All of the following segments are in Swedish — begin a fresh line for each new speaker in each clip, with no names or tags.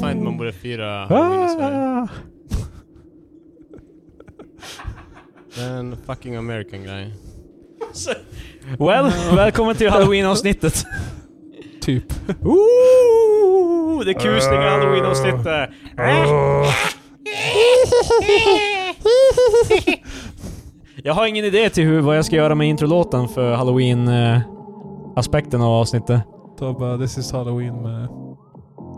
man borde fira halloween i Sverige.
Ah!
Den fucking American guy.
Well, välkommen till halloween-avsnittet.
Typ.
Ooh, det
Ah!
kusliga halloween-avsnittet.
Ah!
Jag har ingen idé till hur, vad jag ska göra med introlåten för halloween-aspekten av avsnittet.
Ta bara This is Halloween med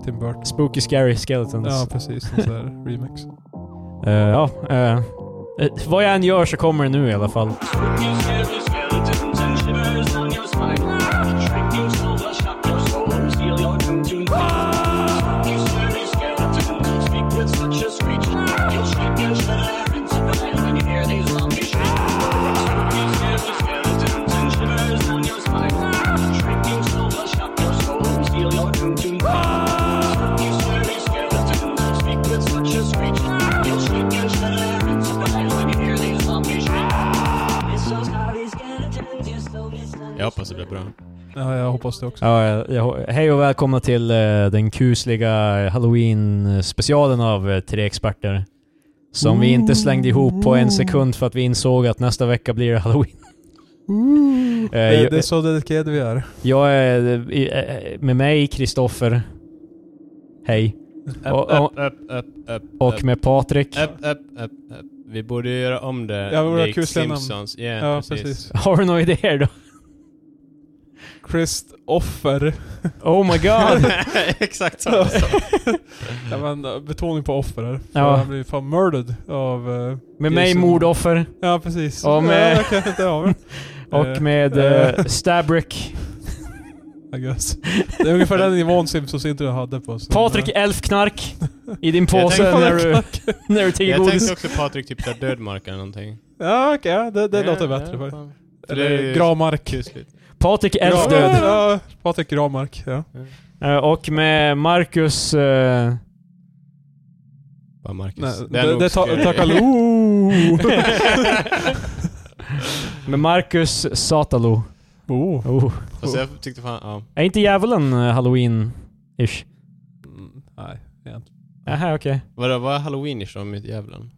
Tim Burton.
Spooky Scary Skeletons.
Ja, precis. En sån där remix.
Eh, ja, eh, eh, vad jag än gör så kommer det nu i alla fall.
Jag hoppas det blir bra.
Ja, jag hoppas det också.
Ja, jag, jag, hej och välkomna till eh, den kusliga halloween-specialen av eh, Tre Experter. Som vi inte slängde ihop på en sekund för att vi insåg att nästa vecka blir det halloween.
Ooh.
Eh,
Det,
jag,
det är så dedikerade vi är.
jag är eh, i- eh, med mig Kristoffer. Hej. Och- och-
Upp, upp, upp, upp, upp.
Och med Patrik.
Upp, upp, upp, upp. Vi borde göra om det.
Ja, vi borde ha
likt
kusliga namn.
Simpsons. Yeah,
Ja,
precis.
precis.
Har du några idéer då?
Christoffer.
Oh my god!
Exakt samma sak.
Ja, men, eh, betoning på offer här. För
Ja.
Han blir fan murdered av... eh,
Med mig
Jason.
mordoffer.
ja, precis.
Ja, men-
Ja, jag kan inte av
Och med
eh,
eh, Stabrick.
I guess. Det är ungefär den nivån Simpsons inte hade på oss.
Patrik Elfknark. I din
Jag
påse
tänkte-
när du, när du tigger
Jag tänkte
godis.
också Patrik typ såhär dödmark eller någonting.
Ja, okej. ja, det det
Ja,
låter bättre.
ja,
faktiskt.
fan. Det är ju-
Eller Gramark.
Kusligt.
Patrik
Ja,
Elfdöd.
Ja, Patrik Gramark. Ja.
Eh, Och med Marcus... eh,
Bara Marcus.
Nej,
Det är
det,
nog
det ta,
scary.
Takaloo.
med Marcus Satalo.
oh.
Oh.
Fast jag tyckte fan, ja.
Är inte djävulen eh, halloween-ish?
Mm, Nej, egentligen.
Aha, okej.
Vadå, vad är halloweenish då med djävulen?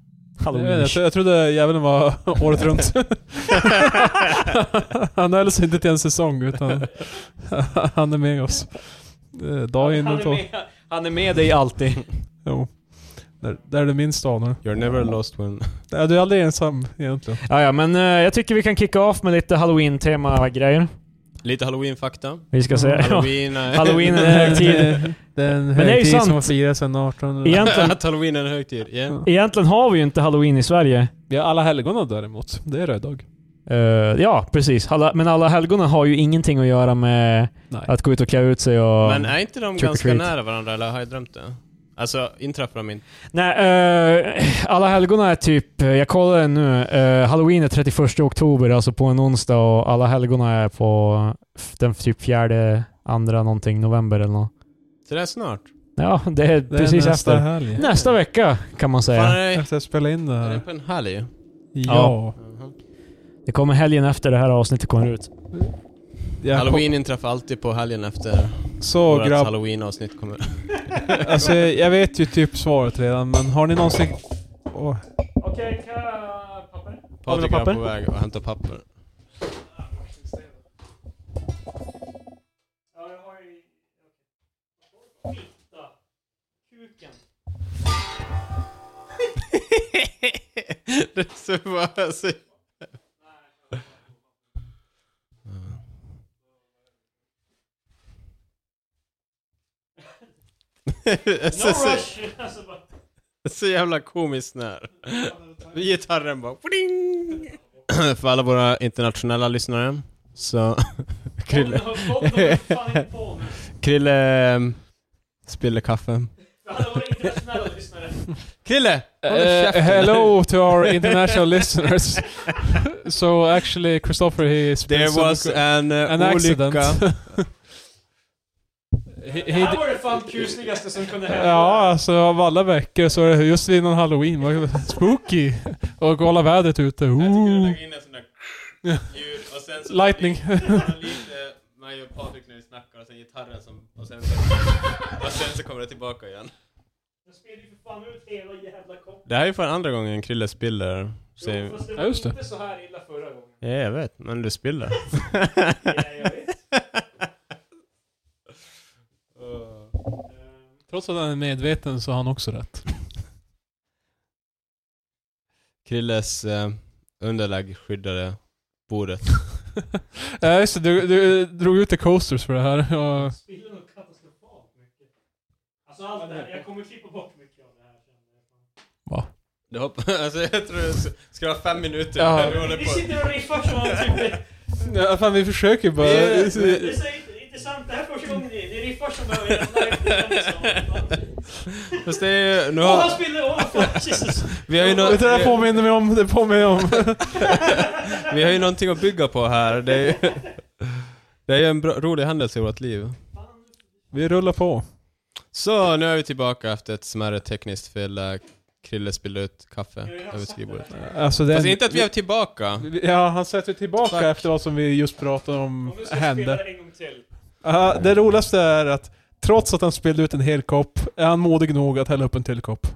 Jag, jag,
Halloween-ish.
tro- jag trodde djävulen var året runt. han höll sig inte till en säsong utan han är med oss. Eh, Dag in
Han
och
är,
tag.
med, han är med dig alltid.
Jo. Där, där du minst anar.
You're never lost when...
Ja, Du är aldrig ensam egentligen.
ja, ja, men eh, jag tycker vi kan kicka off med lite halloween-tema-grejer.
Lite halloween-fakta.
Vi ska
Mm,
se. Ja.
Halloween är...
Halloween är en högtid.
Den
det är ju
högtid
sant.
som har firats sedan 1800.
Egentligen,
Att halloween är en högtid, yeah.
egentligen har vi ju inte halloween i Sverige.
Vi har alla helgonen däremot. Det är röd dag.
Eh, ja, precis. Alla, men alla helgonen har ju ingenting att göra med
Nej.
att gå ut och klä ut sig och...
Men
eh-
är inte de
Trick or
ganska
treat.
nära varandra, eller har jag drömt det? Alltså, inträffar de inte?
Nej, eh, alla helgon är typ, jag kollar nu, eh, halloween är 31 oktober, alltså på en onsdag och alla helgon är på f- den typ fjärde, andra någonting, november eller något.
Så det är snart.
Ja, det är
Det är
precis
nästa
efter.
helg.
Nästa vecka kan man säga.
Fan, är, det,
Efter att jag spelade in det
är det
här.
på en helg?
Ja.
Jaha.
Det kommer helgen efter det här avsnittet kommer ut.
Jag kom-
Halloween inträffar alltid på helgen efter
Så
vårt
grabb,
halloween-avsnitt kommer.
alltså jag vet ju typ svaret redan men har ni någonsin... Åh,
Okej, kan jag papper? Har vi
Patrik
några
är
papper?
på väg och hämtar papper. det är så bara... Så... så, så, så jävla komiskt när gitarren bara... Pling! För alla våra internationella lyssnare så... Krille... Krille... ehm, Spiller kaffe. Krille! håll
Eh,
käften.
hello to our international listeners. so actually Christopher he is
There was an, uh,
an
olycka.
accident. he, he,
var det fan kusligaste som kunde
ja, alltså av alla veckor så är det just innan halloween. Vad Spooky! Och kolla vädret ute.
Jag tycker du
Ooh.
lägger in en sån där ljud och sen så...
Lightning.
Bara lite mig och Patrik när vi snackar och sen gitarren som... Och sen så, och sen så kommer det tillbaka igen.
Jag spelar ju för fan ut hela jävla koppen.
Det här är fan andra gången Krille spiller.
Jo,
Så...
fast det
Ja,
var
just det.
inte så här illa förra gången.
Ja, jag vet, men du spiller.
Ja, jag vet. Ehm,
Eh, Trots att han är medveten så har han också rätt.
Krilles eh, underlägg skyddade bordet.
Ja just det, du, du drog ut the coasters för det här. Och,
Spiller nog katastrofalt mycket. Alltså allt det här, jag kommer klippa bort mycket av det här känner jag.
Det hopp... alltså, jag tror det ska vara fem minuter
Ja.
när vi håller
Vi
på.
sitter och riffar som om typ...
ja, fan vi försöker bara...
Vi-
Det är så int- intressant, det här är första gången ni, ni riffar som om jag
Fast det är ju... Nu
Åh, han
har...
spiller... Åh, fan, Jesus.
Vi har ju nå-
Vet du vad det påminner mig om? Det påminner mig om...
Vi har ju någonting att bygga på här. Det är ju, det är ju en bra, rolig händelse i vårt liv.
Vi rullar på.
Så, nu är vi tillbaka efter ett smärre tekniskt fel. där Krille spillde ut kaffe
Jag har redan
över
sagt
skrivbordet.
det här.
Alltså det...
Fast inte att vi är tillbaka.
Ja, han sätter tillbaka
Tack.
efter vad som vi just pratade om
Om du ska spela
hände.
det en gång till.
Ja, det roligaste är att trots att han spillde ut en hel kopp, är han modig nog att hälla upp en till kopp.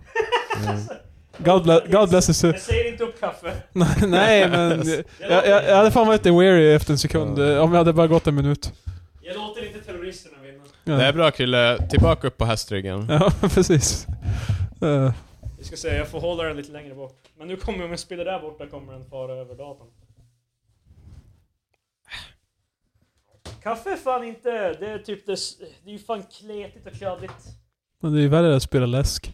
God, bla- God bless his soul.
Jag säger inte upp kaffe.
Nej, Nej men... Jag, jag, jag hade fan varit en weary efter en sekund, eh, om jag hade bara gått en minut.
Jag låter inte terroristerna vinna.
Ja.
Det är bra Krille, tillbaka upp på hästryggen.
Ja, precis. Eh,
Jag ska säga, jag får hålla den lite längre bort. Men nu kommer, om jag spelar där borta kommer den fara över datorn. Kaffe är fan inte, det är typ det, s- det är ju fan kletigt och kladdigt.
Men det är ju värre att spela läsk.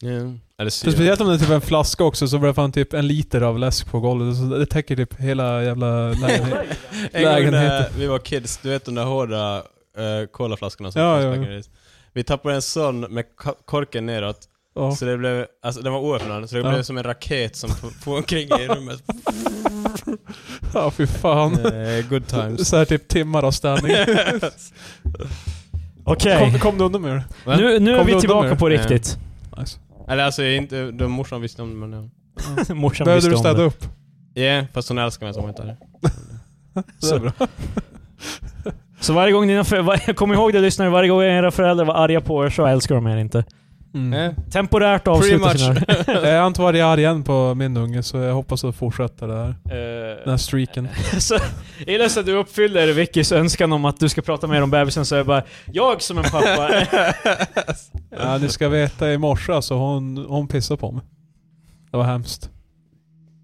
Ja. Eller
För
syra.
speciellt om det är typ en flaska också, så var det fan typ en liter av läsk på golvet. Så det täcker typ hela jävla lägenheten.
En gång när
lägenheten.
vi var kids, du vet de där hårda uh, colaflaskorna som
Ja,
fanns
ja,
back in
ja.
the days. Vi tappade en sån med ka- korken neråt,
Ja.
så det blev, alltså den var oöppnad, så det
Ja.
blev som en raket som for- for omkring i rummet.
ja, fy fan.
Eh, Good times.
Så här typ timmar av städning.
Okej,
Kom, kom du undan med det?
Va?
nu, nu är
Kom
vi
du
tillbaka
undan
på
med det?
riktigt.
Nice.
Eller alltså jag är inte, de morsan visste om det men ja.
Morsan
Behövde
visste
du
om
städa
det.
upp?
Ja, fast hon älskar mig som inte hade.
Så bra.
Så varje gång dina föräldrar, kom ihåg det lyssnare, varje gång era föräldrar var arga på er så älskar de er inte.
Mm. Eh,
Temporärt
Pretty
avsluta
much.
sina...
Jag har inte varit arg än på min unge, så jag hoppas att fortsätta det här. Den här streaken.
Så, jag gillar så att Eh, du uppfyller Vickys önskan om att du ska prata mer om bebisen, så är det bara jag som en pappa.
Ja, ni ska veta i morse alltså, hon, hon pissade på mig. Det var hemskt.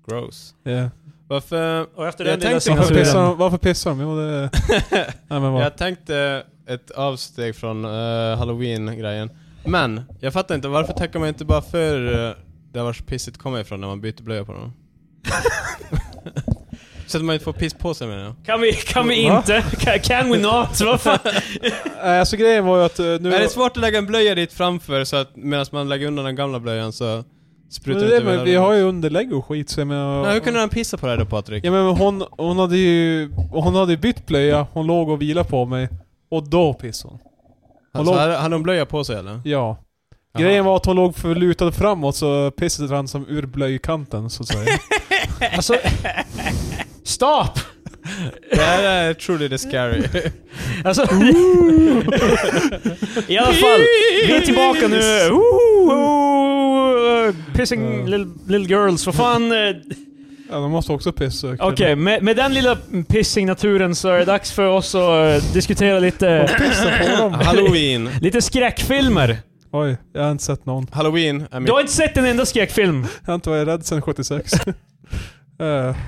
Gross.
Yeah.
Varför...
Och efter
Jag
den lilla
tänkte-
Varför
Naturen.
pissar
censuren...
de? Varför pissar de? Jo, det... Nej men vad?
Jag tänkte ett avsteg från eh, halloween-grejen. Men, jag fattar inte, varför tänker man inte bara för eh, där vars pisset kommer ifrån när man byter blöja på dem? Så att man inte får piss på sig menar jag.
Kan vi, kan vi
Va?
inte? Can, can we not? Vad fan?
Nej, alltså grejen var ju att eh, nu...
Är det svårt att lägga en blöja dit framför så att medan man lägger undan den gamla blöjan så
Men
sprutar
det,
det
är
ut över
men
hela
vi har
rummet?
ju underlägg och skit så jag menar...
Nej, hur kunde den pissa på dig då Patrik?
Ja men hon, hon hade ju... Hon hade ju bytt blöja, hon låg och vilade på mig. Och då pissade hon. hon
Alltså,
låg-
hade hade hon blöja på sig eller?
Ja. Grejen var att hon låg för lutad framåt så pisset rann som ur blöjkanten så att säga.
Alltså... Stopp!
Det här är truly the scary.
Alltså... I alla fall, vi är tillbaka nu. Ooh, ooh, pissing little, little girls, vad fan... eh,
Ja, de måste också pissa.
Okej, med, med den lilla pissing naturen så är det dags för oss att eh, diskutera lite,
Pissa på dem.
Halloween.
lite skräckfilmer.
Oj, jag har inte sett någon.
Halloween är
Du
mitt...
har inte sett en enda skräckfilm?
Jag har inte varit rädd sedan 76. Eh,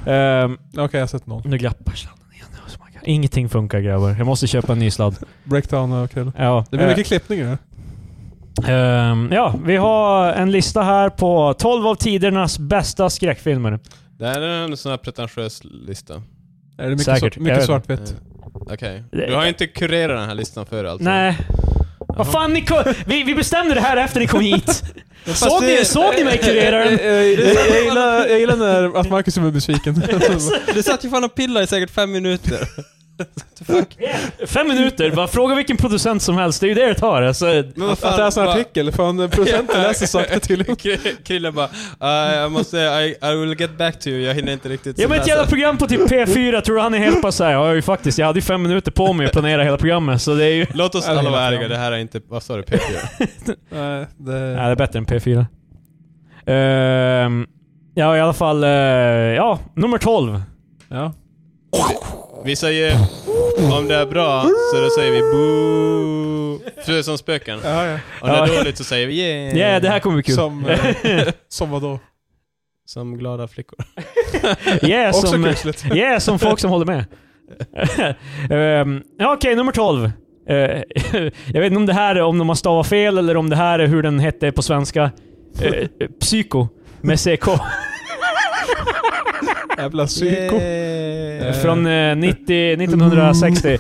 Ehm,
Okej, jag har sett någon.
nu glappar sladden igen. Oh my God. Ingenting funkar grabbar. Jag måste köpa en ny sladd.
Breakdown och kul.
Ja,
Det blir
eh,
mycket klippningar. nu.
ehm, ja, vi har en lista här på 12 av tidernas bästa skräckfilmer.
Det här är en sån här pretentiös lista.
Är det mycket,
Säkert.
svart-
Jag
mycket
vet
svartvitt?
Eh, Okej. Du har ju inte kurerat den här listan förr alltså?
Nej. Vad fan ni ko- vi, vi bestämde det här efter ni kom hit. såg,
det-
ni, såg ni mig kurera den?
Eh, eh, Jag, jag, gillar, jag gillar när, att Marcus är besviken.
Du satt ju fan och pillade i säkert fem minuter.
Fem minuter, bara fråga vilken producent som helst. Det är ju det det tar. Alltså,
Men vad
Att att läsa en artikel, fan producenten läser sakta tydligen.
Kri- Krille bara "Ah, jag måste, I, I will get back to you, jag hinner inte riktigt
Ja men ett
läsa."
jävla program på typ P4, tror du han är helt bara såhär, ja ju faktiskt, jag hade ju fem minuter på mig att planera hela programmet så det är ju...
Låt oss
Ja, det är
alla vara
hela
ärliga, det
programmet.
här är inte, vad sa du P4?
Nej,
Nej,
det...
det är bättre än P4. Ehm, ja i alla fall, eh, ja, nummer 12.
Ja.
Vi säger, om det är bra så då säger vi boo. För det är som spöken.
Ja, ja.
Om det är
Ja.
dåligt så säger vi
Ja,
yeah.
det här kommer bli kul.
Som, eh, som vadå?
Som glada flickor.
Yeah,
Också
som, eh,
kusligt.
yeah, som folk som håller med. Ehm, ja, Okej, nummer 12. Eh, jag vet inte om det här är om de har stavat fel eller om det här är hur den hette på svenska. Eh, psyko. Med CK.
Jävla psyko.
Yeah.
Från eh, 90, 1960.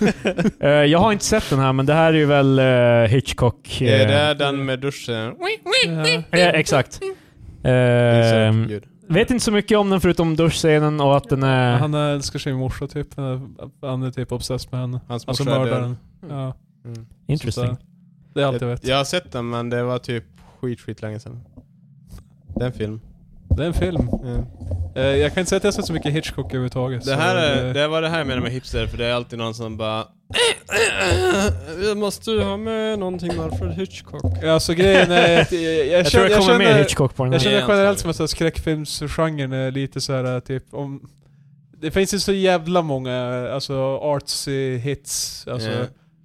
Eh, jag har inte sett den här, men det här är ju väl eh, Hitchcock. eh,
Ja, det är den med duschen.
Ja.
ja, exakt.
Ehm,
Exakt,
Eh,
ljud.
vet inte så mycket om den förutom duschscenen och att den är...
Han eh, älskar sin morsa typ. Han är, han är typ obsessed med henne.
Hans
Alltså
morsa är död.
mördaren. Ja.
Mm.
Interesting.
sånt där. Det är allt jag
Jag,
vet.
jag har sett den men det var typ skit, skit länge sedan. Det är en film.
Det är en film.
Ja.
Eh, Jag kan inte säga att jag har sett så mycket Hitchcock överhuvudtaget.
Det
så
här är, det var det här jag menade med hipster, för det är alltid någon som bara "Jag Måste du ha med någonting med Alfred Hitchcock?
Ja, så grejen är att jag, jag,
Jag tror
känner,
det
jag
kommer mer
känner,
Hitchcock på den här.
jag känner
Ja,
generellt som att så här skräckfilmsgenren är lite så här typ om... Det finns ju så jävla många alltså artsy hits. Alltså,
Ja.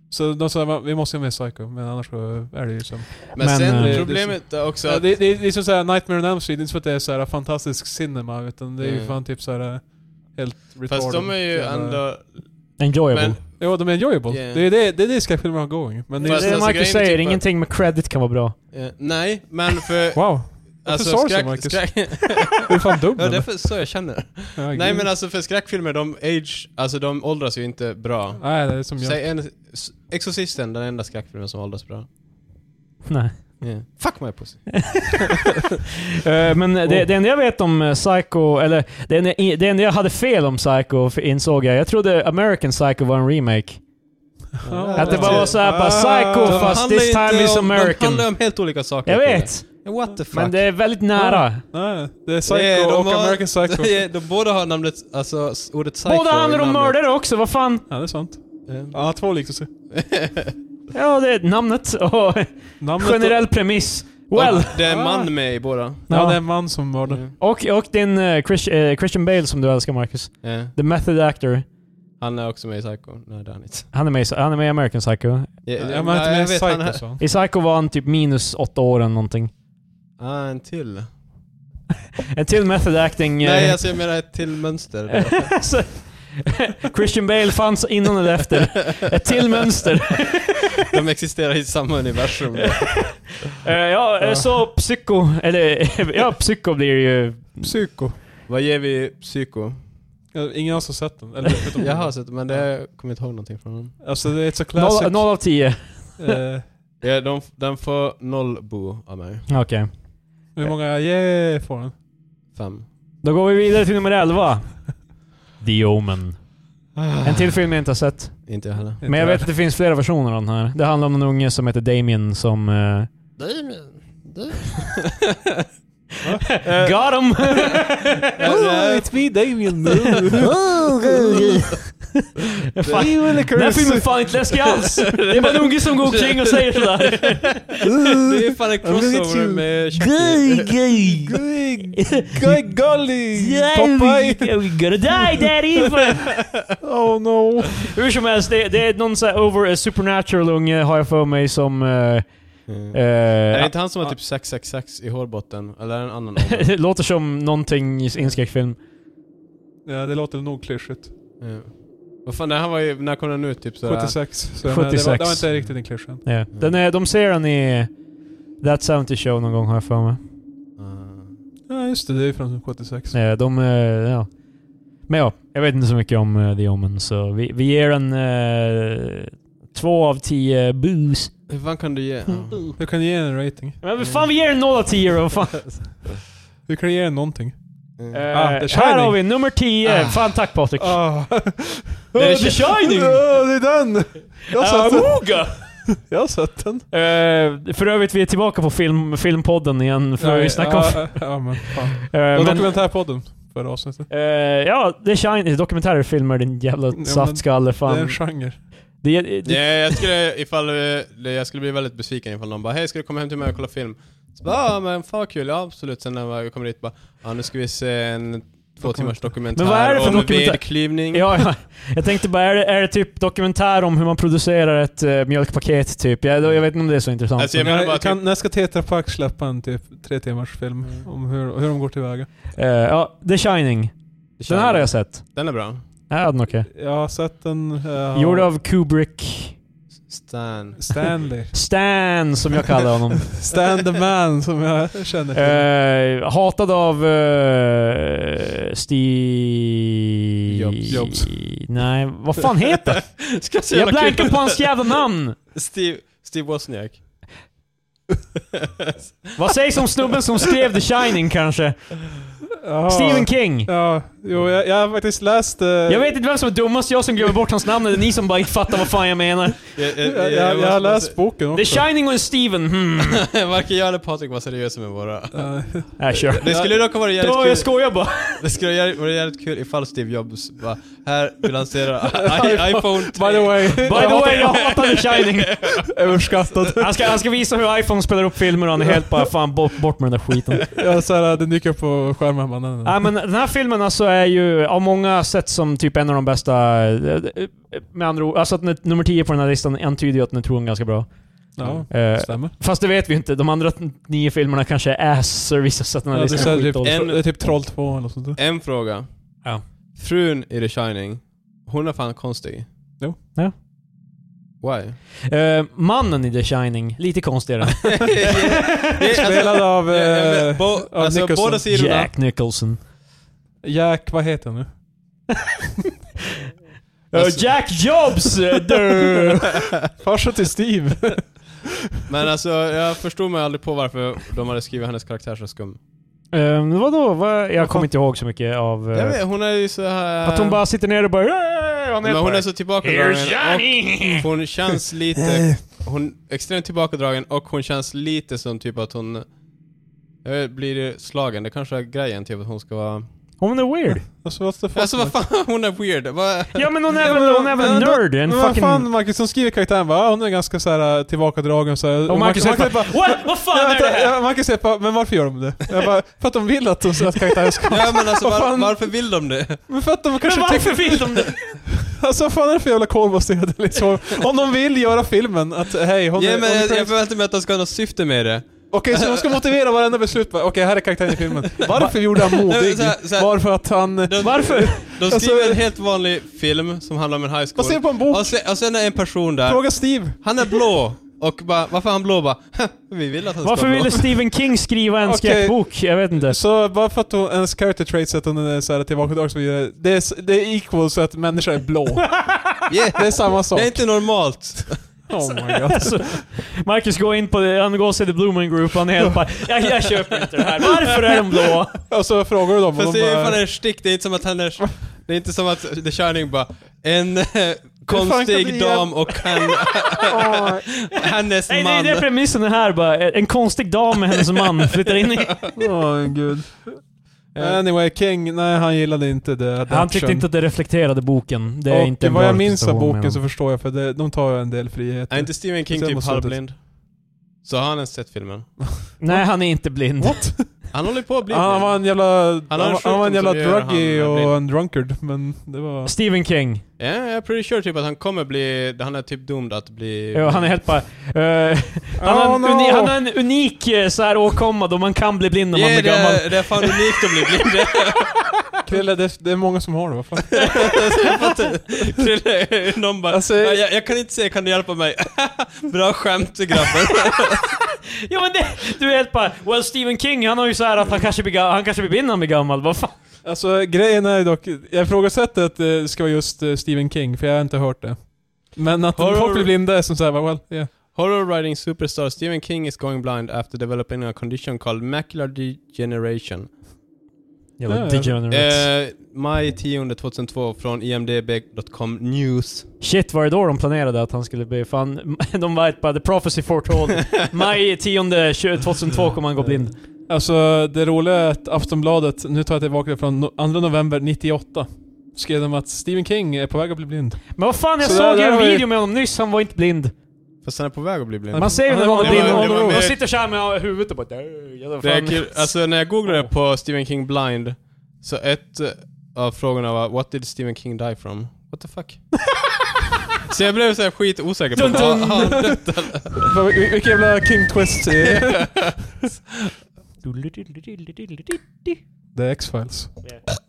Så de sa vi måste ha med Psycho, men annars så är det ju som...
Men,
Men,
sen
eh, det
är
problemet är också
Ja,
att...
det, det, det är som såhär Nightmare on Elm Street, det är inte så att det är såhär fantastisk cinema, utan det är ju
Mm.
fan typ såhär helt retarded.
Fast de är ju
jävla-
ändå...
Enjoyable.
Men,
Jo, de är enjoyable.
Yeah.
Det är det, det, är det skräckfilmer har going. Men det är
Fast
det är
alltså,
det Marcus
grejen är
säger,
typ att-
ingenting med credit kan vara bra.
eh, nej, men för...
Wow! sa
alltså
du så,
skräck...
Marcus?
skräck
Du är fan dum
ja, det är
eller?
för, så jag känner.
Ja,
Nej
gud.
men alltså för skräckfilmer, de age... Alltså de åldras ju inte bra.
Nej, det är som jag.
Säg en... s- Exorcisten, den enda skräckfilmen som åldras bra.
Nej.
Yeah. Fuck my pussy.
Eh, men det, det enda jag vet om eh, Psycho, eller det enda, i- det enda jag hade fel om Psycho för- insåg jag. Jag trodde American Psycho var en remake.
Ja.
Att det bara var såhär
Ah.
bara Psycho
De
fast
handlar
this
inte
time is
om- De
American.
handlar om helt olika saker.
Jag vet,
What the fuck?
men det är väldigt nära.
Nej, det är Psycho
Eh, de
och
har-
American Psycho.
Eh, de båda har namnet, alltså s- ordet psycho
Båda handlar
i
om
namnet.
mördare också, vad fan?
Ja, det är sant.
Eh,
Ja, två liknelser.
Ja, det är namnet och
Namnet
generell premiss. Well! Ah.
och Det är en man med i båda.
Ja, det är
Ja.
en man som mördar.
Och, och din eh, Chris, eh, Christian Bale som du älskar Marcus.
Eh,
The Method Actor.
Han är också med i Psycho. Nej det är han inte.
Han är med, i- han är med i American Psycho.
Eh,
Ja,
eh,
men inte
nej,
med
jag vet, han
Psycho
är-
så.
I Psycho var han typ minus åtta år eller någonting.
Ah, en till.
En till method acting... eh,
Nej alltså jag menar ett till mönster.
så- Christian Bale fanns innan eller efter. Ett till mönster.
De existerar i samma universum.
Eh, ja, eh, så psyko... Eller ja, psyko blir ju...
Psycho.
Vad ger vi Psycho?
Ja, Ingen av oss har sett den. Eller, förutom-
Jag har sett men det jag kommer inte ihåg någonting från honom.
Alltså, det är ett så classic...
noll noll av tio.
eh,
Ja, de, f- den får noll bo av mig.
Okej.
hur många yeah får den?
Fem.
Då går vi vidare till nummer 11. The Omen.
Ah.
En till film jag inte har sett.
Inte jag heller.
Men jag vet att det finns flera versioner av den här. Det handlar om en unge som heter Damien som... Uh, got him!
Eh,
Oh, it's me Damien!
fan, den här filmen är fan inte läskig alls! Det är bara en unge som går omkring och säger sådär.
Det är fan en crossover med Chucky.
gay!
Guy Gully! Popeye!
We're gonna die daddy!
Oh no!
Hur som helst, det, det är någon sån här over, eh, supernatural unge har jag för mig som... eh,
Mm.
eh,
Är det inte han som har typ 666 i hårbotten? Eller är det en annan ålder?
det låter som någonting i en skräckfilm.
Ja, det låter nog klyschigt.
Ja. Eh. Vad fan, det här var ju, när kom den ut? Typ sådär...
76. Så jag menar, det, var,
76.
det var inte riktigt en klyscha. än.
Ja. Den är, de ser den i That 70 Show någon gång har jag för mig.
Ah.
Ja, just det. Det är ju från 76.
Ja, de, eh, ja. Men ja, jag vet inte så mycket om eh, The Omen så vi, vi ger den eh, två av tio boos.
Hur fan kan du ge? Ja.
Du kan ge en rating.
Men vad fan, vi ger den noll av tio då. vad Fan.
Du kan ge en någonting.
Eh,
Ah, The
här
Shining.
har vi nummer 10.
Ah.
Fan tack Patrik. Eh,
Ah.
Det är The Shining!
Ja, det är den! Jag har sett den.
Awoga!
Jag har sett den.
Ah, Eh, för övrigt, vi är tillbaka på film, filmpodden igen. För vi snackar om...
ja, ja, ja, men fan. Det
eh,
var
men,
dokumentärpodden förra avsnittet.
eh, ja, The Shining. Dokumentärer filmer din jävla
men-
saftskalle. Fan.
Det är en genre.
Det, det, det,
Nej, jag skulle, ifall, eh, det- jag skulle bli väldigt besviken ifall någon bara Hej, ska du komma hem till mig och kolla film? Så bara, ja men fan vad kul, ja absolut. Sen när jag kommer dit bara, ja nu ska vi se en två timmars dokumentär
Men vad är det för
om
dokumentär?
vedklyvning.
Ja, ja, jag tänkte bara, är det, är det typ dokumentär om hur man producerar ett eh, mjölkpaket typ? Jag, jag vet inte om det är så intressant.
Alltså, jag menar bara
När,
typ- Mm.
kan, när ska Tetra Pak släppa en typ tre timmars film om hur, hur de går tillväga?
Eh, ja, The Shining. Den här har jag sett.
Den är bra.
Ja, den är okej.
Jag har sett den... eh,
Gjord av Kubrick.
Stan.
Stanley.
Stan, som jag kallar honom.
Stan the man som jag känner till.
Eh, hatad av eh, Steve...
Jobs.
Jobs.
Nej, vad fan heter han?
ska se
Jag blankar på hans jävla namn!
Steve, Steve Wozniak.
Vad sägs om snubben som skrev The Shining kanske?
Ja.
Stephen King!
Ja, jo, jag, jag har faktiskt läst... eh,
Jag vet inte vem som är dummast, jag som glömmer bort hans namn, eller ni som bara inte fattar vad fan jag menar.
Jag,
jag, jag, jag har läst boken också.
The Shining och en Steven, hmm.
Varken jag eller Patrik var seriösa med våra.
Eh,
Äh, kör.
Det skulle dock ha varit jävligt
Då,
kul.
jag skojar bara.
Det skulle ha varit jävligt kul ifall Steve Jobs bara, här, vi lanserar I- iPhone 3.
By the way.
By the way, jag hatar The Shining.
Överskattad.
Han ska, han ska visa hur iPhone spelar upp filmer och han är helt bara fan bort, bort med den där skiten.
Ja, så här, den dyker upp på skärmen. Man, nej, nej.
Nej men den här filmen alltså är ju av många sett som typ en av de bästa. eh, eh, Med andra ord, alltså att den är nummer 10 på den här listan antyder ju att den är trogen ganska bra.
Ja,
Eh,
stämmer.
fast det vet vi ju inte. De andra nio filmerna kanske är ass, så det visar sig att den här
Ja, det, är så
listan
här,
är
typ,
skitdålig.
en-
det är typ Troll 2 eller något sånt där.
En fråga.
Ja.
Frun i The Shining, hon är fan konstig.
Jo.
Ja.
Why?
Eh, mannen i The Shining, lite konstigare.
Det är-
Spelad av,
jag- jag
eh,
vet, bo,
av
alltså,
Nicholson.
båda sidorna.
Jack Nicholson.
Jack, vad heter han nu?
Eh,
Alltså-
Jack Jobs! eh, duh.
Farsa till Steve.
Men alltså jag förstod mig aldrig på varför de hade skrivit hennes karaktär så skum.
Eh, vadå? Vad- Jag kommer inte ihåg så mycket av... eh,
Jag vet, hon är ju så här...
att hon bara sitter ner och bara... "Eh", och
Men hon är så
Here's
tillbakadragen och
Johnny!
hon känns
Eh.
lite... Hon är extremt tillbakadragen och hon känns lite som typ att hon... Jag vet, blir slagen. Det kanske är grejen, typ att hon ska vara...
Hon är weird.
Alltså, what the fuck,
Alltså vad
Marcus?
fan, hon är weird. Vad...
Ja men hon är
Ja,
väl,
men-
hon är väl en
men-
nerd? En
Men vad
fucking...
fan Marcus, som skriver karaktären bara, ja, hon är ganska så här eh, tillbakadragen så här.
och Marcus
Marcus
säger bara What? Vad fan
Ja,
är det
vänta,
här?
ja, Marcus säger bara, men varför gör de det? Jag bara, för att de vill att, de, att karaktären ska...
Ja men alltså
Vad
var,
fan?
varför vill de det?
Men för att de
Men
kanske
varför vill de det?
Alltså vad fan är det för jävla kolbaserade liksom? Om de vill göra filmen att hej, hon
Ja,
är...
men
hon är
jag,
crazy.
jag förväntar mig att de ska ha något syfte med det.
Okej, så de ska motivera varenda beslut. Bara, Okej, här är karaktären i filmen. Varför gjorde han
Nej,
modig?
men så här- så här-
Varför att han...
De,
Varför?
de skriver
Alltså-
en helt vanlig film som handlar om en high school.
Baserat på en bok.
Och sen, och sen är en person där,
Fråga Steve.
han är blå. Och bara, varför är han blå? Bara, "Heh, vi vill att han
Varför
ska vara
ville
blå.
Stephen King skriva en
Okej.
skräckbok? Jag vet inte.
Så bara för att hon, ens character traits att hon är såhär tillbakadragen så vidare. Det är, s- det är equal så att människor är blå.
Yeah.
Det är samma sak.
Det är inte normalt.
Oh my god.
Alltså, Marcus går in på det, han går och ser The Blooming Group och han är helt bara jag, jag köper inte det här. Varför är de blå?
Och så frågar du dem och
Fast
de
det är ju fan
bara...
en stick, det är inte som att han är... Det är inte som att The Shining bara, en eh,
fan kan
konstig
det
dam och han,
"Åh,
hennes
Nej, det är
man.
det premissen är här bara. En konstig dam med hennes man flyttar in i...
Åh gud.
Eh.
Anyway, King, nej han gillade inte det.
Han tyckte inte att det reflekterade boken. Det är
och
inte en
vad
bra
jag minns av
representation, menar
boken så
han.
förstår jag för det, de tar ju en del friheter.
Är inte Stephen King
Sen
typ
måste jag ta-
halvblind? Så har han ens sett filmen?
Nej, han är inte blind.
What?
Han håller på att bli
Han var en jävla, han,
har en
var- han var
sjukdom
en jävla
som gör
druggy
han, eh,
och
blind.
en drunkard, men det var...
Stephen King.
Ja, jag är pretty sure typ att han kommer bli, han är typ doomed att bli...
Ja, han är helt bara... eh, han, har
Oh,
en uni- han
no!
har en unik eh, så här, åkomma då man kan bli blind när man
Yeah,
är
det,
gammal.
är, det är fan unikt att bli blind.
Krille, det, det är många som har det, vad fan?
Jag fattar inte. Krille, Någon bara,
Alltså-
"Ja, jag, jag kan inte se, kan du hjälpa mig? Bra skämt grabben.
Ja men det, du är helt bara... Well, Stephen King han har ju så här att han kanske blir, ga- han kanske blir blind när han blir gammal. Vad fan?
Alltså grejen är dock, jag ifrågasätter att det ska vara just eh, Stephen King, för jag har inte hört det. Men att
Har du-
folk blir blinda är som såhär, well, yeah.
Horror writing superstar Stephen King is going blind after developing a condition called macular degeneration.
Jävla
Ja, ja.
degenerates.
Eh, maj 10 2002 från imdb.com news.
Shit, var det då de planerade att han skulle bli... Fan, de var bara the prophecy foretold. Maj 10 2002 kommer han gå blind.
Alltså det roliga är att Aftonbladet, nu tar jag tillbaka det från no- 2 november 98, skrev de att Stephen King är på väg att bli blind.
Men vad fan, jag
Så
såg
där-
ju
där
en
var ju-
video med honom nyss, han var inte blind.
Fast han är på väg att bli blind.
Man ser ju
Ja,
när
det
någon
var-
är
det
blind
var- det var
och de
mer-
sitter såhär med huvudet och bara... "Dö, jävla
Det är
fan." Oh.
kul, alltså när jag googlade på Stephen King blind, så ett eh, av frågorna var What did Stephen King die from? What the fuck? så jag blev såhär skit osäker på
Dun, dun.
Har han dött?
Vil- vil- Vilken jävla King Twist. eh. Det är X-Files.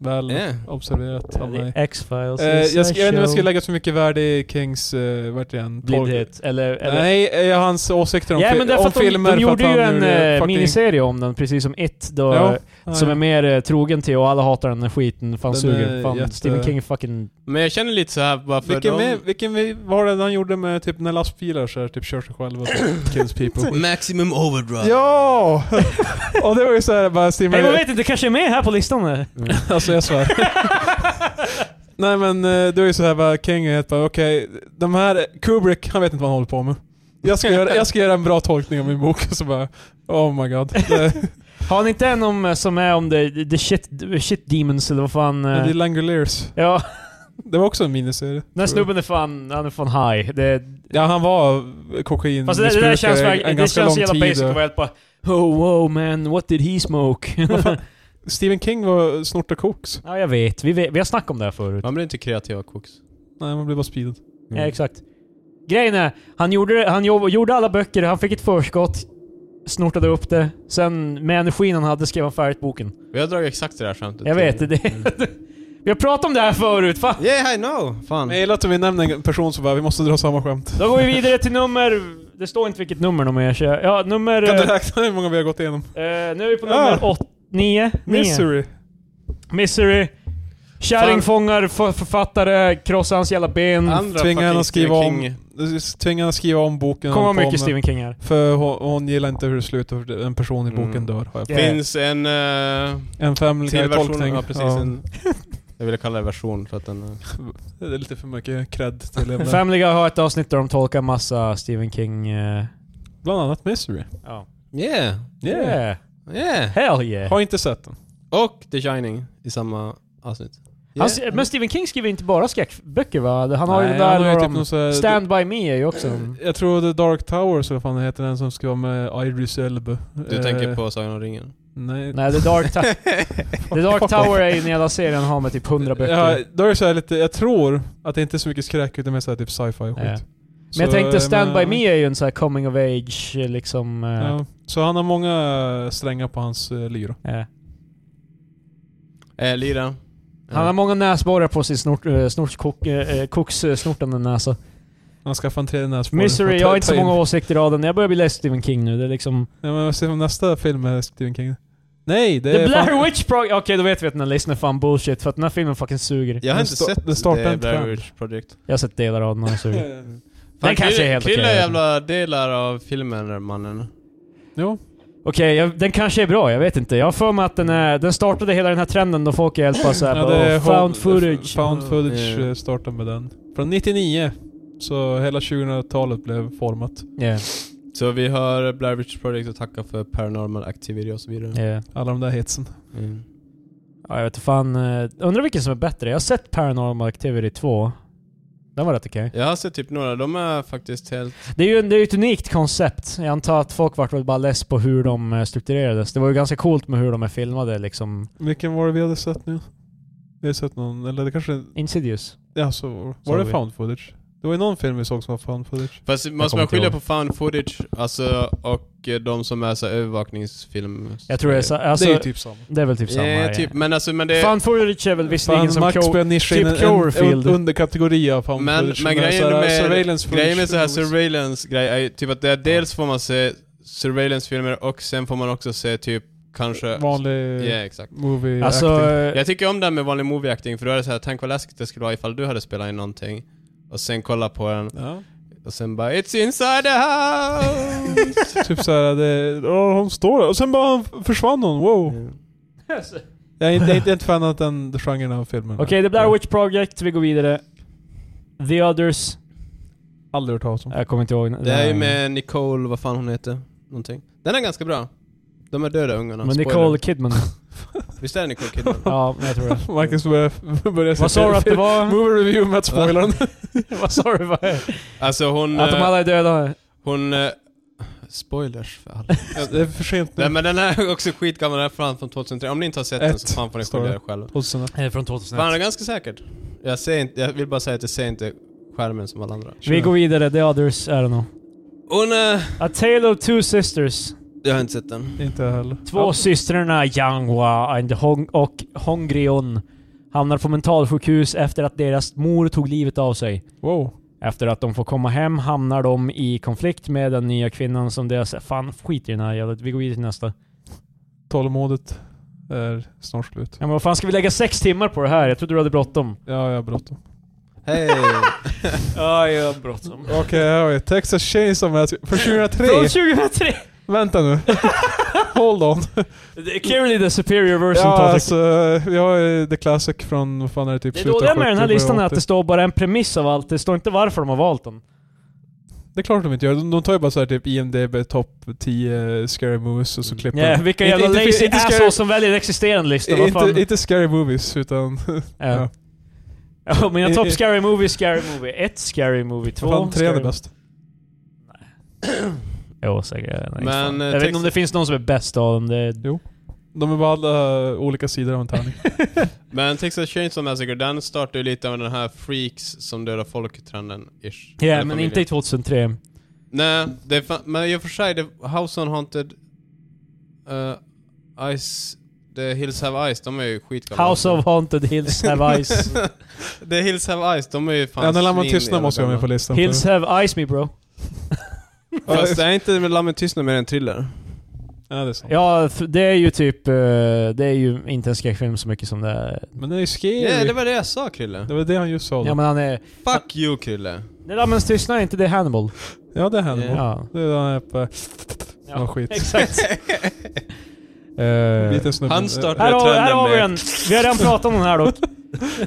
Väl
Yeah.
observerat av mig.
X-Files.
Eh, jag, ska, jag vet inte om jag ska lägga så mycket värde i Kings, uh, vart är han?
Blindhet, eller... eller
Nej, eh, hans åsikter om,
ja,
fi-
men det är för
om
att de, de
filmer. för att
gjorde ju
han
en
gjorde
eh,
fucking-
miniserie om den, precis som It, då,
Ja,
som är mer eh, trogen till och alla hatar den här skiten. Fan
Den
suger.
är
Fan,
jätte-
Stephen King är fucking...
Men jag känner lite så här bara för
Vilken,
de...
med, vilken med, vad var det han gjorde med typ när lastbilar så här, typ kör sig själva och typ kills people?
Maximum overdrive.
ja! och det var ju såhär bara
Nej,
Steven...
jag vet inte, det kanske är med här på listan? eh?
alltså jag svär. Nej men eh, det var ju såhär bara King är helt bara okej, de här Kubrick, han vet inte vad han håller på med. Jag ska, göra, jag ska göra en bra tolkning av min bok och så bara oh my god. Det,
Har ni inte en om, eh, som är om the, the shit, shit demons eller vad fan... eh,
det är Langoliers.
Ja,
Det var också en miniserie.
den här
tror jag.
snubben är fan, han är fan high. Det,
Ja, han var kokain
fast det, det där känns,
en,
verkligen-
en
det
ganska
känns så jävla
lång tid. eh.
basic att vara helt bara Oh wow man, what did he smoke?
Stephen King var snorta koks.
ja, jag vet. Vi, vet, vi har snackat om det här förut.
Man blir inte kreativ av koks.
Nej, man blev bara speedad.
Mm.
Ja, exakt. Grejen är, han gjorde, det- han jobb, gjorde alla böcker, han fick ett förskott, snortade upp det. Sen med energin han hade skrev han färdigt boken.
Vi har dragit exakt det där skämtet. Mm.
Jag vet, det, det Vi har pratat om det här förut, fan.
Yeah I know! Fan.
Men jag gillar att vi nämner en person som bara vi måste dra samma skämt.
Då går vi vidare till nummer... Det står inte vilket nummer de är. så jag- Ja, nummer...
Kan du
eh,
räkna hur många vi har gått igenom?
eh, nu är vi på nummer
Ah.
åt, nio. nio.
Misery.
Misery. Kärring
Fan.
fångar för, författare, krossar hans jävla ben.
Andra
Tvinga henne
fucking
att skriva
Stephen
om... Tvinga henne att skriva om boken.
Kommer
hon
vara
på
mycket
med.
Stephen King här.
För hon, hon gillar inte hur det slutar, för en person i boken
Mm.
dör. Har jag.
Yeah.
Finns en... eh,
En Family
till version.
Guy-tolkning.
Ja, precis. En, jag ville kalla det version för att den... eh,
Det är lite för mycket cred till en.
Family Guy har ett avsnitt där de tolkar massa Stephen King... eh,
Bland annat Misery.
ja.
Yeah!
Yeah.
yeah.
Yeah!
Hell yeah.
Har inte sett den.
Och The Shining i samma avsnitt.
Han, s- men Stephen King skriver inte bara skräckböcker va? Han har ju
Nej,
det där
han har ju
när
typ
de...
någon så här-
Stand By Me är ju också... en-
Eh, Jag tror The Dark Towers, eller vad fan det heter, den som ska vara med Iris Elba. Eh,
Du tänker på Sagan om ringen?
Nej.
Nej, The Dark, Ta- The Dark Tower är ju en jävla serie han har med typ 100 böcker.
Ja, då är det så här lite, jag tror att det inte är så mycket skräck utan mer så här typ sci-fi och skit.
Ja.
Så,
Men
eh,
jag tänkte Stand
men-
By Me är ju en sån här coming of age eh, liksom... eh,
Ja. Så han har många eh, strängar på hans eh, lyra.
eh.
Eh, Lira.
Han har många näsborrar på sin snort, eh, snortskok- eh, eh, koks, eh, snortande näsa.
Han skaffar en tredje näsborre.
Misery,
Ta-
jag
ta
har inte så
in.
många åsikter av den. Jag börjar bli less Stephen King nu. Det är liksom...
Ja, men jag ser om nästa film är Stephen King. Nej, det
The
är
Blair
fan-
Witch Project... Okej, då vet vi att den här listan är fan bullshit för att den här filmen fucking suger.
Jag har
Den
inte
sta-
sett
den startar
The
en
Blair
trend.
Witch Project.
Jag har sett delar av den och den suger.
Fan,
kanske är helt
Krilla
okej.
jävla delar av filmen, där, mannen.
Jo.
Okej, jag- den kanske är bra. Jag vet inte. Jag har för mig att den, är, den startade hela den här trenden då folk är helt bara såhär
Ja,
bara,
det är
"Oh, found
home-
footage.
Found footage
Ja.
eh, startar med den. Från 99. Så hela 2000-talet blev format.
Yeah,
Så vi har Blair Witch Project att tacka för Paranormal Activity och så vidare.
yeah.
Alla de där hetsen.
Mm.
Ja, jag vet inte fan. eh, Undrar vilken som är bättre. Jag har sett Paranormal Activity 2. Den var rätt okej.
Jag har sett typ några, de är faktiskt helt...
Det är ju en- det är ju ett unikt koncept. Jag antar att folk vart väl bara less på hur de eh, strukturerades. Det var ju ganska coolt med hur de är filmade liksom.
Vilken var det vi hade sett nu? Vi hade sett någon, eller det kanske...
Insidious.
Ja, så var
Så
det
vi-
found footage? Det var ju någon film vi såg som var found footage.
Fast måste
kommer
man
inte
skilja
ihåg.
på found footage, alltså, och eh, de som är så här övervakningsfilm?
Jag tror det är så, alltså,
det är ju
typ,
typ samma.
samma.
Eh,
ja.
typ, men alltså men det...
Found footage är väl visserligen
Fan,
som
Max
Crow...
börjar nischa in
typ
en, en
Cloverfield.
un- underkategori av found
Men,
footage.
men
som är
grejen
så här,
med,
surveillance
grejen med så här
footage.
surveillance grej är ju typ att det, dels får man se surveillance-filmer och sen får man också se typ kanske... Ja,
Vanlig
exakt.
movie
Alltså,
acting.
eh,
Jag tycker om det här med vanlig movie-acting för då är det så här, tänk vad läskigt det skulle vara ifall du hade spelat in någonting och sen kolla på den
Ja.
och sen bara It's inside the house!
typ såhär, det, ja, hon står där. Och sen bara försvann hon, wow.
Mm.
Jag är inte, jag är inte ett fan av den genren av filmen.
Okej, The Blair Witch Project. Vi går vidare. The Others.
Aldrig hört talas om.
Jag kommer inte ihåg.
Det är ju med Nicole, vad fan hon heter, någonting. Den är ganska bra. De är döda ungarna.
Men
Spoiler.
Nicole Kidman.
Visst är det Nicole Kidman?
ja, jag tror det.
Marcus börjar, börjar se
Vad sa du att det
film.
var?
Movie review med att spoila den.
Vad sa du? Vad-
Alltså hon...
Att de
eh,
alla är döda?
Hon... eh, Spoilers för alla.
Det är för sent
Nej
nu.
men den är också skitgammal, den är fan från 2003. Om ni inte har sett den så
Ett,
fan får ni
står
skylla
det.
er själva.
Eh, Från
Fan, det
2001.
är ganska säkert. Jag, ser inte, jag vill bara säga att jag ser inte skärmen som alla andra.
Vi går vidare. The Others, I don't know.
Hon... eh,
A Tale of Two Sisters.
Jag har inte sett den.
Inte jag heller.
Två systrarna Yanghua and Hong och Hongrion hamnar på mentalsjukhus efter att deras mor tog livet av sig.
Wow.
Efter att de får komma hem hamnar de i konflikt med den nya kvinnan som deras... Fan, skit i den här jävla... Vi går vidare till nästa.
Tålamodet är snart slut.
Ja, men vad fan, ska vi lägga sex timmar på det här? Jag trodde du hade bråttom.
Ja, jag har bråttom.
Hej!
Ja, jag har bråttom.
Okej, här har vi Texas Chainsaw Massacre från 2003.
Från 2003!
Vänta nu. Hold on.
Det är Clearly the superior version,
Ja,
Patrik.
alltså, vi har ju The Classic från, vad fan är det, typ
Det
slutet av
dåliga med den här
70,
listan är att det
80.
står bara en premiss av allt. Det står inte varför de har valt den.
Det är klart de inte gör. De, de tar ju bara såhär typ IMDB topp 10 scary movies och så klipper
Yeah,
de.
vilka
Inte-
jävla
inte-
lazy
inte scary-
assholes som väljer en existerande lista. Vad fan?
Inte, inte scary movies, utan...
Ja.
Ja.
Ja, mina
I-
topp
i-
scary movie, scary movie. Ett scary movie, två
Vad fan, trean är
scary-
bäst.
Jo, säkert. Nej,
Men,
fan.
eh,
jag vet
text-
inte om det finns någon som är bäst av dem. Det är...
De är bara alla olika sidor av en tärning.
Men Texas Chainsaw Massacre, den startar ju lite med den här freaks som dödar folk-trenden, ish.
Ja,
Eller
men
familjen.
inte i 2003.
Nej, det är fan, men i och för sig, det, House on Haunted... eh, Ice... The Hills Have Ice, de är ju skitgamla.
House of Haunted Hills Have Eyes.
The Hills Have Ice, de är ju fan
ja, när Lamman
svin
tystnar
jävla
måste jag vara med
gamla.
på listan.
Hills Have Eyes Me Bro.
Fast det är inte med Lammen tystnar mer än thriller.
Ja, det är sant.
Ja, f- det är ju typ... eh, det är ju inte en skräckfilm så mycket som det är...
Men det är ju scary.
Ja, det var det jag sa Krille.
det var det han just sa. då.
Ja men han är...
Fuck you Krille.
Det där med tystnad är inte det Hannibal.
ja det händer.
Ja.
Det är han är på... eh, Ja, skit.
Exakt. Eh,
Biten snubben.
Han startar-
här, har, här
trenden
har vi
med-
en. Vi har redan pratat om den här dock.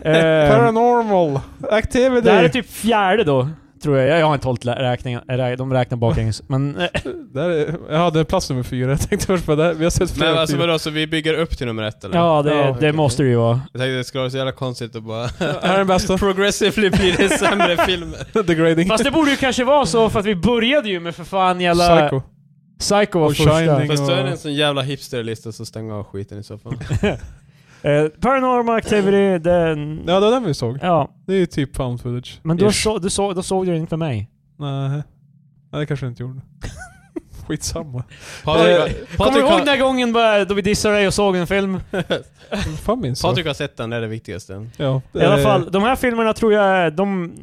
Eh,
Eh,
Paranormal Activity!
Det här är typ fjärde då, tror jag. Jag har inte hållit lä- räkningen. eh, rä- De räknar baklänges. Men eh,
Där är, jag hade plats nummer fyra, jag tänkte först på det här. Vi har sett flera
Men alltså
fyra.
vadå, så vi bygger upp till nummer ett eller?
ja, det,
Ja,
det
okej.
måste det ju vara.
Jag tänkte det skulle vara så jävla konstigt att bara...
Här är den bästa.
Progressively blir det sämre filmer.
Degrading.
Fast det borde ju kanske vara så, för att vi började ju med för fan jävla...
Psycho.
Psycho var
Och
första.
Shining.
Fast då är det en sån jävla hipsterlista så stäng av skiten i så fall.
Eh, Paranormal Activity, den...
Ja, det var den vi såg.
Ja,
Det är ju typ found footage.
men då,
Ish.
så, du så, då såg du den inte för mig.
Nej. Nej, det kanske jag inte gjorde. Skitsamma.
Patrik,
Eh,
har-
Kommer du
Patrik,
ihåg den
har,
där gången bara, då vi dissade dig och såg en film?
Vad fan minns jag?
Patrik har sett den, det är det viktigaste.
Ja.
I alla
eh,
fall, de här filmerna tror jag... är- De,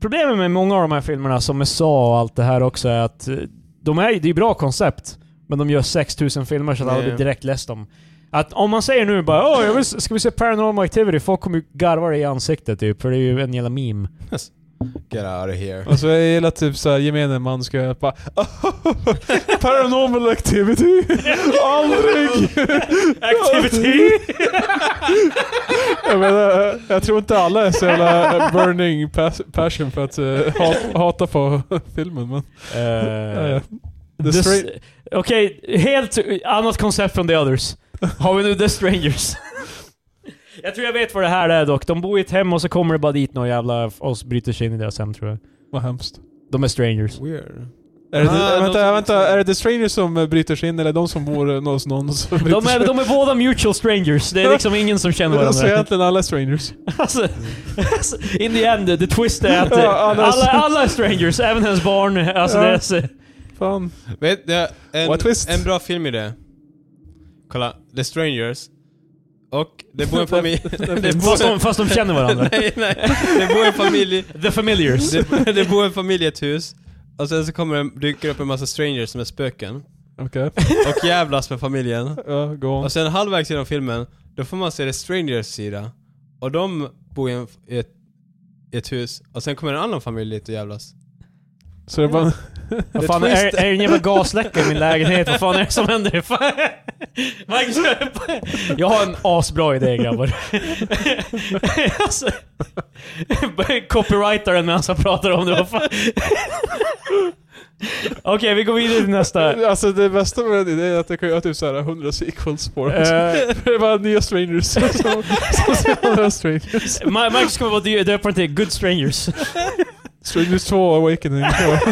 problemet med många av de här filmerna, som med Saw och allt det här också, är att eh, de är, det är ju bra koncept, men de gör 6000 filmer så att alla
Nej.
blir direkt less dem. Att om man säger nu bara Åh, jag vill, ska vi se Paranormal Activity? Folk kommer ju garva dig i ansiktet typ, för det är ju en jävla meme.
Get out of here.
Alltså jag gillar typ såhär gemene man ska bara Paranormal activity! Aldrig!
Activity!
Jag menar, jag tror inte alla är så jävla burning pas- passion för att eh, hat- hata på filmen men...
Eh,
The
The
Stra-
s- Okej, helt annat koncept från The Others. Har vi nu The Strangers? jag tror jag vet vad det här är dock. De bor i ett hem och så kommer det bara dit några jävla och så bryter sig in i deras hem tror jag.
Vad hemskt.
De är strangers.
Weird.
Är det,
Ah, de
vänta,
som-
vänta, är det The Strangers som eh, bryter sig in eller de som bor eh, hos någon som bryter
De är, de är båda mutual strangers. Det är liksom ingen som känner
Alltså
varandra.
egentligen alla är strangers.
Alltså, alltså, in the end, the twist är att eh,
Ja, alla är-
alla, alla är strangers, även hennes barn. Alltså,
Ja.
det är så,
Fan.
Vet du, en,
What twist?
en bra film i det. Kolla, The Strangers. Och det bor en familj... det
fast, de, fast de känner varandra.
nej, nej. Det bor en familj...
The familiars.
Det, det bor en familj i ett hus. Och sen så kommer det, dyker upp en massa strangers som är spöken.
Okej.
Och jävlas med familjen.
Ja, gå
Alltså,
on.
Och sen halvvägs genom filmen, då får man se det strangers sida. Och de bor i, en, i, ett, i ett hus. Och sen kommer en annan familj dit och jävlas.
Så det är bara...
Vad fan, är, är det en jävla gasläcka i min lägenhet? Vad fan är det som händer? Fan. Marcus, jag har en asbra idé grabbar. Alltså, Copyrightar den medan han pratar om det. Vad fan. Okej, vi går vidare till nästa.
Alltså det bästa med den idén är att jag kan göra typ såhär 100 sequels på den.
Eh,
det är bara nya strangers som, som ser andra strangers.
Ma- Marcus kommer bara dö- döpa den till Good Strangers.
Strangers 2 Awakening. Eh,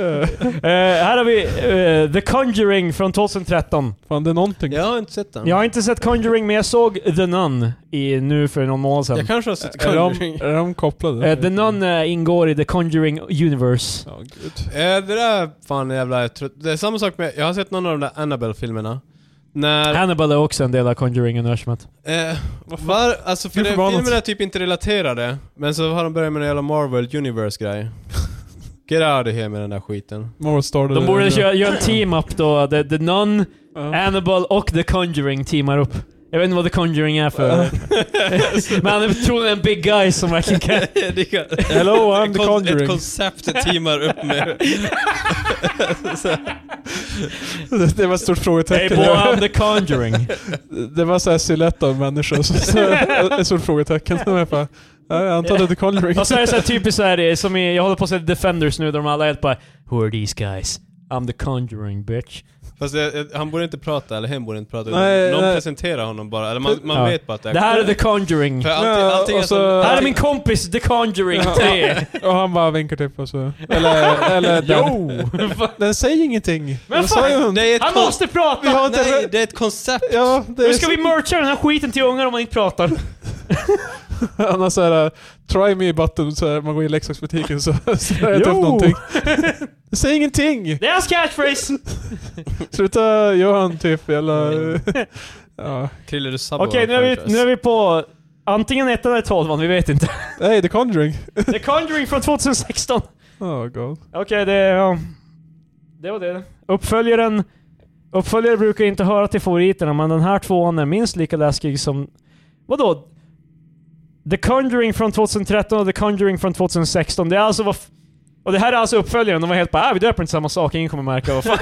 Eh, här har vi eh, The Conjuring från 2013.
Fan det är någonting.
Jag har inte sett den.
Jag har inte sett Conjuring, men jag såg The Nun i, nu för någon månad sedan.
Jag kanske har sett
Är de,
Conjuring.
är de kopplade?
Eh, The Nun eh, ingår i The Conjuring Universe.
Ja, gud.
Eh, det där är fan jävla... Jag tror, det är samma sak med... Jag har sett någon av de där Annabelle-filmerna. När...
Hannibal är också en del av Conjuring-universumet.
Eh, var, alltså för
Hur
det,
förbannat?
filmerna är typ inte relaterade, men så har de börjat med en jävla Marvel Universe-grej. Get out of here med den där skiten.
Marvel started
De
det
borde
där.
köra, Äh? göra en team-up då. The, the Nun,
Ja.
Hannibal och The Conjuring teamar upp. Jag vet inte vad The Conjuring är för...
Mm.
men han är troligen en big guy som verkligen kan...
Hello, I'm
Ett
the
kon-
Conjuring.
Ett koncept teamar upp med.
Det- Det var ett stort
Hey
frågetecken.
boy, I'm The Conjuring.
Det var såhär silhuett av en människa, så, så, ett stort frågetecken. Så jag bara, "Ja, jag antar det är The Conjuring.
och så är det så här typiskt såhär, eh, som i, jag håller på att säga Defenders nu, där de alla är helt bara Who are these guys? I'm The Conjuring bitch.
Fast jag, jag, han borde inte prata, eller hen borde inte prata.
Nej,
Någon
nej.
presenterar honom bara, eller man, man
Ja.
vet bara att det är...
Det här är The Conjuring.
För allting,
Ja,
allting är
och så-
som-
Här är min kompis The Conjuring 3.
Och han bara vinkar typ och så. Eller, eller den.
Jo!
Den säger ingenting.
Men
Vad sa
fan,
hon?
Det är ett
Han
kon-
måste prata!
Vi har inte...
Nej, det är ett koncept!
Ja, det
Nu
är...
ska vi mercha den här skiten till ungar om man inte pratar.
Han har såhär, try me button, så här, man går in i leksaksbutiken så, så har jag
Jo!
typ någonting. Säg ingenting!
Det är hans catchphrase!
Sluta göra han typ jävla... Ja.
Krille, du sabbar
Okej, nu, är vi-
franchise.
nu är vi på antingen ettan eller tolvan, vi vet inte.
Nej, The Conjuring.
The Conjuring från 2016.
Oh god.
Okej, det... Ja. Det var det. Uppföljaren... Uppföljare brukar inte höra till favoriterna, men den här tvåan är minst lika läskig som... Vadå? The Conjuring från 2013 och The Conjuring från 2016. Det är alltså vad... f- Och det här är alltså uppföljaren. De var helt bara äh, vi döper inte samma sak, ingen kommer märka vad fan.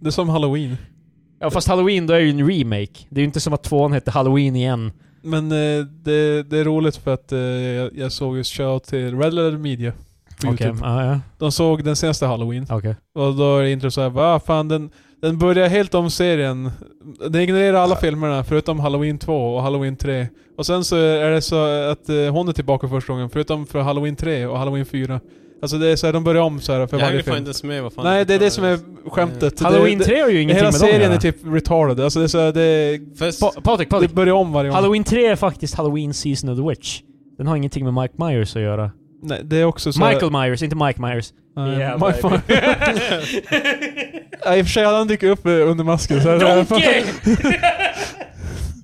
Det är som Halloween.
ja, fast Halloween, då är det ju en remake. Det är ju inte som att tvåan hette Halloween igen.
Men eh, det, det är roligt för att eh, jag, jag såg just shout till Red Letter Media på
Okej,
Youtube.
ja, ja.
De såg den senaste Halloween.
Okej.
Och då är det intro såhär, va fan den, den börjar helt om serien. Den ignorerar alla filmerna förutom Halloween 2 och Halloween 3. Och sen så är det så att eh, hon är tillbaka första gången förutom för Halloween 3 och Halloween 4. Alltså det är såhär, de börjar om såhär för
Jag hänger
varje
fan
film.
inte ens med vad fan
Nej, det är det som är skämtet.
Eh, Halloween
det,
3 har ju
det,
ingenting
Hela
med dem att
serien
göra.
är typ retarded. Alltså det är såhär, det,
Fast,
Pa- Patrik, Patrik.
det börjar om varje gång.
Halloween 3 är faktiskt Halloween Season of the Witch. Den har ingenting med Mike Myers att göra.
Nej, det är också såhär...
Michael Myers, inte Mike Myers.
Nej,
Yeah,
Mike
baby.
Myers. Ja, I och för sig hade han dykt upp eh, under masken. Så här,
Donkey!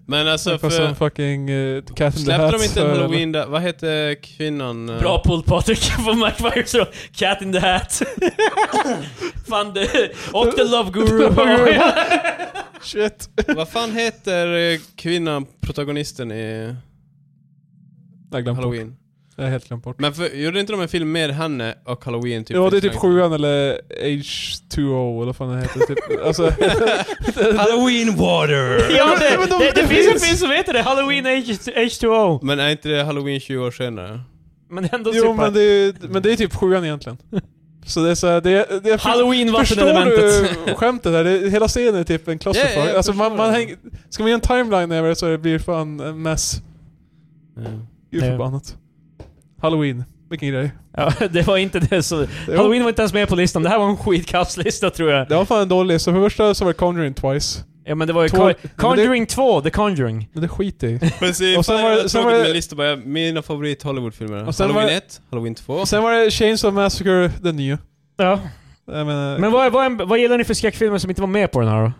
men alltså
Fast som
för...
fucking uh, Cat in the
Släppte
Hat.
de inte
så-
en halloween där, vad hette kvinnan? eh?
Bra pull Patrik, från Mike Myers då. Cat in the Hat. Fan det. Och The Love Guru.
Shit.
Vad fan heter eh, kvinnan, protagonisten i
Jag glömde bort.
halloween?
Jag har helt glömt bort.
Men för, gjorde inte de en film med henne och halloween typ?
ja, det är typ
samtidigt?
sjuan eller H2O eller vad fan det heter. Typ. Alltså,
Halloween water!
ja,
men- men
det,
de-
det, det
det
finns en
finns.
film som heter det. Halloween H- H2O.
Men är inte det halloween 20 år senare?
Men ändå typ
jo,
super.
men det, är, men det är typ sjuan egentligen. Så det är såhär, det, är- det är...
Halloween
Förstår
vattenelementet.
du skämtet här? Det, är- hela scenen är typ en clusterfuck.
Ja, ja, jag
alltså man,
förstår
man
det.
häng, ska man göra en timeline över det så det blir fan en mess. Gud
Ja.
förbannat. Halloween. Vilken grej.
Ja, det var inte det så...
Det var-
Halloween var inte ens med på listan. Det här var en skitkastlista tror jag.
Det var fan en dålig lista. För det första så var det Conjuring twice.
Ja men det var ju
Två-
Con-
men det-
Conjuring 2, The Conjuring.
Men det skiter jag i.
Precis, och sen var det, sen var det... Min lista bara, mina favorit Hollywoodfilmer.
Och sen var
Halloween
det-
1, Halloween 2.
Och Sen var det Chains of Massacre, den nya.
Ja.
Jag menar,
Men vad, vad, vad gillar ni för skräckfilmer som inte var med på den här då?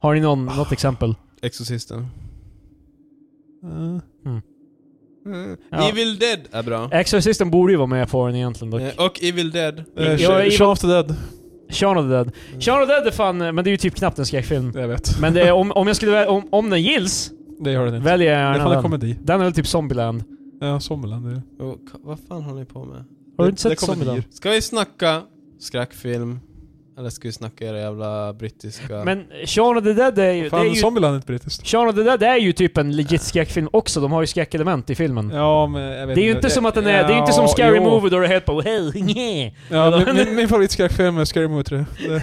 Har ni någon, något exempel?
Exorcisten.
eh,
Ja.
Mm.
Eh,
Evil Dead är bra.
Exorcisten borde ju vara med på den egentligen dock.
Eh, Och Evil Dead.
eh,
Jag är
Shaun
Ivan-
of the Dead.
Shaun of the Dead. Shaun of the Dead är fan, men det är ju typ knappt en skräckfilm.
Jag vet.
Men det är, om, om jag skulle välja, om, om den gills,
Det gör den inte.
väljer jag
det är
gärna
fan en
den.
komedi.
Den är väl typ Zombieland.
Ja, Sommerland är det.
Och, vad oh, fan håller ni på med?
Har du
Det-
inte sett
det kommer
Zombieland?
dyr.
Ska vi snacka skräckfilm? Eller ska vi snacka era jävla brittiska...
Men Shaun of the Dead är ju... Det är
Fan,
ju
Zombieland är inte brittiskt.
Shaun of the Dead är ju typ en legit skräckfilm också. De har ju skräckelement i filmen.
Mm.
Ja, men jag vet
Det är ju
inte.
inte som att den är...
Ja,
det är ju inte som Scary
jo.
Movie då du är helt bara hej, nej.
Ja, min, min, min favoritskräckfilm är Scary Movie 3. Det-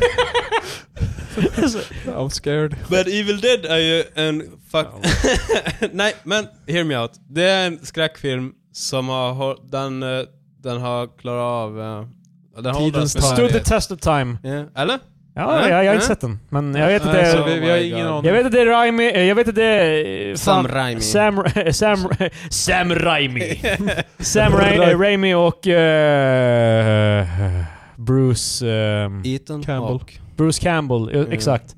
I'm scared.
But Evil Dead är ju en... Fuck. Nej, men hear me out. Det är en skräckfilm som har... hå- Den, eh, den har klarat av... eh, Den har
Tidens
åldrats med
tand.
Stood the
värdighet.
test of time.
Ja, Eller?
Ja,
Mm,
jag, jag har
mm.
inte sett den. Men jag vet att det
Nej, så
är...
vi, vi har
Oh my
ingen
God.
aning.
Jag vet att det är Raimi... eh, Jag vet att det är... eh,
Sam
Fan,
Raimi.
Sam... eh, Sam... Sam Raimi. Sam Ra eh, Raimi och... eh, Bruce... ehm,
Ethan
Campbell.
Hawke.
Bruce Campbell, eh,
Mm.
exakt.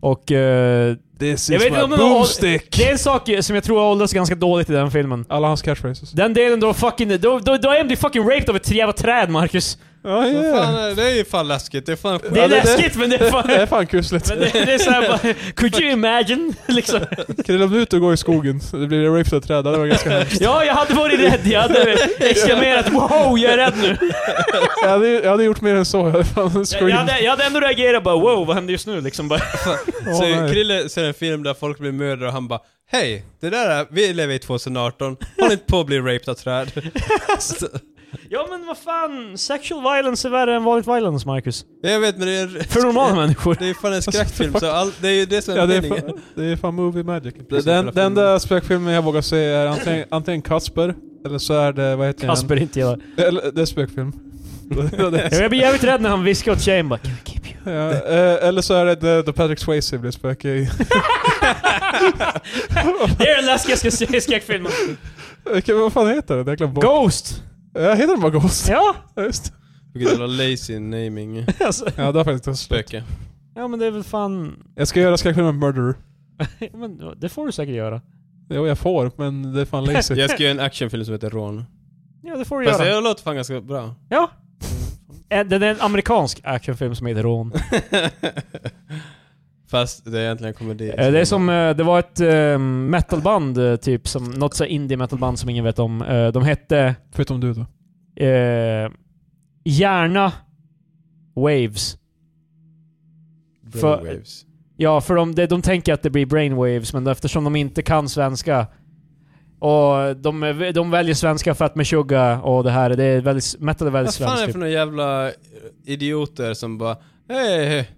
Och... eh,
This
Jag
is
vet
my
inte om det var-
boomstick!
det är en sak eh, som jag tror har åldrats ganska dåligt i den filmen.
Alla hans catchphrases.
Den delen då fucking... Då, då, då är de fucking raped av ett jävla träd, Marcus.
Ja,
Vad fan
yeah.
är det? Det är ju fan läskigt. Det är fan skit.
Det är
Ja, det-
läskigt, men det är fan...
Det är fan kusligt.
Men det, det är såhär bara... Could you imagine? Liksom.
Krilla om du är ute och går i skogen, det blir raped av ett träd. Det var ganska hemskt.
Ja, jag hade varit rädd. Jag hade exklamerat wow, jag är rädd nu.
Jag hade, jag hade gjort mer än så. Jag hade fan
Jag
screamed.
hade, jag hade ändå reagerat bara wow, vad händer just nu liksom? Bara,
Åh,
Så
nej.
Krille ser en film där folk blir mördade och han bara Hej! Det där är, vi lever i 2018. Håll inte på att bli raped av träd.
ja men vad fan, sexual violence är värre än vanligt violence Marcus.
Jag vet men det är en,
För normala människor.
det är fan en skräckfilm så all, det är ju det som är
Ja, det, är
meningen.
fan, det är fan movie magic.
Precis,
Den,
hela
den
filmen.
enda spökfilmen jag vågar se är antingen, antingen Casper, eller så är det, vad heter
Kasper inte gillar.
den? Eller, det är spökfilm.
Ja, Jag blir jävligt rädd när han viskar åt tjejen bara "Can I keep you?"
Ja, eh, eller så är det The, the Patrick Swayze blir spöke i.
Det är den läskigaste sk- skräckfilmen.
Vilken- Vad fan heter den? Jag glömde bort.
Ghost!
Ja, heter den bara Ghost?
Ja!
Ja. Just.
Vilket jävla lazy naming.
Alltså.
Ja, det har faktiskt inte spöke.
Spöke.
Ja men det är väl fan...
Jag ska göra skräckfilmen Murderer.
Ja, Men det får du säkert göra.
Jo, jag får, men det är fan lazy.
Jag ska göra en actionfilm som heter Rån.
Ja det får du
Fast
göra.
det låter fan ganska bra.
Eh, Det är en amerikansk actionfilm som heter Rån.
Fast det är egentligen en komedi.
Eh, Det är som, eh, det var ett eh, metalband eh, typ, som, något så här indie metalband som ingen vet om. Eh, De hette
Förutom du då.
eh, Hjärna Waves. för-
Brainwaves.
Ja, för de, de, de tänker att det blir brainwaves, men eftersom de inte kan svenska och de, de väljer svenska för att meshuggah och det här, det är väldigt, metal är väldigt
Vad fan är det för
svenskt. Typ.
några jävla eh, idioter som bara Hej, hej.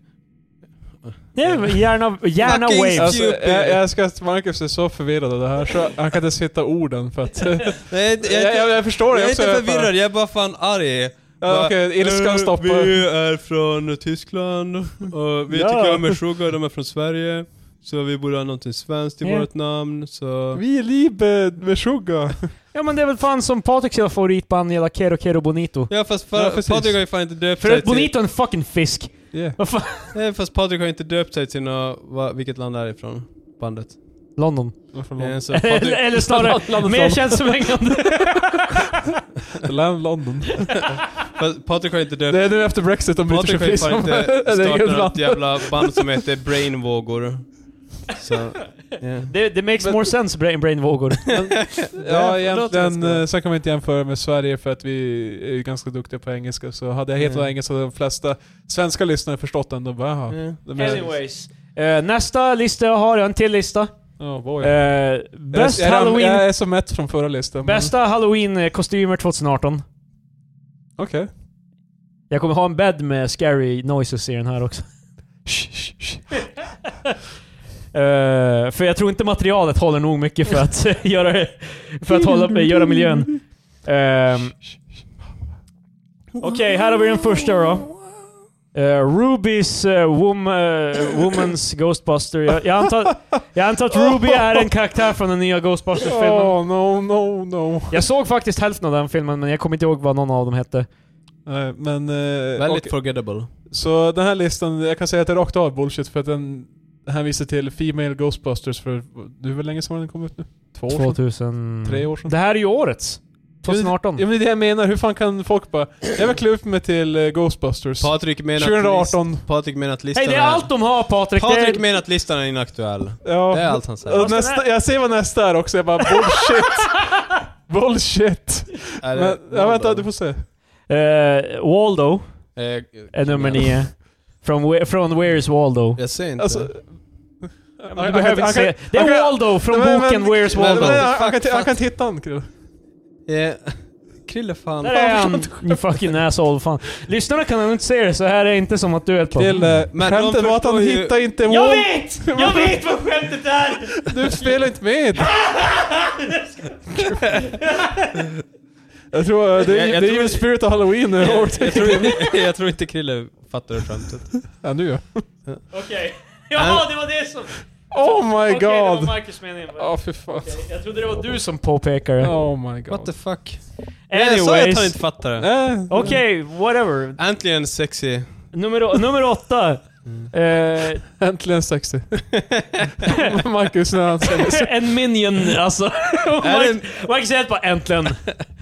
Det är typ. hjärna, hjärna
Fucking
waves.
Alltså, jag, jag ska Marcus är så förvirrad av det här så han kan inte hitta orden för att... jag,
Nej, jag, jag,
jag, jag förstår det
är
också.
inte förvirrad, jag är bara fan arg.
Ja, Okej, ilskan
Eh,
stoppar.
Vi är från Tyskland och vi
Ja.
tycker om Meshuggah, de är från Sverige. Så vi borde ha någonting svenskt i
Ja.
vårt namn, så...
Vi är libe med Suga.
Ja men det är väl fan som Patriks jävla favoritband, jävla Kero Kero Bonito.
Ja fast
Ja,
fa-
precis.
Patrik har ju fan inte döpt
För
sig
att
till...
Bonito är en fucking fisk.
Yeah.
Vad fan?
Nej fast Patrik har inte döpt sig till nå, va, vilket land det är ifrån? Bandet.
London.
Varför
Eh,
London?
så
eller,
Patrik,
eller snarare, mer känns som England.
Land London.
fast Patrik har inte döpt...
Det är nu efter Brexit de bryter sig
Patrik har ju
fri
fan inte
som ett eget
startat något
land.
jävla band som heter Brainvågor. Så, yeah.
det, det makes more sense, brain, brainvågor.
Ja,
det låter
egentligen
ganska bra.
eh, så kan man inte jämföra med Sverige för att vi är ju ganska duktiga på engelska. Så hade jag hetat
Mm.
engelska hade de flesta svenska lyssnare förstått den. De bara
Mm.
jaha.
Yeah.
De är-
Anyways. Eh, nästa lista jag har, jag har en till lista.
Oh boy.
Eh,
Jag är-
bäst
jag är-
halloween...
Jag är så mätt från förra listan. men-
Bästa halloween-kostymer 2018.
Mm. Okej.
Jag kommer ha en bädd med scary noises i den här också. Eh, för jag tror inte materialet håller nog mycket för att göra det- För att hålla, göra miljön. Ehm, Okej, här har vi den första då. Eh, Rubys eh, wom, eh, Woman's Ghostbuster. Jag, jag, antar, jag antar att Ruby är en karaktär från den nya Ghostbusters-filmen.
Oh no, no, no.
Jag såg faktiskt hälften av den filmen, men jag kommer inte ihåg vad någon av dem hette.
Nej, men... Eh,
Väldigt
okej.
forgettable.
Så den här listan, jag kan säga att det är rakt av bullshit för att den hänvisar till Female Ghostbusters för... Det är väl länge sedan den kom ut nu? Två år sedan?
2000...
Tre år sedan?
Det här är ju årets. 2018.
Ja men det är det jag menar, hur fan kan folk bara... Jag vill klä ut mig till eh, Ghostbusters.
Patrik menar, Att, list-
2018.
Patrik menar att listan
Hej, det är allt de har Patrik!
Patrik
det är...
menar att listan är inaktuell.
Ja.
Det är allt han
Och
säger.
nästa, jag ser vad nästa är också, jag bara bullshit. bullshit.
Är det
Men, ja, vänta,
London?
du får se.
Eh, Waldo
Eh,
är nummer nio. Från, Where- från Where is Waldo?
Jag ser inte.
Alltså,
Du
han- han
behöver
kan-
inte
han
se.
kan-
Det är
han kan-
Waldo från
Nej, men-
boken Where's
Nej,
Waldo.
men han- han kan
Fuck,
ti- Han
fuck.
kan hitta han, Krille.
Eh, Krille fan. Eh,
Där är han, you fucking asshole. Fan. Lyssnarna kan nog inte se det, så här är inte som att du är ett barn.
Krille,
Men
skämtet
de
var att han
förstår ju-
hittade inte
Jag
Waldo.
vet! Jag vet vad skämtet är!
Du spelar inte med! jag tror eh, det är,
Jag- jag
det är
tror-
ju Spirit of Halloween nu.
jag, tror inte, jag tror inte Krille fattar skämtet.
ja, du ja.
Okej. Ja, det var det som...
Oh my
Okej, det var
god!
Marcus mening.
Ja, fy fan.
Okej, Jag trodde det var du som...
som påpekar det.
Oh my
What
god.
the fuck? Jag sa ju att han
Anyways.
inte fattar det.
Eh,
Okej, whatever.
Äntligen sexy.
Nummer, nummer åtta. Eh,
Äntligen sexy. Marcus när han säger
en minion alltså.
Är det, en-
Marcus säger bara äntligen.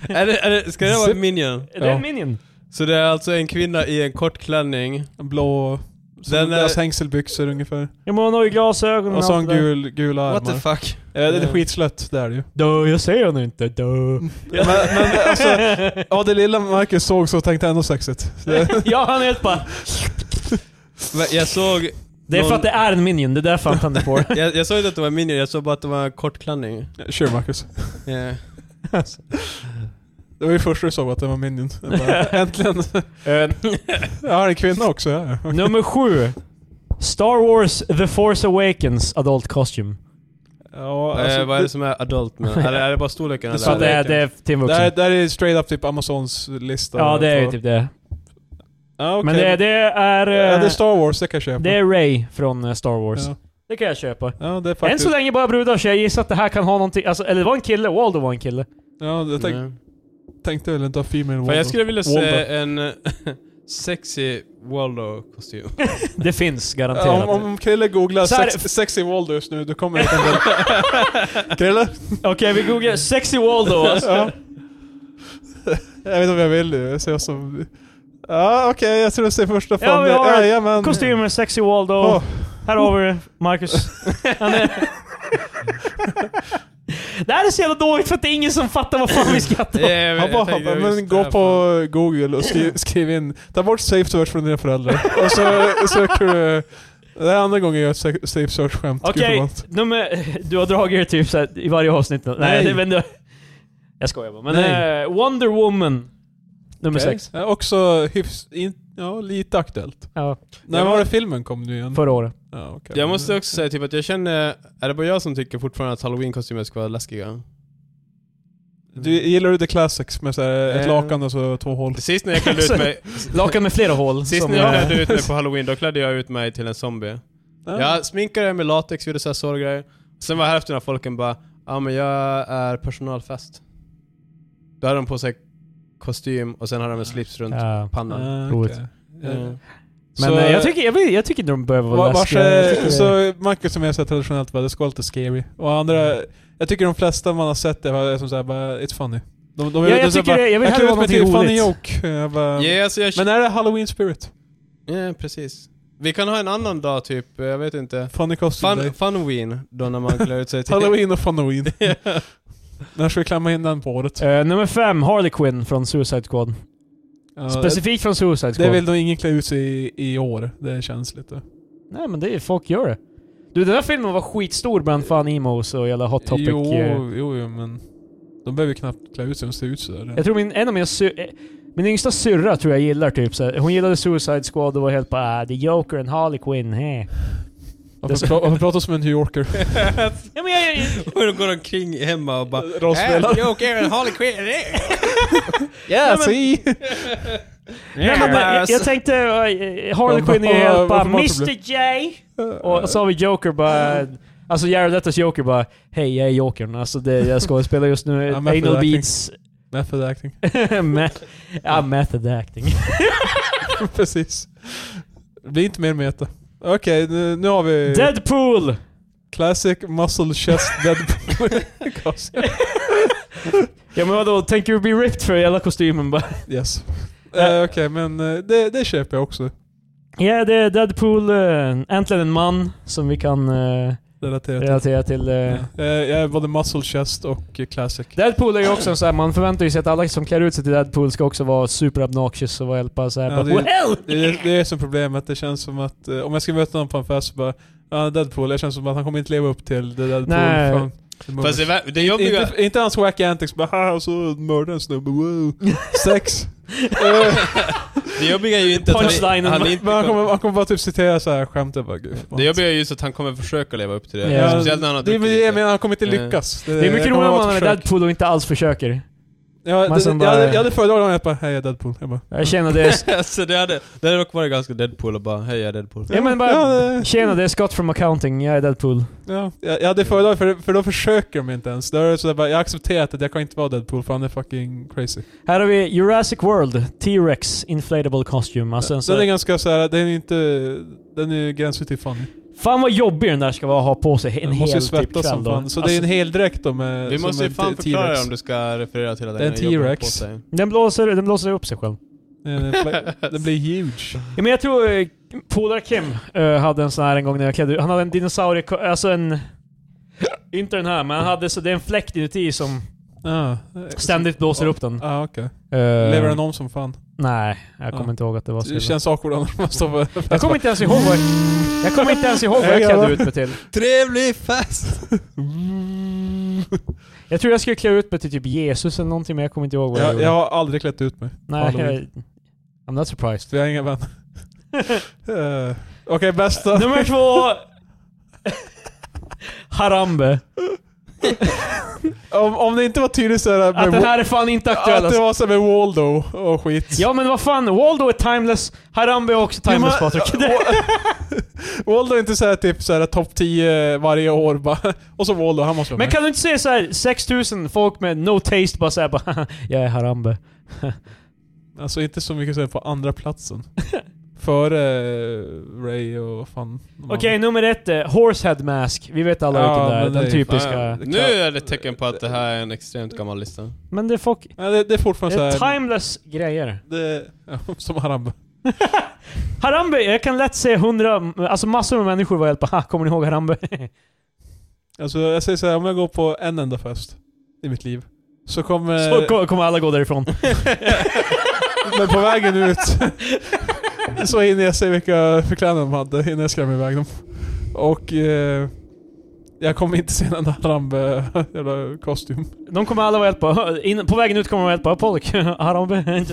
är det, är det, ska det vara en minion?
Är det
Ja.
en minion?
Så det är alltså en kvinna i en kort klänning.
blå... Som
Den är-
deras hängselbyxor ungefär.
Ja men hon har ju glasögon
Och så en gul, gula
What
armar.
the fuck?
Eh, det är skitslött, det är det ju.
Då, jag säger hon inte. Då.
Men, men alltså, ja det lilla Marcus såg så tänkte jag ändå sexigt. Det,
ja han är helt bara...
Men Jag såg...
Det är för
någon-
att det är en minion, det är därför han tänder på det.
Jag, jag såg inte att det var en minion, jag såg bara att det var en kort klänning.
sure Marcus.
Eh,
Det var ju första du såg att det var Minion. Jag bara, Äntligen!
Eh,
Jag har en kvinna också. Ja.
nummer sju. Star Wars The Force Awakens Adult Costume.
Ja,
eh, vad är det
alltså,
som är adult med Eller är det bara storleken?
Det
eller?
Så det är, det är till en
det, det,
vuxen.
här, det här är straight up typ Amazons lista.
ja det är ju
på-
typ det.
Ja, okej.
Men det, det är... eh,
ja, det är Star Wars, det kanske jag
Det är Ray från eh, Star Wars.
Ja.
Det kan jag köpa.
ja, det är
Än
faktiskt...
så länge bara brudar så jag gissar att det här kan ha någonting, alltså, eller det var en kille, Waldo var en kille.
Ja, jag tänk,
Mm.
Nej.
tänkte väl inte ha Female
Mm. Fan,
Waldo.
jag skulle vilja
Waldo.
se en eh, sexy Waldo-kostym.
Det finns
Ja,
garanterat.
om, om Krille googlar
Så här-
sex, sexy Waldo just nu, då kommer jag tänka... Krille?
Okej vi googlar 'sexy Waldo' alltså.
Ja. Jag vet inte om jag vill nu. Jag ser oss som... Ja, okej, jag tror jag ser första
Ja, vi har en
ja, men...
Kostymer, 'sexy Waldo'
Åh.
Här har vi Marcus. Han är... det här är så jävla dåligt för att det är ingen som fattar vad fan vi skrattar åt.
jag,
Han bara, men gå på google och skriv, skriv in, ta bort safe search från dina föräldrar. och så söker du... Det här är andra gången jag gör ett safe search-skämt. Gud
Okej,
förbannat.
nummer... Du har dragit det typ så här, i varje avsnitt nu. Nej,
Nej.
det, men du... Jag skojar bara. Men
Nej.
eh, Wonder Woman. Nummer
Okej.
sex.
Ja, Eh, Också hyfs... In, ja, lite aktuellt.
Ja,
När
Jag
var
var-
det filmen kom nu igen?
förra året.
Ja, okej.
Jag måste också säga typ att jag känner, är det bara jag som tycker fortfarande att halloween-kostymer ska vara läskiga?
Du, gillar du The Classics med så här, ett
Eh.
lakan och så två hål?
Sist när jag klädde ut mig,
Lakan med flera hål.
sist
som,
när jag
eh,
klädde ut mig på halloween, då klädde jag ut mig till en zombie. Jag sminkade mig med latex, gjorde såhär sorggrejer. Sen var hälften av folken bara ja men jag är personalfest. Då hade de på sig kostym och sen hade de en slips runt
ja.
pannan.
roligt.
Mm.
Men
Ah, Så-
eh, jag, tycker, jag, vill- jag tycker inte de behöver vara
Va-
läskiga. Jag tycker-
Vars, eh, så Marcus som jag sett traditionellt bara, det ska vara lite scary. Och andra, jag tycker de flesta man har sett det är som såhär bara, it's funny. De, de,
Ja, jag
de säger
tycker det. Jag vill hellre
klär
ha
ut mig
någonting
till funny
roligt.
joke. Jag bara,
Ja, alltså jag,
Men är det halloween spirit?
ja, precis. Vi kan ha en annan dag typ, jag vet inte.
Funny costume
Fun,
day.
funween, då när man klär ut sig till...
Halloween och funween. När ska vi klämma in den på året?
Eh, nummer fem, Harley Quinn från Suicide Squad.
Ja,
Specifikt från Suicide
det
Squad.
vill nog ingen klä ut sig i, i år. Det känns lite.
Nej men det är, folk gör det. Du den där filmen var skitstor bland fan emos och jävla hot topic.
Jo,
eh.
jo, jo, men de behöver ju knappt klä ut sig och se ut sådär.
Jag tror min, en av mina sy- eh, min yngsta syrra tror jag gillar typ så här. Hon gillade Suicide Squad och var helt bara ah, the Joker and Harley Quinn, heh.
Varför pra- varför pratar som en New Yorker?
Ja men jag, jag,
Och de går omkring hemma och bara...
Rollspelar.
Jag och Aaron Harley Quinn.
Yeah, see!
nej, men, jag, jag tänkte eh, Harley Quinn är helt bara Mr J. Och så har vi Joker bara... Alltså Jared Letos Joker bara Hej, jag är Jokern. Alltså det, jag skådespelar just nu.
Ja, men för
Anal
acting.
beats.
Method acting.
Me- ja, method acting.
Eh. Precis. Det blir inte mer meta. Okej, nu, nu har vi...
Deadpool!
Classic muscle chest Deadpool. Costume.
Ja men vadå, tänker du bli ripped för hela kostymen bara?
yes.
Eh,
Eh, Okej, men eh, det, det köper jag också.
Ja, det är Deadpool. eh, Äntligen en man som vi kan... eh,
relaterat till.
Relaterat till... eh,
Eh, Jag är både muscle chest och eh, classic.
Deadpool är ju också en sån här, man förväntar ju sig att alla som klär ut sig till Deadpool ska också vara super obnoxious och vara helt bara såhär
Ja,
bara,
det-
"Well!"
Det är det är som problemet, det känns som att eh, om jag ska möta någon på en fest så bara Ja, Deadpool, jag känns som att han kommer inte leva upp till the Deadpool
Nej.
från The Movie.
Fast det, vä- det jobbiga...
Inte, inte hans wacky antics, bara "Haha, och så mördade en snubbe, wow. Sex. Eh,
Det jobbiga är ju inte att han,
Punchlinen.
han inte
Men han
kommer,
kommer, han kommer bara typ citera så här skämt, jag bara gud. fan."
Det jobbiga är just att han kommer försöka leva upp till det.
Ja.
Speciellt när han har
det är
druckit
det jag
lite.
menar, han kommer inte
Eh.
lyckas.
Det är mycket
kommer
roligare om
vara
man
ett
är
försök.
Deadpool och inte alls försöker.
Ja,
Man
det,
som
jag, hade,
bara-
jag hade föredragit om jag bara, hej jag är Deadpool. Jag bara,
Jag känner det.
så det hade, det hade dock varit ganska Deadpool och bara hej jag är Deadpool.
Ja, men bara-
ja, det,
Tjena, det är Scott from accounting, jag är Deadpool.
ja. Jag, jag hade föredragit för, för då försöker de inte ens. Då är det så där bara, jag har accepterat att jag kan inte vara Deadpool för han är fucking crazy.
Här har vi Jurassic World, T-Rex inflatable costume. Alltså en
Den
sån
är
här,
ganska så här, den är inte, den är ju gränsen till funny.
fan vad jobbig den där ska vara att ha på sig en
Den måste ju
hel typ
svettas
kväll
som
då.
fan. Så det är
Alltså,
en hel dräkt då med
Vi
som
måste ju
en
fan
t-
förklara
T-rex.
dig om du ska referera till att
Det är en
den jobbar
T-rex.
på sig.
den, blåser, den blåser upp sig själv.
Eh, fla- Den blir huge.
Ja, men jag tror eh, Polare Kim eh, hade en sån här en gång när jag klädde Han hade en dinosaurie, alltså en... Inte den här, men han hade så, det är en fläkt inuti som
Ah,
ständigt blåser upp den.
Ja, ah, okej.
Eh,
Lever den om som fan?
Nej, jag kommer
Ja.
inte ihåg att det var så.
Det
illa.
känns awkward annars man står på
Jag kommer inte ens ihåg vad jag, kommer inte ens ihåg vad jag klädde ut mig till.
Trevlig fest!
Jag tror jag skulle klä ut mig till typ Jesus eller någonting, men jag kommer inte ihåg vad jag,
jag,
gjorde.
jag har aldrig klätt ut mig.
Nej, jag,
Halloween.
I'm not surprised.
Vi har inga vänner. Eh, Okej, bästa.
Nummer två. Harambe.
Om, om det inte var tydligt så här
Att
med
den
Wa-
här är fan inte aktuell.
att det
Alltså.
var så här med Waldo och skit.
Ja men vad fan, Waldo är timeless. Harambe är också
Jo, men-
timeless Patrik. Det-
Wa- Waldo är inte såhär typ såhär topp 10 varje år bara. Och så Waldo, han måste vara
Men
med.
kan du inte säga såhär 6000 folk med no taste bara såhär bara jag är Harambe.
Alltså inte så mycket såhär på andra platsen. Före eh, Ray och vad fan.
Okej, nummer ett. eh, Horsehead mask. Vi vet alla
Ja,
vilken det är.
men det
Den
är-
typiska.
Fan, nu är det ett tecken på att det här är en extremt gammal lista.
Men det är folk...
Nej, det, det är
Det
fortfarande
är
såhär...
timeless grejer.
Det, ja, som Harambe.
Harambe, jag kan lätt se hundra, alltså massor med människor var helt bara "Ha, kommer ni ihåg Harambe?
Eh. Alltså jag säger såhär, om jag går på en enda fest i mitt liv. Så kommer...
Så ko- kommer alla gå därifrån.
Men på vägen ut så hinner jag se vilka förklädnader de hade innan jag skrämmer iväg dem. Och eh, jag kommer inte se den där Harambe jävla kostym.
De kommer alla vara helt bara, "Hö, in, på vägen ut kommer de vara helt bara Pollock, Harambe.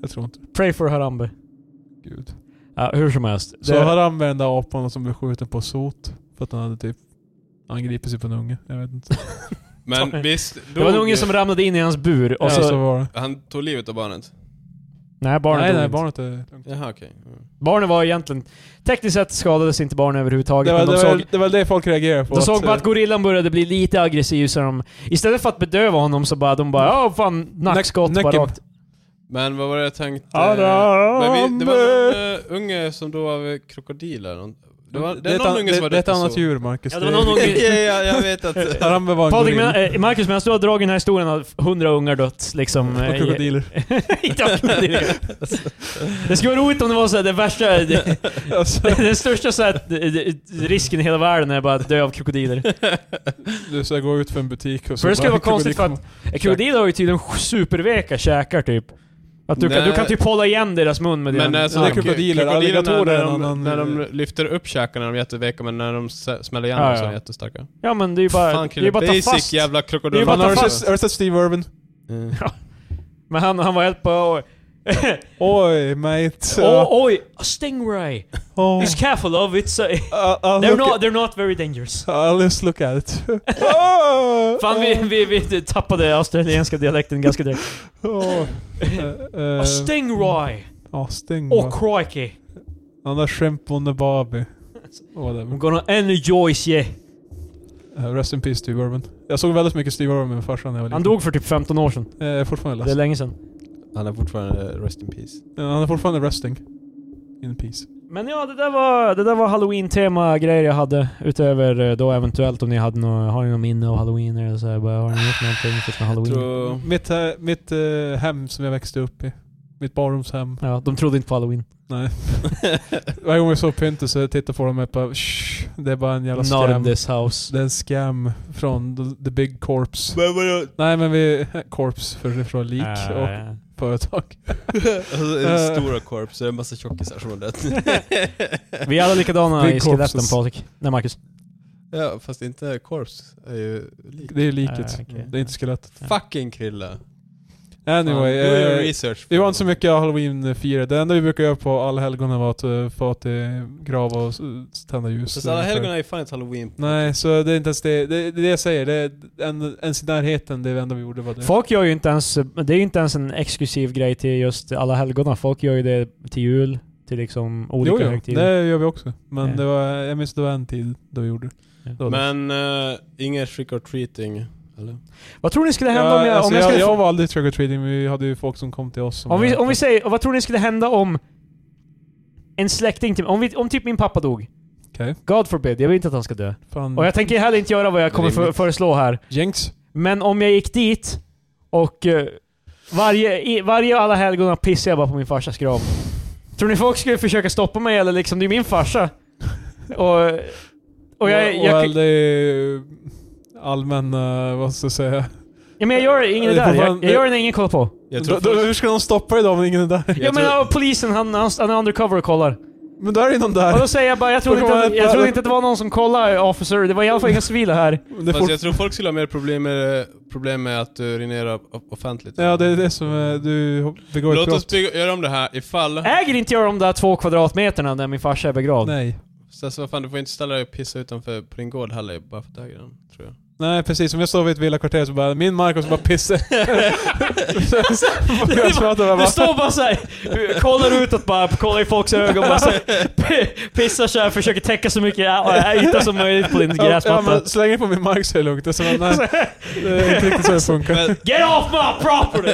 Jag tror inte.
Pray for Harambe.
Gud.
Ja, hur som helst.
Så
Det-
Harambe är den där apan som blev skjuten på sot för att han hade typ angripit sig på en unge. Jag vet inte.
Men visst, dog,
det var en unge som ramlade in i hans bur och
Och så,
så...
var det.
Han tog livet av barnet?
Nej, barnet
nej,
dog
nej,
inte.
barnet är lugnt.
Jaha okej. Mm.
Barnen var egentligen... Tekniskt sett skadades inte barnen
Det
överhuvudtaget,
var,
men de
det,
såg...
var, det var det folk reagerade på.
De såg
att, eh,
bara att gorillan började bli lite aggressiv så de... Istället för att bedöva honom så bara de bara ja fan nackskott
Nack-
bara
näcken.
rakt.
Men vad var det jag tänkte?
Harambe!
Men vi, det var någon eh, unge som då var eh, krokodil eller något. Det, var, det,
är
är
ett
någon
an-
unge som var
Mm. det, det är ett
döpt och
annat
så.
djur Marcus.
alltså. Ja, det var
Det-
någon unge-
ja, ja, jag vet att...
Harambe var en
Patrik,
gorilla.
men, eh, Marcus, medan du har dragit den här historien har f- hundra ungar dött liksom. eh,
Och
i-
krokodiler.
Inte av krokodiler. Det skulle vara roligt om det var så här, det värsta... det-
Alltså,
Den största så här, d- d- risken i hela världen är bara att dö av krokodiler.
du ska gå ut för en butik och så
För det skulle
bara-
vara konstigt för att-
krokodil
Krokodiler har ju tydligen superveka käkar typ. Att du, kan,
Nej.
du kan typ hålla igen deras mun med
Men
din...
alltså,
det är
kro-
krokodiler, alligatorer
när,
är en
de,
annan-
när de lyfter upp käkarna är de jätteveka, men när de s- smäller igen
Ja,
dem så är
ja.
de jättestarka.
Ja men det är ju
Fan
bara... det är ju
Chrille,
bara att ta
basic
fast.
jävla
Det är
krokodil.
ju bara
Fan,
att ta
har, du
fast.
sett, har du sett Steve Irwin?
Mm.
Men han, han var helt på...
Oj, mate.
Oh, oj! A stingray!
Oh.
He's careful of it. So,
Uh, uh,
they're,
look
not,
at,
they're not very dangerous.
I'll just look at it. oh,
Fan vi, vi, vi tappade australienska dialekten ganska direkt.
Oh. Eh, eh, mm.
A stingray!
Ja, Sting.
Åh
va?
crikey!
Han där shrimp on the barbie. Whatever.
I'm gonna enjoy you.
Eh, rest in peace Steve Irwin. Jag såg väldigt mycket Steve Irwin med farsan när jag var
Han
liten.
dog för typ 15 år sedan.
Eh, jag är
Det
fortfarande
är
ledsen.
länge sedan.
Han är fortfarande eh, rest in peace.
Eh, han är fortfarande resting. In peace.
Men ja, det där var, det där var halloween-tema grejer jag hade. Utöver eh, då eventuellt om ni hade något, har ni något minne av halloween eller så här, bara, har ni gjort någonting för
Jag
halloween?
tror...
Mitt, eh, mitt eh, hem som jag växte upp i. Mitt barndomshem.
Ja, de trodde inte på halloween.
Nej. Varje gång vi såg Pyntus så tittade jag på dem och jag bara Shh, Det är bara en jävla
Not in
scam.
this house.
Det är en scam från the, the big corps.
Men vadå?
Nej men vi... Corps för från lik och
Äh,
företag.
Alltså,
Eh.
den stora korp, så det är en massa tjockisar som har dött.
vi är alla likadana
Big
i skridaften
corpses.
Patrik. Nej Marcus.
Ja, fast inte korps är ju lik.
Det är liket.
Ah, okej.
Det är inte skelettet.
Fucking krilla.
Anyway.
Fan, du gör
eh,
research.
vi har inte så mycket halloween-firande. Det enda vi brukar göra på allhelgona var att eh, få till grav och s- tända ljus.
Fast alla helgon är ju fan inte halloween.
Nej, så det är inte ens det. Det, det är det jag säger. Det är en, ens i närheten, det enda vi gjorde var det.
Folk gör ju inte ens, det är ju inte ens en exklusiv grej till just alla helgona. Folk gör ju det till jul, till liksom olika
jo, jo,
högtider.
det gör vi också. Men
Ja.
det var, jag minns det var en tid då vi gjorde det.
Ja.
det. var det.
Men uh, inget trick or treating, eller?
Vad tror ni skulle hända
Ja,
om jag,
alltså,
om jag
jag,
skulle...
jag var aldrig trick or treating, men vi hade ju folk som kom till oss. Som
om, vi, om vi säger, vad tror ni skulle hända om en släkting till om, vi, om typ min pappa dog?
Okej.
God forbid, jag vill inte att han ska dö.
Fan.
Och jag tänker heller inte göra vad jag kommer för,
Rimligt.
föreslå här.
Jinx.
Men om jag gick dit och eh, varje, i, varje alla helgona pissade jag bara på min farsas grav. Tror ni folk skulle försöka stoppa mig eller liksom, det är min farsa. Och, och jag,
Well,
jag,
well, det är ju allmänna, eh, vad ska jag säga?
ja, men jag gör ingen är
Det är
där.
fan-
Jag, jag gör det när ingen kollar på.
Jag tror
Då- då- hur ska de stoppa dig då om ingen är där?
jag
Ja men
tror-
ja, polisen, han, han, han är undercover och kollar.
Men där är ju någon
Och
där.
då säger jag bara, jag trodde,
Då kommer
inte,
jag-
jag trodde inte att det var någon som kollade officer. Det var i alla fall inga civila här.
Det är
Fast
fort,
jag tror folk skulle ha mer problem med, problem med att du urinerar o- offentligt.
ja, det är det som är, du begår ett
Låt oss
brott.
bygga, göra om det här ifall...
Äger inte jag de där två kvadratmeterna där min farsa är begravd?
Nej.
Sen så vad fan, du får inte ställa dig och pissa utanför på din gård heller, bara för att du äger den, tror jag.
Nej precis, om jag står vid ett villakvarter så bara min mark och så bara pissar jag. prata med
Det
bara,
står bara såhär, kollar utåt bara, kollar i folks ögon bara så här, p- pissar såhär, försöker täcka så mycket ä- ä- yta som möjligt på din
ja, ja,
gräsmatta.
men slänger på min mark så är det lugnt. Och så bara, nej, det är inte riktigt så det funkar.
Men,
Get off my property!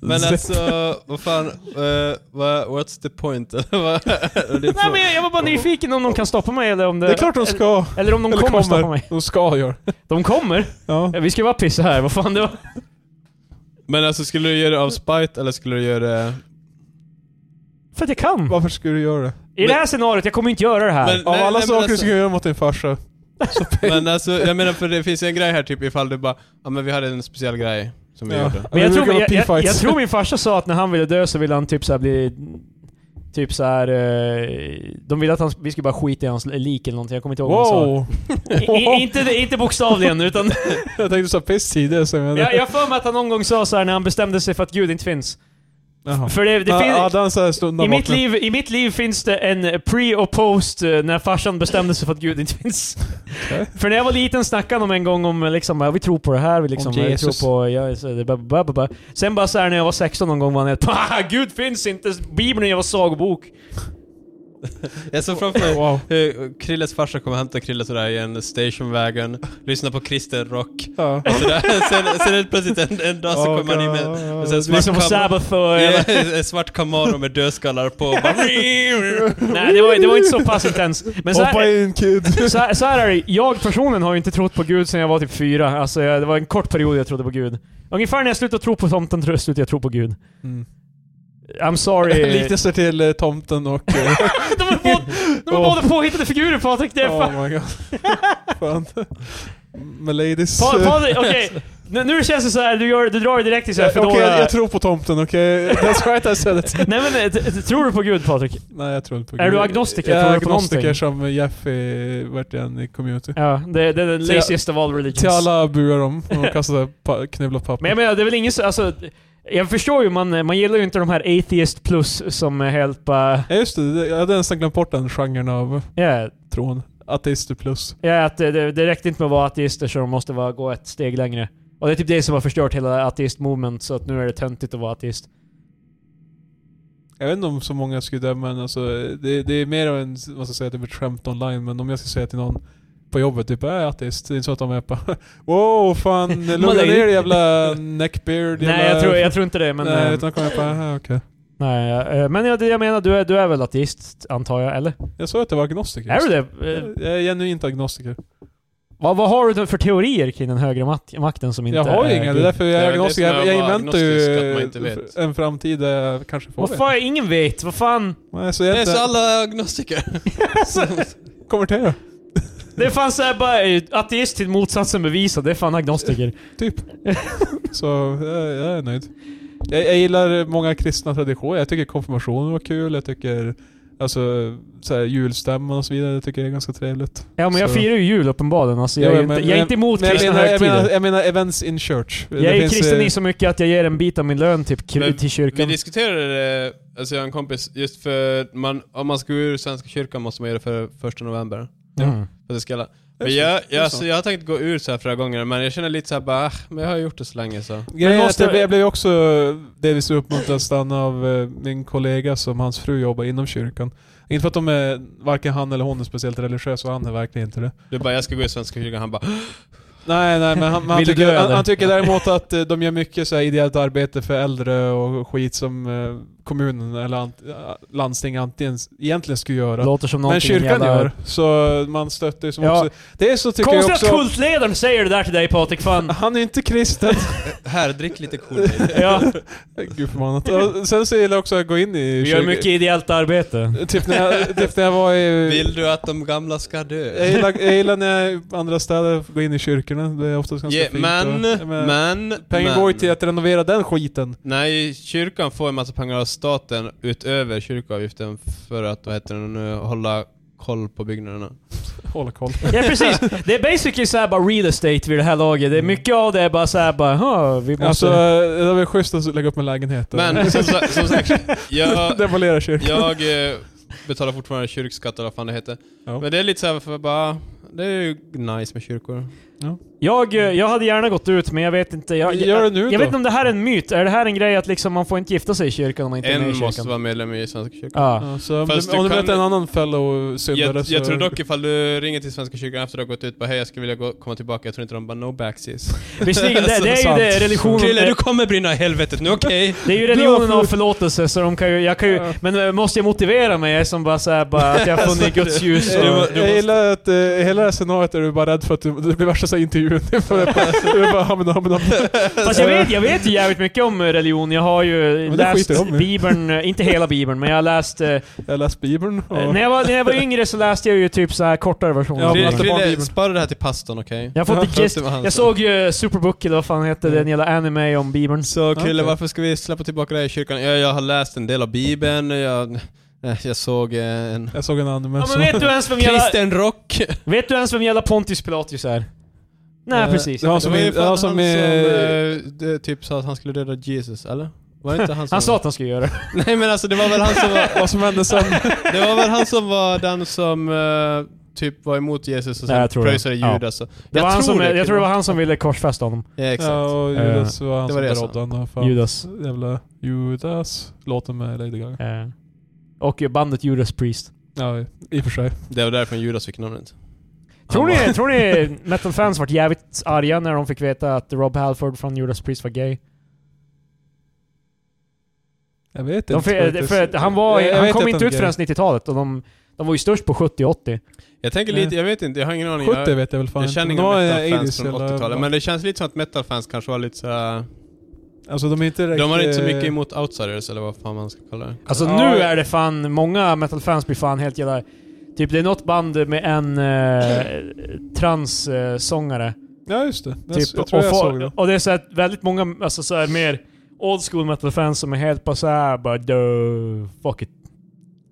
men
Zip.
alltså, vad fan, eh, vad, what's the point? Eller vad- det är
Nej
för-
men jag- jag var bara nyfiken om de kan stoppa mig eller om det...
Det är klart de ska.
Eller om de
Eller
kommer, stoppa mig.
De ska göra.
De kommer?
Ja.
Ja, Vi ska bara pissa här, vad fan det var...
Men alltså, skulle du göra det av spite eller skulle du göra det...
För att jag kan!
Varför skulle du göra det?
I det här scenariot, jag kommer inte göra det här.
Men-
Av
Nej,
alla
nej, men
saker du
alltså-
ska göra mot din farsa.
Men alltså, jag menar för det finns ju en grej här typ ifall du bara, ja men vi hade en speciell grej som vi
Ja.
gjorde.
Men jag,
Det
tror,
brukar vara
jag, jag, jag
P-fights.
tror min farsa sa att när han ville dö så ville han typ så här bli... Typ så här. eh, De ville att han, vi skulle bara skita i hans lik eller någonting, jag kommer inte ihåg vad han sa.
Wow!
I, i- inte, det- inte bokstavligen, utan
Jag tänkte du sa piss tidigare så jag menar...
jag jag har för mig att han någon gång sa så här när han bestämde sig för att Gud inte finns.
Jaha.
För det, det
Ja,
finns...
Adam så här stundar
I mitt,
bakom.
liv, I mitt liv finns det en pre och post eh, när farsan bestämde sig för att Gud inte finns.
Okej.
För när jag var liten snackade de en gång om eh, liksom, eh, vi tror på det här, vi, liksom,
Om
eh, vi
Jesus.
tror på... Ja, så det- ba, ba, ba, ba. Sen bara så här när jag var 16 någon gång var han helt "Haha, Gud finns inte, Bibeln är en jävla sagobok.
Jag såg framför mig
Wow.
hur Krilles farsa kommer hämta Krille sådär i en stationwagon, lyssna på kristen rock.
Ja.
Alltså,
Och sådär. Sen, sen helt plötsligt en, en dag så
Åh,
kommer han in med,
God.
med så här
Det är som på
svart kam-
liksom Sabbath och...
Ja,
eh,
en svart Camaro med dödskallar på. Bara,
Nej, det var, det var inte så pass intens. Men så här,
Hoppa in kid!
Så här, så här är det, jag personligen har ju inte trott på Gud sedan jag var typ fyra. Alltså, jag, det var en kort period jag trodde på Gud. Ungefär när jag slutade tro på tomten tro- slutade jag tro på Gud.
Mm.
I'm sorry.
Liknelser till eh, tomten och... eh,
de är, båda, de är
Åh.
båda påhittade figurer Patrik, det är fan...
oh my god. Fan. Med ladies.
Pa, Patrik, okej. Nu- Nu känns det så här, du, gör, du drar ju direkt till så här
Okej,
Foodora.
jag, jag tror på tomten, okej? That's right I said it.
Nej men, eh, t- t- tror du på Gud Patrik?
Nej, jag tror inte på
Är
Gud.
du agnostiker?
Jag är
Tror du på
agnostiker
någonting?
som Jeffy vart igen i community.
Ja, det, det är den
Till-
laziest of all religions.
Till alla buar om och kastar pa- knubblat papper.
Men jag menar, det är väl ingen så, alltså... Jag förstår ju, man, man gillar ju inte de här atheist plus som är helt bara...
Ja just det, det- jag hade nästan glömt bort den genren av
Yeah,
tron. Ateister plus.
Ja, att det, det, det räckte inte med att vara ateister så de måste vara, gå ett steg längre. Och det är typ det som har förstört hela ateist-movement, så att nu är det töntigt att vara ateist.
Jag vet inte om så många skulle döma en, alltså, det, det är mer av en, vad ska jag säga, typ ett skämt online, men om jag ska säga till någon på jobbet typ jag är ateist, det är inte så att de är på wow fan, lugna
Man är-
ner dig, jävla neckbeard, jävla...
Nej, jag tror, jag tror inte det, men...
Nej,
eh,
utan de kommer på, aha, okej.
nej, eh, men ja, det jag menar, du är, du är väl ateist, antar jag, eller?
Jag sa att jag var agnostiker.
Är du
just.
det? Eh,
Jag jag är genuint agnostiker.
vad, vad har du för teorier kring den högre mak- makten som inte
jag har
är
ju inga, det
Gud?
är därför jag
Det
är
är väl det
agnostiker.
som är
Jag, jag
att vara
inväntar
agnostisk, att man inte
ju
vet.
en framtid där jag kanske får
Vad fan, ingen vet. Vad fan?
Nej, så
det
jag
är
inte
så alla agnostiker.
konverterar.
Det är fan såhär bara eh, ateist till motsatsen bevisad. Det är fan agnostiker.
Typ. Så jag, jag är nöjd. Jag, jag gillar många kristna traditioner. Jag tycker konfirmationen var kul. Jag tycker alltså, så här, julstämman och så vidare. Jag tycker det är ganska trevligt.
Ja men jag
Så-
firar ju jul uppenbarligen. Alltså, jag,
Ja,
är ju
men-
inte, jag är inte emot
men jag
kristna
menar, jag,
högtider.
menar, jag menar events in church. Det
jag är
finns,
kristen
eh,
i så mycket att jag ger en bit av min lön typ, kry-
Men
till
Vi
kyrkan.
diskuterade det, alltså jag och en kompis, just för man, om man ska gå ur Svenska kyrkan måste man göra det för första november.
Mm.
För att det ska alla.
Det
Men
är
jag,
sant, det är
jag,
sant.
så jag har tänkt gå ur så här flera gånger, men jag känner lite så här bara, ah, men jag har gjort det så länge så.
Grejen
Men
är att
måste-
jag, blev- jag blev också delvis uppmuntrad att stanna av eh, min kollega som hans fru jobbar inom kyrkan. Inte för att de är, varken han eller hon är speciellt religiös och han är verkligen inte det.
Du bara, jag ska gå ur Svenska kyrkan, han bara,
Nej, nej, men han, men han,
Vill du dö,
tycker, han,
eller?
han tycker däremot att eh, de gör mycket så här ideellt arbete för äldre och skit som eh, kommunen eller ant, eh, landsting antingen, egentligen skulle göra.
Låter som
Men
någonting
kyrkan
jävla-
gör, så man stöttar ju som
Ja.
också... Det är så tycker jag
Konstigt att
också...
kultledaren säger det där till dig Patrik, fan.
Han är inte kristen.
här drick lite cool
Ja,
Gud förbannat. Och Sen så gillar jag också att gå in i
Vi gör mycket ideellt arbete.
Typ när, jag, typ när jag var i...
Vill du att de gamla ska
Jag
dö?
gillar, jag gillar när jag är i andra städer går in i kyrkorna. Det är oftast ganska
Yeah,
fint.
men,
och- jag menar,
men...
pengar
men,
går ju till att renovera den skiten.
Nej, kyrkan får en massa pengar av staten utöver kyrkoavgiften för att, vad heter det nu, hålla koll på byggnaderna.
Hålla koll.
Ja precis. Det är basically såhär bara real estate vid det här laget. Det är mycket av det är bara såhär bara "Huh, vi måste...
Alltså, det var väl schysst att lägga upp en lägenhet. och-
Men som, sa- som sagt, jag,
Demolera kyrkan.
jag eh, betalar fortfarande kyrkskatt eller vad fan det heter.
Ja.
Men det är lite såhär för bara, det är ju nice med kyrkor.
jag, eh, jag hade gärna gått ut men jag vet inte. Jag,
Gör det nu
jag,
då.
jag vet inte om det här är en myt. Är det här en grej att liksom man får inte gifta sig i kyrkan om man inte är med i
En
kyrkan?
måste vara medlem i Svenska kyrkan.
Ja.
Ja, så om
Fast
du,
du
om du
kan-
möter en annan fellow syndare
Jag,
så...
jag tror dock ifall du ringer till Svenska kyrkan efter att ha gått ut bara hej jag skulle vilja gå, komma tillbaka, jag tror inte de bara no backsies.
Visserligen, det, det är
Sant.
ju det religionen...
Krille, du kommer brinna i helvetet nu, okej?
Det är ju
Du
religionen
har
av
fått-
förlåtelse, så de kan ju, jag kan ju...
Ja.
Men eh, måste jag motivera mig? Jag är som bara såhär bara att jag har funnit Guds ljus
Eh,
Du må-
och...
du
jag
måste-
gillar att eh, hela det här scenariot är du bara rädd för att du, det blir värsta så här intervjun. Du är bara hamna, hamna.
Fast jag vet, jag vet ju jävligt mycket om eh, religion. Jag har ju
Men det skiter
läst
de i.
Bibeln, eh, inte hela Bibeln, men jag har läst... eh,
Jag läste bibeln och...
Eh, När jag, var, när jag var yngre så läste jag ju typ så här kortare versioner.
Ja,
av
men
Krille,
alltså,
Bibeln.
Krille,
barnbibeln.
spara det här till pastorn, okej?
jag, har fått
Ta upp
gist,
det med han
jag
sen.
såg ju Superbook eller vad fan hette den jävla anime om Bibeln.
Så Krille,
Okej.
varför ska vi släppa tillbaka det här i kyrkan? Jag, jag har läst en del av Bibeln, jag, eh, jag såg eh, en...
Jag såg en anime
Ja,
som...
men vet du ens vem jävla,
Kristen rock!
vet du ens vem jävla Pontius Pilatus är? Nej
Eh,
precis.
det var han som,
det var ju
det var
fan
han som,
han som,
eh,
eh, det, typ sa att han skulle döda Jesus, eller? Var det inte han som...
Han sa att han skulle göra det.
Nej men alltså det var väl han som var...
vad som hände sen.
Det var väl han som var den som eh, typ var emot Jesus och
Nej,
sen
jag tror det.
pröjsade
Ja.
Judas. och-
det
Jag
var han som,
det,
jag tror det var
Krille.
han som ville korsfästa honom.
Ja, exakt.
Ja, och
Eh,
Judas var han
det
som
var det jag sa.
berodde honom. Fan.
Judas.
Jävla Judas. Låten med Lady Gaga.
Eh, och ju bandet Judas Priest.
Ja, i och för sig.
Det var därför Judas fick namnet.
Tror
Han
ni, tror ni metal-fans vart jävligt arga när de fick veta att Rob Halford från Judas Priest var gay?
Jag vet
De
inte.
för,
faktiskt.
för att han var,
Jag- jag
han
vet
kom
att
inte
han
ut
är
förrän 90-talet och de, de var ju störst på 70-80.
Jag tänker
Nej.
lite, jag vet inte, jag har ingen aning.
gay.
Jag,
70 vet jag väl fan
jag känner
inte.
inga
De var
metalfans
80s
från
eller-
80-talet, men det känns lite som att metalfans kanske var lite såhär...
Alltså de är inte direkt...
De har inte så
eh,
mycket emot outsiders eller vad fan man ska kalla det.
Alltså
Ja,
nu
ja.
är det fan, många metalfans blir fan helt jävla... Typ det är något band med en eh, transsångare.
Ja just det. Jag,
typ,
jag tror
och,
jag
få-
såg det.
och det är så att väldigt många, alltså så här, mer old school metalfans som är helt bara såhär bara duh, fuck it.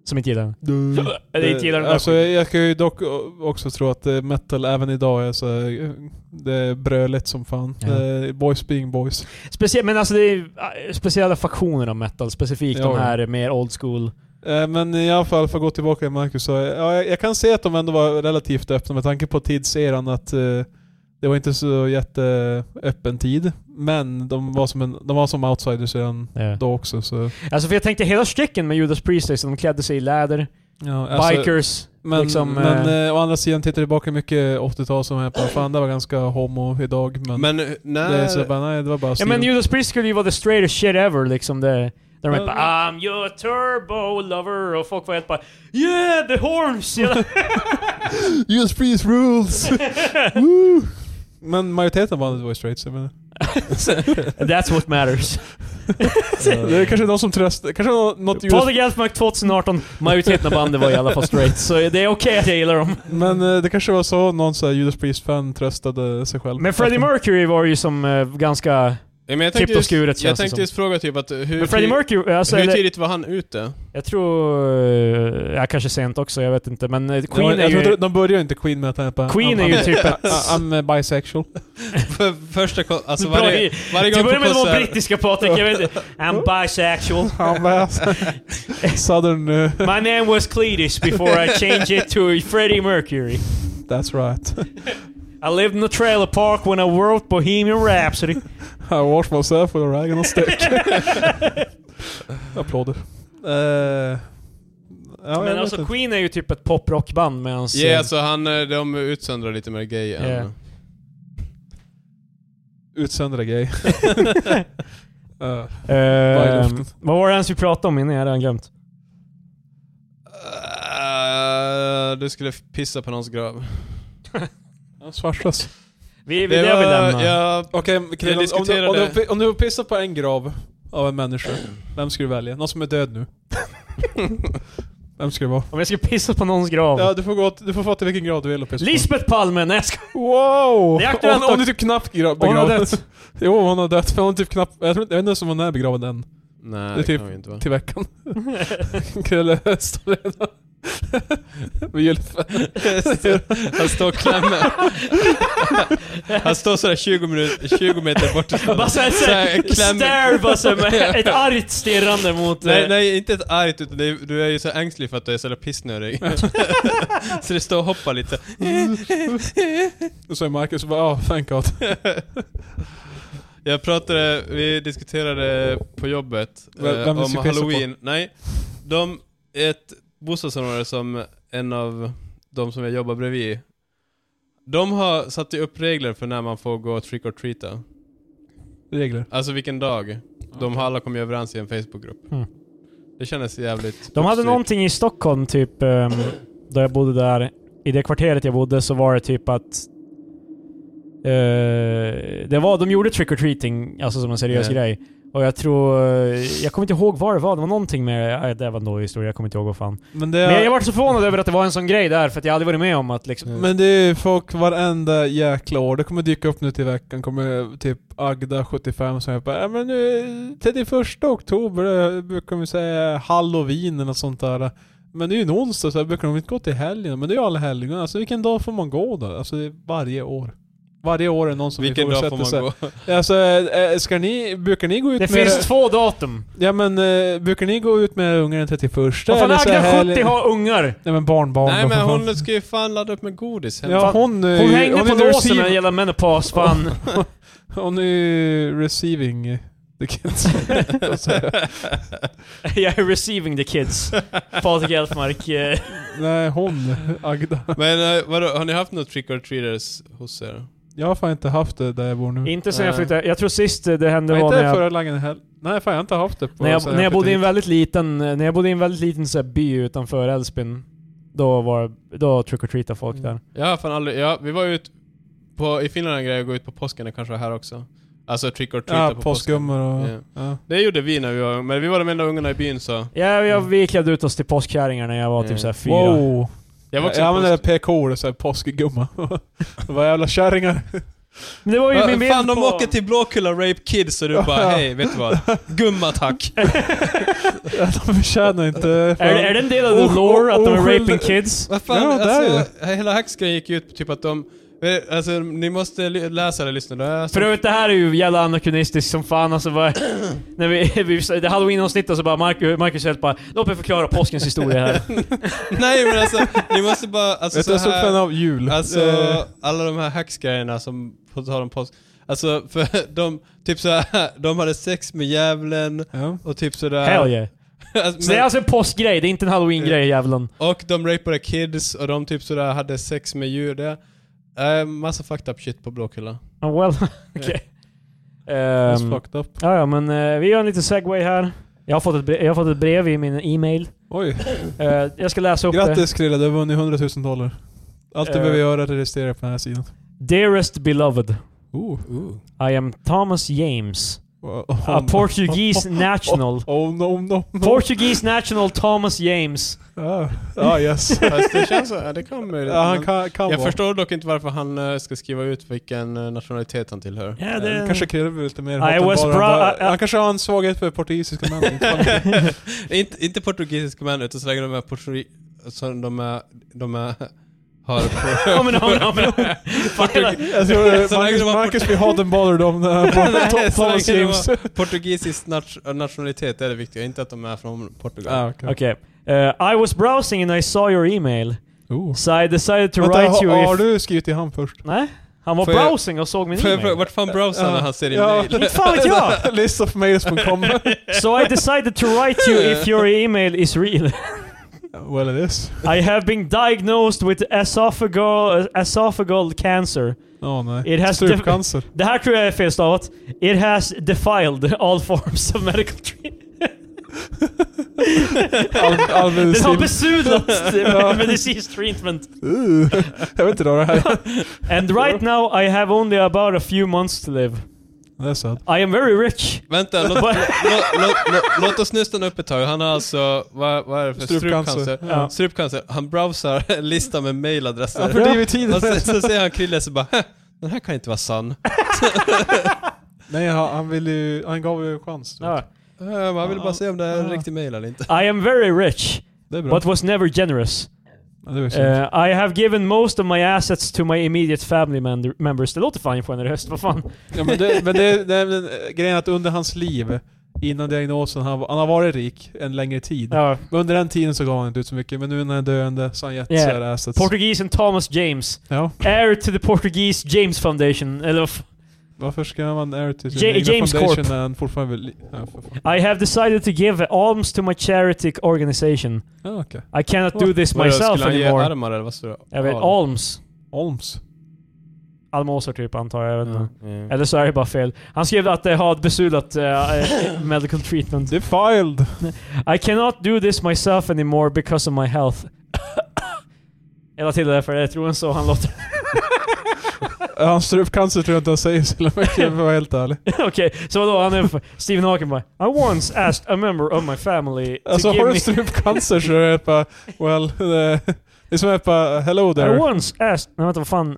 Som inte gillar den. Eller inte gillar den där
Alltså
skiten.
jag, jag kan ju dock o- också tro att eh, metal även idag är så här, eh, Det är bröligt som fan.
Ja.
Eh, Boys being boys.
Speciellt, men alltså det är eh, speciella faktioner av metal. Specifikt
Ja,
de
ja.
här eh, mer old school.
Eh, Men i alla fall, för att gå tillbaka till Marcus, så ja, jag, jag kan se att de ändå var relativt öppna med tanke på tidseran att eh, det var inte så jätteöppen tid. Men de var som, en, de var som outsiders redan
Yeah.
då också. Så,
eh. Alltså för jag tänkte hela strecken med Judas Priest, liksom, de klädde sig i läder,
ja, alltså,
bikers.
Men,
liksom,
men eh, å andra sidan, tittar jag tillbaka mycket 80-tal som är på, fan det var ganska homo idag. Men,
Men eh, när...
det är så bara, nej det var bara
Ja men
stilen.
Judas Priest skulle ju vara the straightest shit ever liksom. Det, där de
Ja,
är bara I'm your turbo lover och folk var helt bara Yeah the horns! Jävla-
US Freeze rules! Men majoriteten var det var straights, jag menar.
That's what matters.
Det är kanske någon som tröstar. Kanske nå- något US...
Patrik Elfmark 2018, majoriteten av bandet var i alla fall straight, så det är okej att jag gillar dem.
Men eh, det kanske var så någon så här Judas Priest-fan tröstade sig själv.
Men Freddie Mercury var ju som eh, ganska...
Ja, men jag
Klippt
tänkte
och
just,
skuret, känns
jag
det
tänkte
som.
just fråga typ att hur,
Men Freddie
ti-
Mercury, alltså,
hur
eller,
tidigt var han ute?
jag tror... eh, Ja, kanske sent också, jag vet inte. Men eh,
Ja,
Queen är
jag tror
ju...
inte, de börjar ju inte Queen med att han är på-
Queen är ju typ ett...
I'm, I'm bisexual.
För första ko- alltså
Bra
varje,
grej.
varje
Till
gång
att börja
på
med det var
konsert...
brittiska Patrik, jag vet inte. I'm bisexual.
Han bara... Southern... eh,
My name was Cletus before I changed it to Freddie Mercury.
that's right.
I lived in a trailer park when I wrote Bohemian Rhapsody.
I wash myself with a rag and a stick. Applåder. Eh, ja, jag
Men
vet
alltså
inte.
Queen är ju typ ett poprockband medans...
Ja,
eh,
alltså han, eh, de utsöndrar lite mer gay
Ja.
än...
Utsöndra gay. Eh, i
Eh,
luften.
vad var det ens vi pratade om innan? Jag har redan glömt.
Eh, du skulle pissa på någons grav.
Svarslös.
Vi, vi, det har vi lämnat.
ja,
Okej, Krille, om, du-
diskuterade-
om, du- om du pissar på en grav av en människa, vem skulle du välja? Någon som är död nu? vem skulle det vara?
Om jag ska pissa på någons grav.
Ja, du får, gå, du får fatta vilken grav du vill och pissa
Lisbeth Palme, nej jag skojar.
på. Wow!
Det är aktuellt
hon, hon är
också.
typ knappt gra-
Hon
begravd.
har dött.
jo, hon har dött. Hon är typ knappt, jag, tror, inte- jag vet inte ens om hon är begravd än.
Nej,
Det är
det
typ-
kan vi inte vara.
Till veckan. Krille står redan. Med julfärg.
Han står och klämmer. Han står sådär 20, minuter, 20 meter bort och står-
Bara såhär,
så här,
såhär,
kläm-
stare bara såhär med ett argt stirrande mot...
Nej,
eh,
nej, inte ett argt utan det är, du är ju så ängslig för att du är så jävla pissnödig. så det står och hoppar lite.
Och så är Marcus och bara ah, thank God.
Jag pratade, vi diskuterade på jobbet eh,
Vem- vem du
om
ska pissa på?
halloween. Nej, de, ett bostadsområde som en av de som jag jobbar bredvid. De har satt ju upp regler för när man får gå och trick or treata.
Regler.
Alltså vilken dag. De har alla kommit överens i en Facebookgrupp.
Mm.
Det kändes jävligt...
De hade
uppstyrt.
någonting i Stockholm, typ, ehm, där jag bodde där. I det kvarteret jag bodde så var det typ att... eh, det var, de gjorde trick-or-treating, alltså som en seriös
Ja.
grej. Och jag tror... eh, Jag kommer inte ihåg vad det var, det var någonting med... nej, Det var en dålig historia, jag kommer inte ihåg vad fan.
Men det
Men jag var så förvånad över att det var en sån grej där, för att jag aldrig varit med om att
Mm.
liksom...
Men det är ju folk varenda jäkla år. Det kommer dyka upp nu till veckan. kommer typ Agda 75 som är bara ja men nu 31 oktober eh, brukar vi säga halloween eller något sånt där. Men det är ju en onsdag så här brukar de inte gå till helgen. Men det är ju alla helgon. Alltså vilken dag får man gå då? Alltså det är varje år. Varje år är det någon som
Vilken dag får man
sig.
gå?
Alltså eh, ska ni, brukar ni gå ut
det
med...
finns två datum.
Ja men eh, brukar ni gå ut med ungar den 31?
Vad fan,
eller så här
Agda
helg-
70 har ungar!
Nej men barnbarn
Nej
då,
men
för fan.
hon ska ju fan ladda upp med godis hemma.
Ja hon... eh,
Hon hängde
är
på låsen
receiver.
när det gäller menopaus, fan.
Hon är ju receiving the kids.
Jag är receiving the kids. Patrik Elfmark. eh,
Nej, hon, Agda.
Men eh, vadå, har ni haft något trick or treaters hos er?
Jag har fan inte haft det där jag bor nu.
Inte sen jag
Mm. Nej.
flyttade. Jag tror sist eh, det hände
Nej,
var
inte
när jag...
förra langen heller. Nej, fan jag har inte haft det på
När jag,
sen
när jag bodde i en
flyttade
väldigt liten, när jag bodde i en väldigt liten så här, by utanför Älvsbyn, då var då trick or treatade folk
Mm.
där.
Jag har fan aldrig, ja, vi var ut på, i Finland en grej att gå ut på påsken, det kanske var här också. Alltså trick or
hit.
treata
Ja,
på påsken.
påskgummor och...
Ja.
Ja.
Det gjorde vi när vi var men vi var de enda ungarna i byn så.
Ja, jag,
Mm.
vi klädde ut oss till påskkärringar när jag var
Mm.
typ såhär fyra.
Wow!
Jag var också
jag
på
använder
påsk-
PK, det är såhär påskgumma. Vad jävla kärringar.
Men det var ju
Va-
min bild
Fan de
på...
åker till Blåkulla Rape Kids och du bara hej, vet du vad? Gumma tack!
De förtjänar inte...
Är, är det en del av
Oh,
the lore att de är raping kids?
Vad fan,
Ja, det är
alltså, hela hacksgrejen gick ut på typ att de, eh, alltså ni måste li- läsa eller lyssna. Det
För
är som,
övrigt, det här är ju jävla anakronistiskt som fan alltså. Bara, när vi, vi, det halloween-avsnittet så bara Marcus, Marcus helt bara Låt mig förklara påskens historia här.
nej men alltså, ni måste bara, alltså
Vet du, jag
så
är så fan
här,
av jul.
Alltså,
Eh,
alla de här hacksgrejerna som, på tal om påsk. Alltså, för de, typ så här, de hade sex med djävulen
ja.
och typ sådär.
Hell yeah. Så
alltså,
det är
men,
alltså en påskgrej, det är inte en halloween-grej jävlen.
alltså-
och de rapade kids och de typ sådär hade sex med djur. Det är massa fucked up shit på Blåkulla.
Oh, well, okej.
That's
Ehm,
fucked up.
ja, ja, men eh, vi gör en liten segway här. Jag har fått ett brev, jag har fått ett brev i min e-mail.
Oj.
Eh, jag ska läsa upp det.
Grattis Krille, du har vunnit 100 000 dollar. Allt du
Eh.
behöver göra är att registrera dig på den här sidan.
Dearest beloved.
Ooh.
I am Thomas James.
Oh,
A Ah, Portuguese national.
Oh no no no.
Portuguese national Thomas James.
Ja, ah, yes.
Fast det känns så, ja, det kan möjligt.
ja, han
men-
kan, kan
Jag
vara.
förstår dock inte varför han eh, ska skriva ut vilken eh, nationalitet han tillhör.
Ja,
Eh,
det...
Kanske kräver lite mer
I
hat än
was
bara-
brou-
bara-
I- I-
Han kanske har en svaghet för portugisiska män. inte fan vet jag.
inte, inte portugisiska män, utan så länge de är portugis... Så de är... De är... Har...
Ja, men, ja, men, ja, men. Fan, hela-
Jag tror det-
Så länge
Marcus,
det var
Marcus blir hot and bothered om den här bara-
Nej,
Tom-
så länge
Thomas
det
James.
Portugisisk nat- nationalitet är det viktiga, inte att de är från Portugal.
Ah, okej.
Okay. Uh, I was browsing and I saw your email.
Oh.
So I decided to
Vänta,
write you
har, har
if...
du skrivit till han först?
Nej? Han var
Får jag-
browsing och såg min
Får jag fråga,
email.
vart fan browsar när han ser din
Ja.
mail?
Inte fan vet jag!
List of mails.com.
So I decided to write you if your email is real.
well it is.
I have been diagnosed with esophageal, esophageal cancer.
Åh
It
nej.
has
Strupcancer.
Det här tror jag är felstavat. It has defiled all forms of medical treatment.
Al-
Den har
Albumin.
besudlat
Ja.
medicinsk treatment.
Uh, Jag vill inte dra det här.
And right now I have only about a few months to live.
Det är sant.
I am very rich.
Vänta, låt, lå,
Vad-
lå, lå, låt oss nu stanna upp ett tag. Han har alltså, vad, vad är det för
Strupcancer.
strupcancer?
Ja.
Strupcancer. Han browsar en lista med
Han
mailadresser.
fördriver tiden.
Och sen så ser han Krille så bara "Hä, den här kan inte vara sann.
Nej, han, han vill ju... Han gav ju en chans. du vet.
Ja.
Eh, men Han vill bara se om det är en
Ja.
riktig mail eller inte.
I am very rich,
Det är bra.
but was never generous.
Ja, det var ju synd.
Eh, I have given most of my assets to my immediate family mend- members. Det låter fan generöst, vad fan.
Ja, men det, men det, det, men, eh, grejen är att under hans liv, innan diagnosen, han, han har varit rik en längre tid.
Ja.
Men under den tiden så gav han inte ut så mycket, men nu när han är döende så har han gett
Yeah.
sådär assets.
Portugisen Thomas James.
ja,
Heir to the Portuguese James Foundation. Eller vad f-
varför ska man air till sin
Ja-
egna
James
foundation
Corp.
när han fortfarande vill... Ja, för fan.
I have decided to give alms to my charity organization.
Ja, okej.
I cannot do this
Vadå,
myself
Skulle han ge
anymore.
armar eller vad står det?
Jag vet,
Al-
alms.
Olms.
Allmosor typ antar jag, jag vet inte.
Mm.
Eller så är det bara fel. Han skrev att det har ett besudlat eh, eh, medical treatment.
Defiled!
I cannot do this myself anymore because of my health. Jag la till det där för jag tror han så han låter.
Hans strupcancer tror jag inte han säger så jävla mycket, om jag var helt ärlig.
Okej, så vadå? Han är Stephen Hawking bara I once asked a member of my family to
Alltså
give
har
me...
du strupcancer så är det bara, well, det, det är som att bara, hello
I
there.
once asked... Nej vänta, vad fan?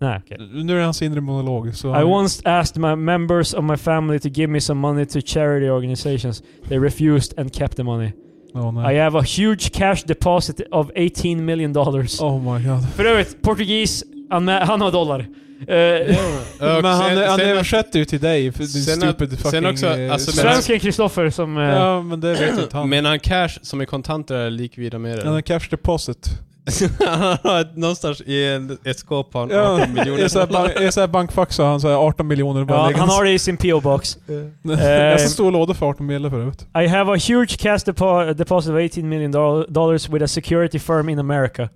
Nej, okej.
Nu är det hans inre monolog, så...
I once asked my members of my family to give me some money to charity organizations. They refused and kept the money.
Åh, nej.
I have a huge cash deposit of 18 million dollars.
Oh my god.
För övrigt, portugis, han, han har dollar. Eh,
Ja, och
men han,
sen-
han
sen-
översätter ju till dig, för din
sen att-
stupid fucking...
sen också,
eh,
alltså, men-
Svensken Kristoffer som... eh,
Ja, men det vet inte han.
Menar han cash som är kontanter eller likvida medel?
Han har cash deposit.
Han har ett- någonstans i en, ett skåp har han
Ja,
18
är såhär
miljoner.
bank, är så här bankfax har han såhär 18 miljoner bara
ja, han
liggandes.
har Eh, det i sin PO-box.
Jag ska stå i låda för 18 miljoner för övrigt.
I have a huge cash depo deposit of 18 million doll- dollars with a security firm in America.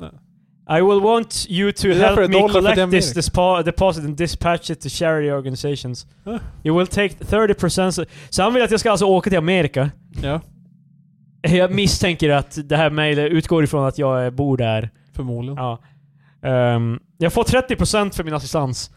Ja.
I will want you to
Det är därför
help
det är
me
dollar för det är
collect this
Amerika.
dispo- deposit and dispatch it to charity organizations.
Ja.
You will take 30% so- Så han vill att jag ska alltså åka till Amerika.
Ja.
Jag misstänker att det här mejlet utgår ifrån att jag eh, bor där.
Förmodligen.
Ja. Ehm, jag får 30% för min assistans.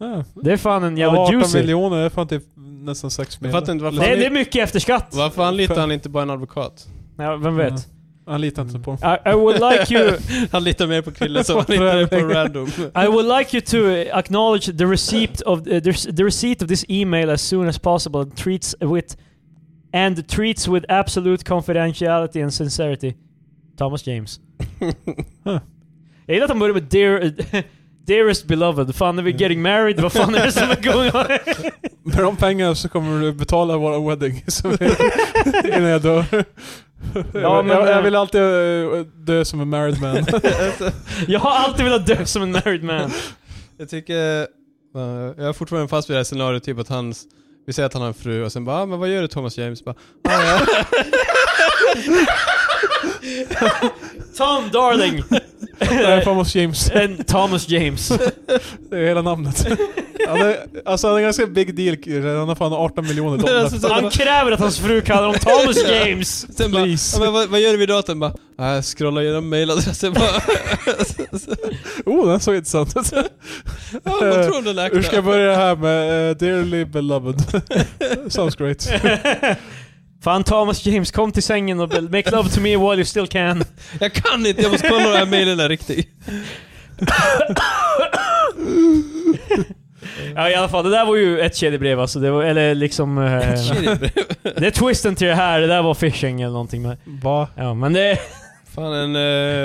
Ja.
Det är fan en jävla
18
juicy.
miljoner, det är fan typ nästan 6
Jag
miljoner.
fattar inte varför
Nej,
han-
det är mycket efter skatt.
Varför anlitar han inte bara en advokat?
Ja, vem vet?
Han litar inte på dem.
I, I would like you...
han litar mer på Krille som han litar på random.
I would like you to acknowledge the receipt of uh, the, the receipt of this email as soon as possible and treats with and treats with absolute confidentiality and sincerity. Thomas James.
Huh.
Jag gillar att han börjar med dear, dearest beloved. Fan, är vi getting married? Vad fan är det som är going on?
Med de pengarna så kommer du betala våra wedding som är- innan jag dör.
Ja, men,
jag, jag
eh,
vill alltid eh, dö som en married man.
Jag har alltid velat dö som en married man.
Jag tycker... eh, jag är fortfarande fast vid det här scenariot, typ att han... Vi säger att han har en fru och sen bara ah, men vad gör du Thomas James? Bara, ah, ja.
Tom darling!
Nej, fan måste James.
And Thomas James.
Det är hela namnet. Han är, alltså han är en ganska big deal kille. Han har fan 18 miljoner
Men
dollar.
alltså, så-
Han kräver att hans fru kallar honom Thomas James!
Sen bara, ja, men vad, vad gör vi då? Sen bara, "Ja, jag scrollar igenom mailadressen bara.
oh, den såg intressant ut.
Ja, vad tror du den
Hur ska
läkaren?
jag börja här med eh, Dearly Beloved? Sounds great.
Fan Thomas James, kom till sängen och make love to me while you still can.
Jag kan inte, jag måste kolla om den här mailen är riktig.
Ja i alla fall, det där var ju ett kedjebrev alltså. Det var, eller liksom... Eh, det är twisten till det här, det där var phishing eller någonting. Men,
Va?
ja, men det,
Fan en eh,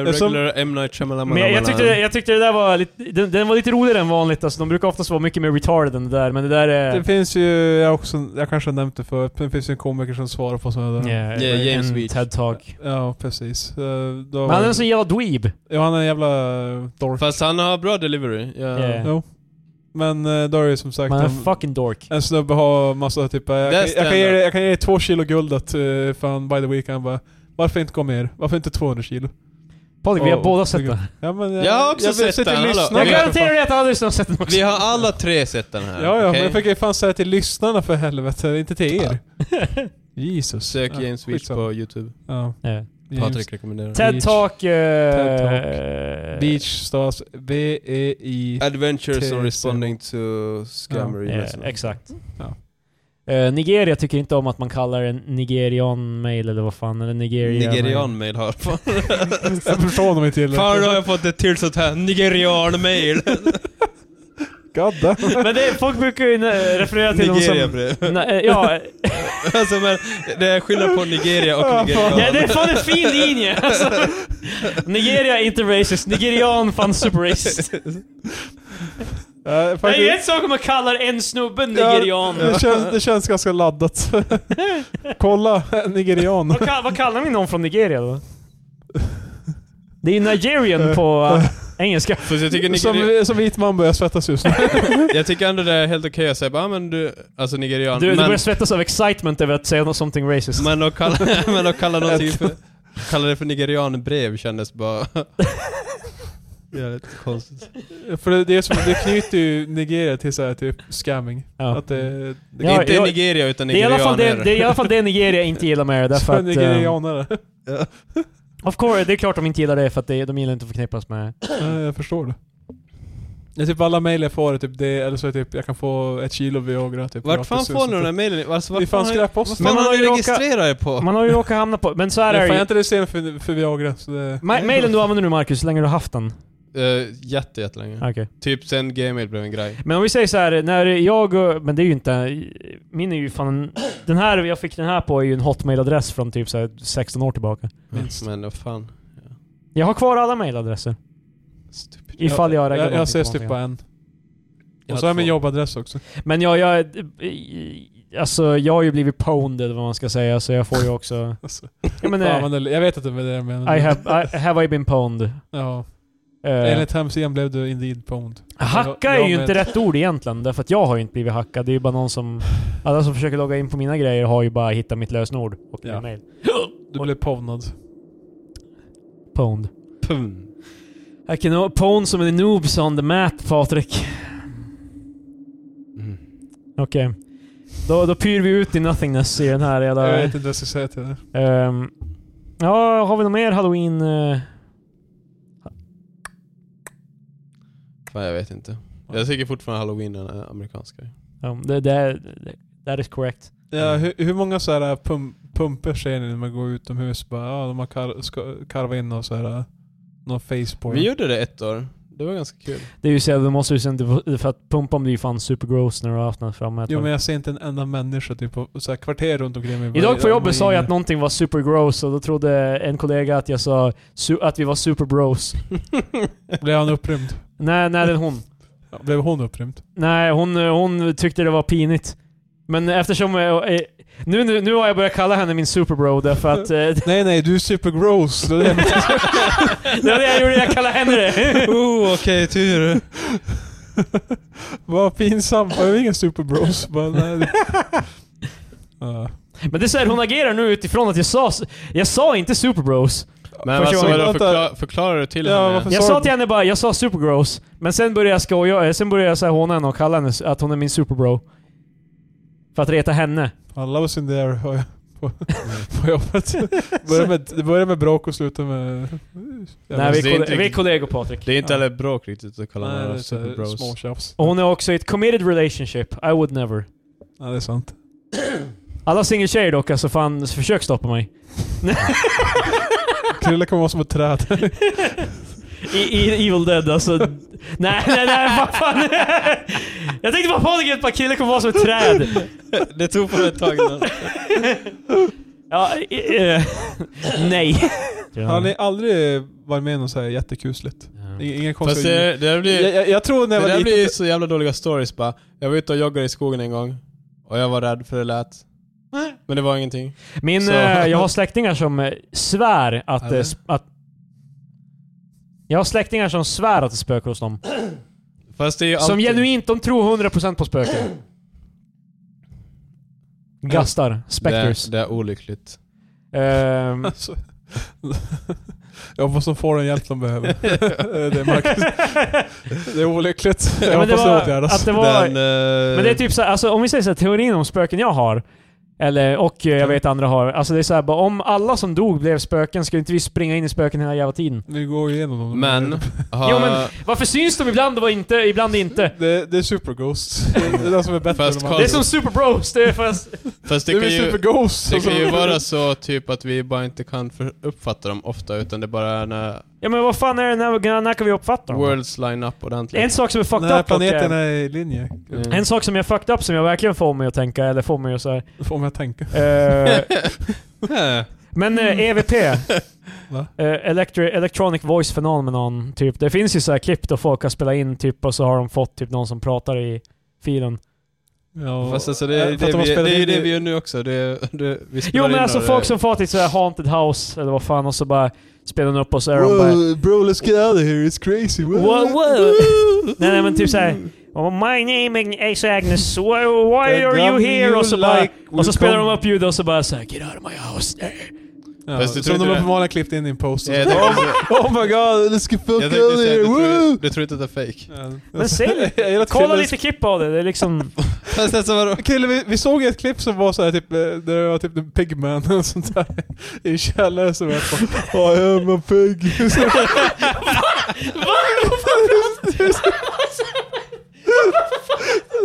är som-
regular M. Night Shyamalan.
men jag, jag, tyckte, jag tyckte det där var lite... Den, den var lite roligare än vanligt alltså. De brukar oftast vara mycket mer retarded än det där, men det där är...
Det finns ju, jag, också, jag kanske har nämnt det förut, men det finns ju en komiker som svarar på sådana där.
Yeah,
Yeah, James
en
Veach.
TED-talk.
Ja, precis. Eh, då
Men
var
han är
det-
en sån jävla dweeb.
Ja, han är en jävla eh, dork.
Fast han har bra delivery. Ja.
Yeah.
Jo. Men eh, då är det som sagt
Man är
en,
en fucking dork.
en snubbe har massa typ, eh, jag,
Det är
kan- jag, kan ge
standard.
dig, jag kan ge dig två kilo guldet uh, fan by the week. Han bara, varför inte gå mer? Varför inte 200 kilo?
Patrik, vi har
Åh,
båda sett
gud.
den.
Ja, men, eh,
Jag har också sett
sitter
den,
och
hallå.
lyssnar
Jag
Jag
på det, för
garanterar dig att alla lyssnare har sett den också.
Vi har alla tre sett den här.
fan. Ja, ja,
okej?
men jag fick ju fan säga till lyssnarna för helvete, inte till er. Jesus.
Sök
Ja,
James Weach
skitsamma.
på YouTube.
Ja,
Yeah.
James.
Patrik rekommenderar.
TED-talk...
TED Talk.
Eh,
Beach E stavas B-E-I...
Adventures
T-
on responding to scammer
Ja,
emails.
Eh, exakt.
Ja.
Eh, Nigeria tycker inte om att man kallar en nigerian mail eller vad fan, eller nigeria
Nigerian mail har fan.
Jag förstår honom inte heller.
Fan, då har jag fått ett till sånt här nigerian mail.
God damn.
Men det, folk brukar ju eh, referera till dem
Nigeria
som...
brev.
Na, eh, ja, eh,
Alltså men, det är skillnad på Nigeria och
ja, det är
Nigeria.
fan en fin linje! Alltså. Nigeria är inte racist, nigerian fan super racist. Det
Ja,
är ju en
faktiskt,
sak om man kallar en snubbe nigerian.
det, känns, det känns ganska laddat. Kolla, nigerian.
Vad, ka- vad kallar ni någon från Nigeria då? Det är ju nigerian på eh, engelska.
Fast jag tycker, Nigeria,
Som, som vit man börjar svettas just nu.
jag tycker ändå det är helt okej att säga bara, ah, men du, alltså nigerian.
Du, du
men,
börjar svettas av excitement över att säga något something racist.
men att kalla, men att kalla någonting för, kalla det för nigerianbrev kändes bara... Jävligt konstigt.
För det, det, är som, det knyter ju Nigeria till så här, typ scamming.
Ja.
Att det, det
Ja,
inte
jag-
Nigeria utan
Det är, i alla fall det,
nigerianer.
det är i alla fall det Nigeria inte gillar med det. Därför att, eh,
nigerianare.
of course, det är klart de inte gillar det för att det, de gillar inte att förknippas med...
Ja, jag förstår det. Ja, typ alla mejl jag får är typ det, eller så är typ jag kan få ett kilo Viagra typ.
Vart
gratis
fan
och
får ni
sånt
den
där.
här mailen? Alltså,
Det
vad
är
fan
fan
har ni-
skräppost.
vad fan
Men
har
man
ni
har ju
registrerat er på?
Man har ju råkat hamna på... Men så här
Jag
är
är fan
det ju.
inte registrerad för, för Viagra. Så det,
Ma- Mailen du använder nu Marcus, hur länge har du haft den?
Uh, jätte, jättelänge.
Okej.
Typ sen gmail blev en grej.
Men om vi säger så här, när jag... och- Men det är ju inte... Min är ju fan... Den här jag fick den här på är ju en hotmail-adress från typ så här 16 år tillbaka.
Minst.
Men vad fan.
Jag har kvar alla mailadresser.
Stupid.
Ifall jag
jag,
reagerar
jag, jag
någonting
ses
på
typ på
någonting.
en.
Jag
Och så har jag min
två.
jobbadress också.
Men jag... jag alltså jag har ju blivit pwned eller vad man ska säga, så jag får ju också...
Alltså,
Ja, men,
fan,
eh,
vad det- jag vet att det är det jag menar.
I have, I, have I been pwned?
Ja.
Eh,
Enligt hemsidan blev du indeed pwned.
hacka
Jag-
är
jag
ju
med.
inte rätt ord egentligen, därför att jag har ju inte blivit hackad. Det är ju bara någon som... Alla som försöker logga in på mina grejer har ju bara hittat mitt lösenord och min
Ja.
mail.
Du blev pwnad.
Pwned.
Pum.
I can pwn som en noobs on the map, Patrik.
Mm.
Okej. Då, då pyr vi ut i nothingness i den här jävla...
Jag vet inte vad jag ska säga till det.
Ehm, ja, har vi något mer halloween... eh?
Fan, jag vet inte. Jag tycker fortfarande halloween är en amerikansk grej.
Ja, det, det, det, that is correct.
Ja, hur, hur många så här eh, pum, pumper ser ni när man går utomhus? Bara, ja, de har kar, ska, karvat in någon så här, eh, någon faceporn.
Vi gjorde det ett år. Det var ganska kul.
Det är ju så här, du måste ju sen... För att pumpa blir ju fan supergross när du har haft den framme. ett
Jo
tag.
men jag ser inte en enda människa typ på så här kvarter runt omkring mig.
Idag på
Jag-
jobbet sa jag att
ingen-
någonting var super gross och då trodde en kollega att jag sa su- att vi var super bros.
Blev han upprymd?
Nej, nej det är hon.
Ja, Blev hon upprymd?
Nej, hon, hon tyckte det var pinigt. Men eftersom... Jag, eh, nu, nu, nu har jag börjat kalla henne min superbro därför att... eh,
Nej nej, du är supergross. Det är det.
Det var det jag gjorde, jag kallade henne det.
oh, okej, tur.
Vad pinsamt. Jag är ingen superbros. Bara, nej. det- Ja.
Men det är så här, hon agerar nu utifrån att jag sa... Jag sa inte superbros.
Men
Första
alltså,
gången-
vadå,
Vänta.
förkla förklarar du till
Ja,
henne?
varför-
Jag
Sorry.
sa till henne bara, jag sa supergross, men sen började jag skoja, eh, sen började jag säga håna henne och kalla henne s- att hon är min superbro. För att reta henne.
Alla was in there hör jag på, på jobbet. Börjar med, det börjar med bråk och slutar med... Jag
Nej,
men
vi,
det
är
är
kolle-
inte-
vi är kollegor Patrik.
Det är inte
Ja.
heller bråk riktigt att kalla
Nej, det
varandra
är
super
så-
bros.
småtjafs.
Och hon är också i ett committed relationship. I would never.
Ja, det är sant.
Alla singeltjejer dock, alltså fan, försök stoppa mig.
Krille kommer vara som ett träd.
I, i Evil Dead alltså. nej, nej, nej, vad fan. jag tänkte bara Patrik, ett par killar kommer vara som ett träd.
det tog på ett tag innan.
Ja, i- eh, nej.
Har ni aldrig varit med om något så här jättekusligt? I- Inga
Fast
konstiga...
det, det där blir...
Jag, jag, jag tror när
Det
jag var
där
liten...
blir ju så jävla dåliga stories bara. Jag var ute och joggade i skogen en gång. Och jag var rädd för det lät. Men det var ingenting.
Min,
Så.
eh, jag har släktingar som eh, svär att, eh, sp- att... Jag har släktingar som svär att det spökar hos dem.
Fast det är ju
Som
alltid-
genuint, de tror 100% på spöken. Gastar. Specters.
Det, det är olyckligt.
Ehm,
Alltså, jag hoppas de får den hjälp de behöver. det, är Marcus. det är olyckligt. Jag
Ja, men det
hoppas det,
var,
åtgärdas.
att det var,
eh,
men det är typ så här, alltså om vi säger så här, teorin om spöken jag har, eller, och eh, jag vet andra har, alltså det är så här, bara, om alla som dog blev spöken, skulle inte vi springa in i spöken hela jävla tiden?
Vi går igenom dem.
Men... ha-
Jo, men- Varför syns de ibland och inte, ibland inte?
Det, det är superghost. Det är den som är bättre
Fast Carl-
än de
Det
andra.
är som Super Bros, det är fast...
Fast det
Det
kan
är
ju...
superghost.
Det kan ju vara så typ att vi bara inte kan för, uppfatta dem ofta utan det bara är när
Ja men vad fan är det, när, när kan vi uppfatta dem?
worlds line up ordentligt.
En sak som är
Den
fucked
här
up dock
planeten
är,
är i linje.
Mm.
En sak som jag fucked up som jag verkligen får mig att tänka, eller får mig att såhär...
Det får mig att tänka.
Eh,
Eh,
men eh, EVP.
Va?
Eh, Electri- electronic voice phenomenon, typ. Det finns ju så här klipp då folk har spelat in typ och så har de fått typ någon som pratar i filen.
Ja,
Fast alltså det är ju
för att
det,
de har
vi-
spelat
det, är ju
in
det
i-
vi gör nu också. Det, det, vi spelar
Jo men
in
alltså
och
folk
det-
som far till så här haunted house eller vad fan och så bara spelar de upp och så är de bara...
bro, let's get out of here, it's crazy. Wow,
Wow, wow. Nej, nej, men typ så här, "Oh, My name is Agnes, why, why are you here? Och så, bara, och så spelar de upp ljud och så bara såhär Get out of my house.
Ja,
Fast du tror
som de
inte det-
uppenbarligen klippt in i en post.
Ja, jag tänkte-
oh my god, let's get
jag
fuck
tänkte
out
säga,
of here,
du tror-
woo!
du tror inte att det är fake?
Ja.
Men säg lite-
Jag gillar att
Kolla
Krille-
lite klipp av det, det är liksom...
Fast alltså vadå?
Krille, vi, vi såg ett klipp som var såhär typ, eh, där det var typ en pigman och sånt där. I en källare som jag bara I am a pig.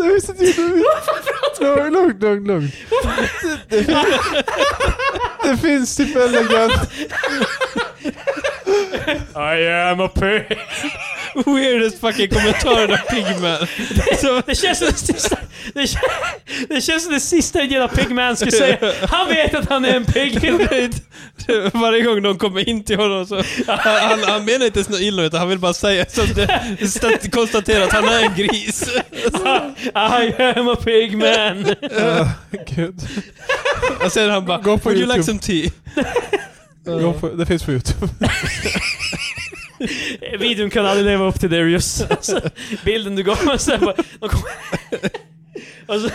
Det visste inte du. Lugn, lugn, lugn, lugn. Det- det fin- Det finns typ en legend.
I am a pig.
Weirdest fucking kommentar där Pigman.
Det känns som det sista... Det känns, det känns som det sista en jävla pigman skulle säga. Han vet att han är en pig.
Varje gång någon kommer in till honom så... Han, han, han menar inte ens något illa utan han vill bara säga så att det, stat- konstatera att han är en gris.
Ah, I am a pig man.
Uh, Gud.
Och sen han bara
Gå på
Would you like
YouTube."
some tea?
Gå på- Det finns på youtube.
Videon kan aldrig leva upp till det just. Alltså, bilden du gav mig såhär bara... De kommer, och så,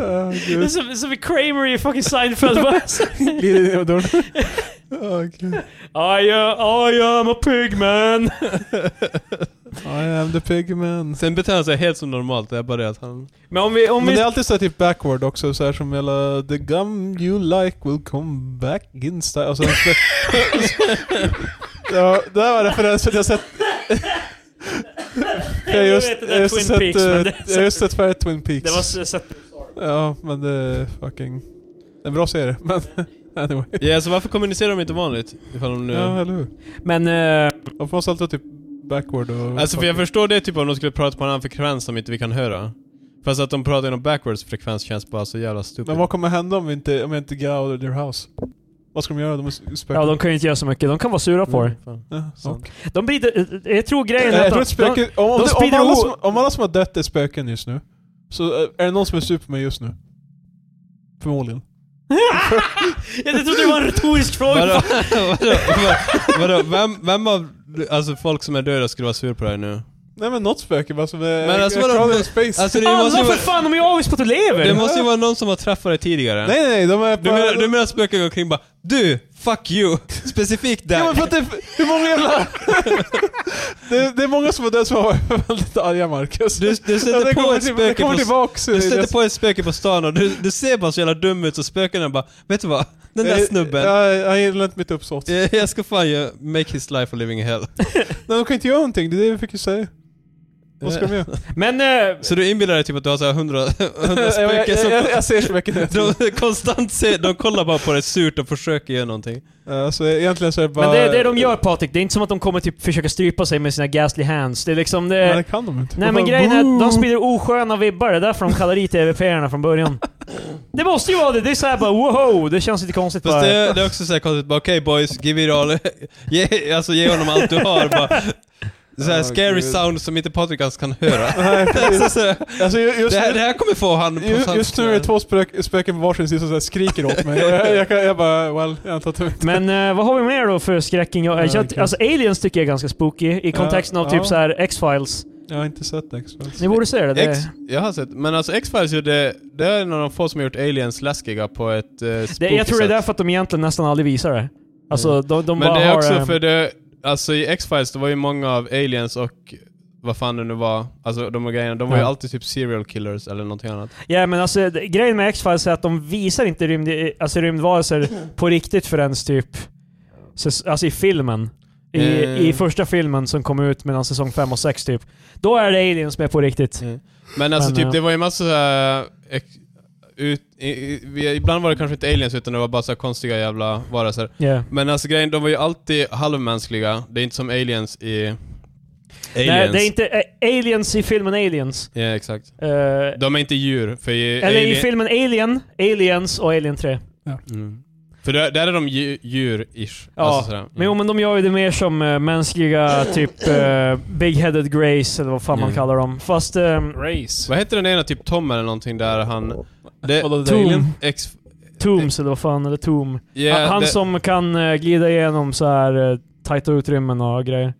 Ah,
det är
Gud.
som, som i Kramer i fucking Seinfeld. Bara, så,
Glider in genom dörren. Ah, Gud.
I, am, I am a pig man.
I am the pigman.
Sen beter han sig helt som normalt, det är bara det att han...
Men om vi... Om
Men
vi
det är alltid så här typ backward också, så här som hela The gum you like will come back in style. Och sen, ja, det där var referensen jag sett.
jag vet det där Twin Peaks,
eh,
men det-
jag har just sett färdigt Twin Peaks.
det var så, så,
Ja, men det är fucking... det är En bra serie, men anyway.
Ja, så varför kommunicerar de inte vanligt? Ifall de nu...
Ja, eller hur?
Men... eh,
Varför måste alltid typ backward och...
Alltså för jag
fucking-
förstår det typ om de skulle prata på en annan frekvens som inte vi kan höra. Fast att de pratar inom backwards frekvens känns bara så jävla stupid.
Men vad kommer hända om vi inte, om jag inte get out of their house? Vad ska de göra? De är spöken.
ja, de kan ju inte göra så mycket. De kan vara sura på det.
fan.
Ja,
Sant.
och-
De blir... Jag tror grejen är att
Jag tror
de,
att spöken, om, om,
de
det- om,
sprider
alla
o-
som, om alla som har dött är spöken just nu, så eh, är det någon som är Superman just nu? Förmodligen.
Jag trodde det var en retorisk fråga.
Vadå? Vadå? Vadå? Vem, vem av alltså, folk som är döda skulle vara sur på dig nu?
Nej men något spöke bara som är...
Men alltså vadå?
Crowded in space.
Alltså, det,
Alla
måste ju
för
vara,
fan, de är ju avis på att du lever!
det måste ju vara någon som har träffat dig tidigare.
nej nej, de är
Du
bara...
menar, du menar att spöken går omkring bara Du!
Fuck you! Specifikt där.
Ja, men för att det, det är många jävla... det, det är många som har dött som har varit väldigt arga Marcus.
Du, du
Ja,
sätter
det
på
kommer
ett
till- det
spöke
kommer
på,
tillbaks. i
du sätter
deras-
på ett spöke på stan och du, du ser bara så jävla dum ut så spökena bara Vet du vad? Den där
Eh,
snubben. Eh.
Jag, jag gillar inte mitt uppsåt.
Jag, jag ska fan ju make his life a living hell.
Nej, de kan inte göra någonting, det är det vi fick ju säga. Vad ska de göra?
Men... eh,
Så du inbillar dig typ att du har såhär hundra, hundra
jag, jag,
spöken som...
jag, jag ser spöken hela tiden.
De konstant ser, de kollar bara på dig surt och försöker göra någonting.
Ja, så egentligen så är det bara...
Men det, det de gör Patrik, det är inte som att de kommer typ försöka strypa sig med sina ghastly hands. Det är liksom det...
Nej, det kan de inte.
Nej men grejen är att de sprider osköna vibbar, det är därför de kallar dit EVP-arna från början. Det måste ju vara det, det är såhär bara wow, det känns lite konstigt
Fast
bara.
det, det är också såhär konstigt, bara okej boys, give it all. Ge, alltså ge honom allt du har bara. Såhär
Åh,
scary
Gud.
sound som inte Patrik ens kan höra.
Nej, precis.
Alltså, så,
alltså, ju- just,
det, här, det här kommer få han på
ju- just nu är det
sansen.
två spök, spöken på varsin sida som så här skriker åt mig. Och jag, jag, kan, jag bara, well, jag antar att de inte...
Men eh, vad har vi mer då för skräcking? Jag,
Ja,
jag,
okej.
alltså aliens tycker jag är ganska spooky i kontexten av
Ja, ja.
typ så här X-Files.
Jag har inte sett X-Files.
Ni borde se det. det
X, jag har sett, men alltså X-Files gjorde, det är en av de få som har gjort aliens läskiga på ett uh,
det, jag tror det är därför att de egentligen nästan aldrig visar det. Alltså de,
Mm.
de
Men
bara
det är
har...
också
eh,
för det, alltså i X-Files det var ju många av aliens och vad fan det nu var, alltså de här grejerna, de var ju
Ja.
alltid typ serial killers eller någonting annat.
Ja men alltså det- grejen med X-Files är att de visar inte rymd, alltså, rymdvarelser på riktigt förrän typ... säs- Alltså i filmen. I,
Eh.
I första filmen som kom ut mellan säsong 5 och 6 typ. Då är det aliens med på riktigt.
Men alltså
Men,
typ
ja.
det var ju massa så här, ex- ut, i, i, vi- ibland var det kanske inte aliens utan det var bara så här konstiga jävla varelser.
Yeah.
Men alltså grejen, de var ju alltid halvmänskliga, det är inte som aliens i... Aliens.
Nej, det är inte eh, aliens i filmen Aliens.
Ja, exakt.
Eh,
De är inte djur, för i...
eller i
alien-
filmen Alien, Aliens och Alien 3.
Mm. För där, där är de dju- djur-ish.
Ja,
alltså sådär.
Men jo men de gör ju det mer som eh, mänskliga, typ eh, Big-Headed Grace eller vad fan man
Mm.
kallar dem. Fast... ehm,
Race.
Vad heter den ena, typ Tom eller någonting där han... Det,
Vadå,
Tom.
Alien?
ex,
Tombs eller vad fan, eller Tomb.
yeah,
han
det,
som kan eh, glida igenom så här eh, tajta utrymmen och grejer.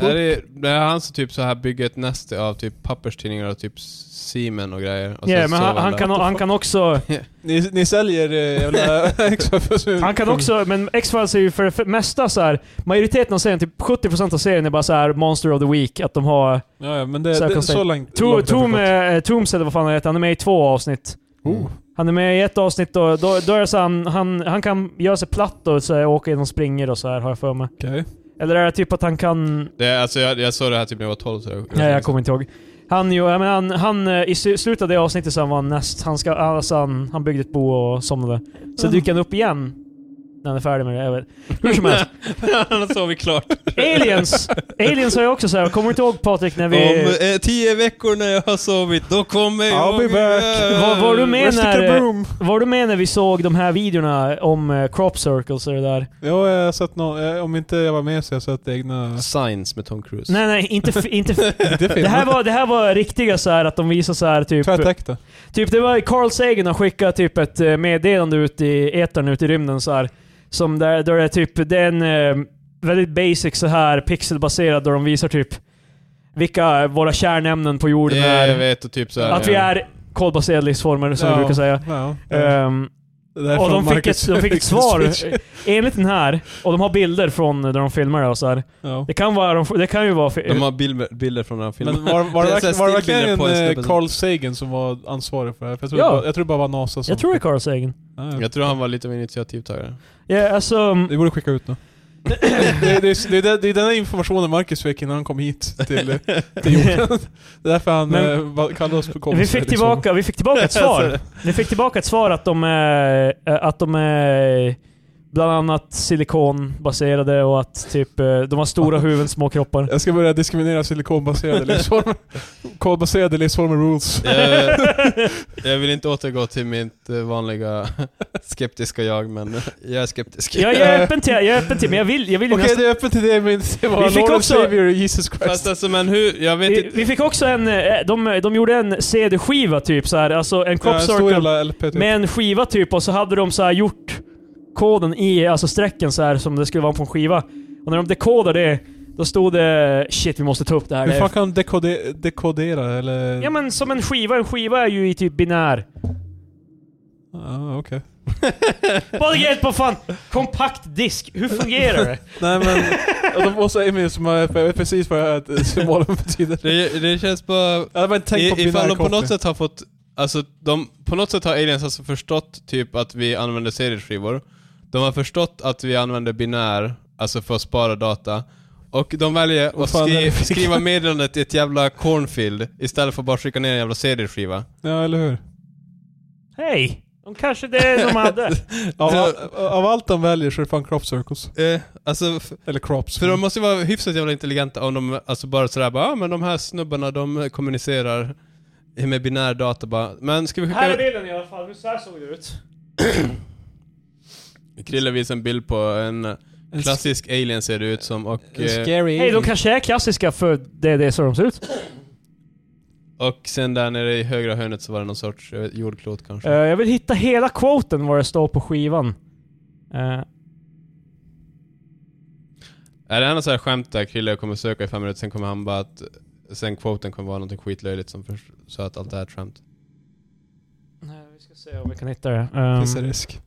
Är det, det är han som typ så här bygger ett näste av typ papperstidningar och typ semen och grejer. Och
Ja,
sen
men
sover
han, han,
där.
kan, han kan också...
Ni, ni säljer eh, jävla X-Files.
Han kan också... Men X-Files är ju för det mesta så här. Majoriteten av serien, typ 70% av serien är bara så här Monster of the Week. Att de har...
Ja, ja, men det,
Så här
det
konstigt.
så långt...
To,
långt har
Tom,
jag
eh, Tombs eller vad fan han heter, han är med i två avsnitt.
förstått. Oh.
Han är med i ett avsnitt och då, då är det så här, han, han, han kan göra sig platt och så här, åka genom springor och så här har jag för mig.
Okej.
Eller är det typ att han kan...
Det är, alltså, jag, jag såg det här typ när jag var 12 så jag,
Nej, jag kommer inte ihåg. Han, ju, jag menar, han, han eh, i slu- slutet av det avsnittet så han var näst, han, ska, alltså han, han byggde ett bo och somnade. Så
Jaha.
dyker han upp igen. När han är färdig med det. Jag vet. Hur som helst.
Han har sovit klart.
Aliens! Aliens har jag också så här. kommer du inte ihåg Patrik när vi...
Om eh, tio veckor när jag har sovit, då kommer jag...
I'll be back.
Vad var du med
Where's the
när, eh,
kaboom?
var du med när vi såg de här videorna om eh, crop circles och det där?
Ja, jag har sett någon, eh, om inte jag var med så har jag sett egna...
Signs med Tom Cruise.
Nej, nej, inte... f- inte f-
Inte film.
det, här var, det här var riktiga så här att de visar så här typ...
Tvättäkta.
Typ det var Carl Sagan som skickade typ ett eh, meddelande ut i etern, ut i rymden så här. Som där, där det är typ, det är en eh, väldigt basic så här pixelbaserad där de visar typ vilka våra kärnämnen på jorden
Ja,
är.
Eh, jag vet och typ så här,
Att vi är kolbaserade livsformer som
Ja.
vi brukar säga.
Ja, ja.
Ehm,
Det där är
och
från
de fick,
Marcus-
ett, de fick ett
Marcus
svar
Switch.
eh, enligt den här, och de har bilder från eh, där de filmar det och så här.
Ja.
Det kan, vara, de- det kan ju vara...
De har bilder, bilder från den här filmen.
Men var, var,
Det
det,
är så här
verkligen- var det verkligen
stillbilder
en
på en snubbe
eh,
som-
Carl Sagan som var ansvarig för det här? För jag, tror
Ja.
det bara, jag tror det bara var NASA som...
Jag tror det är Carl Sagan.
Ja, ja.
Jag tror han var lite av en initiativtagare.
Ja, alltså...
Vi borde skicka ut nu. det, det, är- det, är- det är den här informationen Marcus fick innan han kom hit till, till jorden. Det är därför han
Men-
eh, var- kallade oss liksom. för
Vi
kompisar.
fick, tillbaka, vi fick tillbaka ett svar. Vi fick tillbaka ett svar att de är, eh, att de är bland annat silikonbaserade och att typ, eh, de har stora huvuden, små kroppar.
Jag ska börja diskriminera silikonbaserade livsformer. Kolbaserade livsformer rules.
jag, jag vill inte återgå till mitt eh, vanliga skeptiska jag, men eh, jag är skeptisk.
Jag, jag är öppen till, jag är öppen till men jag vill, jag vill ju
Okej,
nästan...
det är öppet till dig men det var
Vi fick
Lord and
också-
Savior Jesus
Fast
Christ.
alltså men hur, jag vet
Vi,
inte.
vi fick också en, eh, de, de gjorde en CD-skiva typ så här, alltså en crop
Ja, en stor
circle
jävla LP typ.
med en skiva typ och så hade de så här gjort koden i, alltså strecken så här som det skulle vara på en skiva. Och när de dekodade det, då stod det shit vi måste ta upp det här. Det
Hur
är
fan kan de dekode, dekodera eller?
Ja men som en skiva, en skiva är ju i typ binär.
Ah, okej.
Bara hjälp på fan! Kompakt disk, hur fungerar det?
Nej men, och de måste Emil som har, jag vet precis vad jag- symbolen betyder.
Det, det känns bara...
Jag hade bara inte tänkt på
I, ifall de på
binärkoppling.
något sätt har fått... Alltså, de, på något sätt har aliens alltså förstått typ att vi använder serieskivor. De har förstått att vi använder binär, alltså för att spara data. Och de väljer
Vad
att
fan är det
skri,
för-
skriva meddelandet i ett jävla cornfield istället för att bara skicka ner en jävla serieskiva.
Ja, eller hur?
Hej! De kanske det är de hade.
Av,
Ja.
av allt de väljer så är det fan crop circles.
Eh, alltså, f-
Eller crops.
för de måste ju vara hyfsat jävla intelligenta om de alltså bara sådär bara, ah, men de här snubbarna de kommunicerar med binär data bara. Men ska vi skicka...
Här är bilden i alla fall, så här såg det ut.
Krille visar en bild på en klassisk alien ser det ut som och... eh,
scary.
Hej, de kanske är klassiska för det, det är så de ser ut.
Och sen där nere i högra hörnet så var det någon sorts eh, jordklot kanske.
Eh, jag vill hitta hela quoten vad det står på skivan. Eh,
Är det här något så här skämt där Krille kommer söka i fem minuter, sen kommer han bara att... Sen quoten kommer vara någonting skitlöjligt som först sa att allt det här är ett skämt.
nej, vi ska se om vi kan hitta det.
Mm.
Finns det
Um,
risk?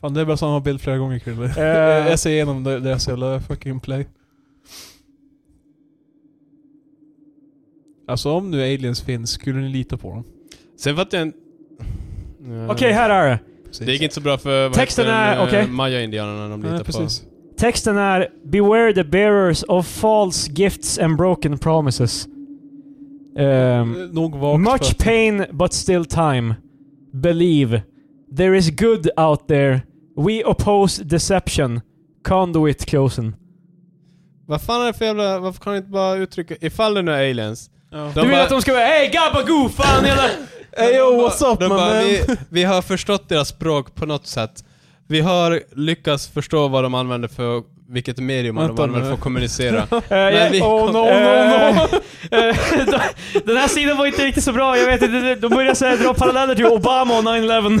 Fan det är bara samma bild flera gånger Krille.
Eh.
jag ser igenom det- deras jävla fucking play. Alltså om nu aliens finns, skulle ni lita på dem?
Sen fattar jag en...
Okej, här är det.
Precis.
Det gick inte så bra för... vad
Texten
heter den,
är-
eh,
okej.
Maya-indianerna de litar
Nej,
på.
precis.
Texten är “Beware the bearers of false gifts and broken promises. Ehm,
Mm.
Nog vagt för
much
att-
pain but still time. Believe. There is good out there. We oppose deception. Conduit chosen.”
Vad fan är det för jävla... Varför kan du inte bara uttrycka... Ifall det nu är aliens.
Ja.
De
du vill
bara-
att de ska vara “Hey Gabagoo, fan hela...”
Hey yo, what's up
De
man?
bara, vi, vi har förstått deras språk på något sätt. Vi har lyckats förstå vad de använder för... Vilket medium de
Vänta
använder
nu.
för att kommunicera.
Eh, jag-
Men vi
Oh
kom-
no, no,
Eh,
no!
eh, de- Den här sidan var inte riktigt så bra, jag vet inte. De började så här dra paralleller till Obama och 9-11.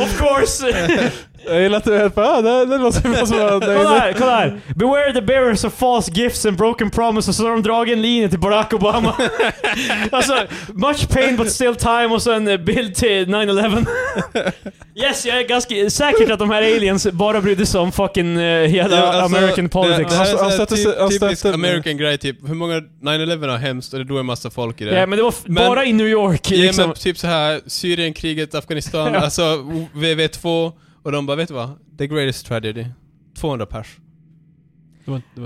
of course!
Jag gillar att du är helt bara, ah, det, det låter ju bara som att...
kolla här, kolla här. Beware the bearers of false gifts and broken promises. Och så har de dragit en linje till Barack Obama. alltså, much pain but still time och sen eh, bild till 9-11. yes, jag är ganska säker på att de här aliens bara brydde sig om fucking eh, hela
Ja, alltså,
American politics.
Det, det här är
Han- han
så här
stötte sig-
typ,
han
typisk
stötte-
American grej typ. Hur många 9-11 har hemskt och det dog en massa folk i det.
Ja, men det var f-
Men-
bara i New York
Ge mig
liksom.
typ så här Syrienkriget, Afghanistan,
Ja.
alltså VV2 och de bara vet du vad? The greatest tragedy. 200 pers.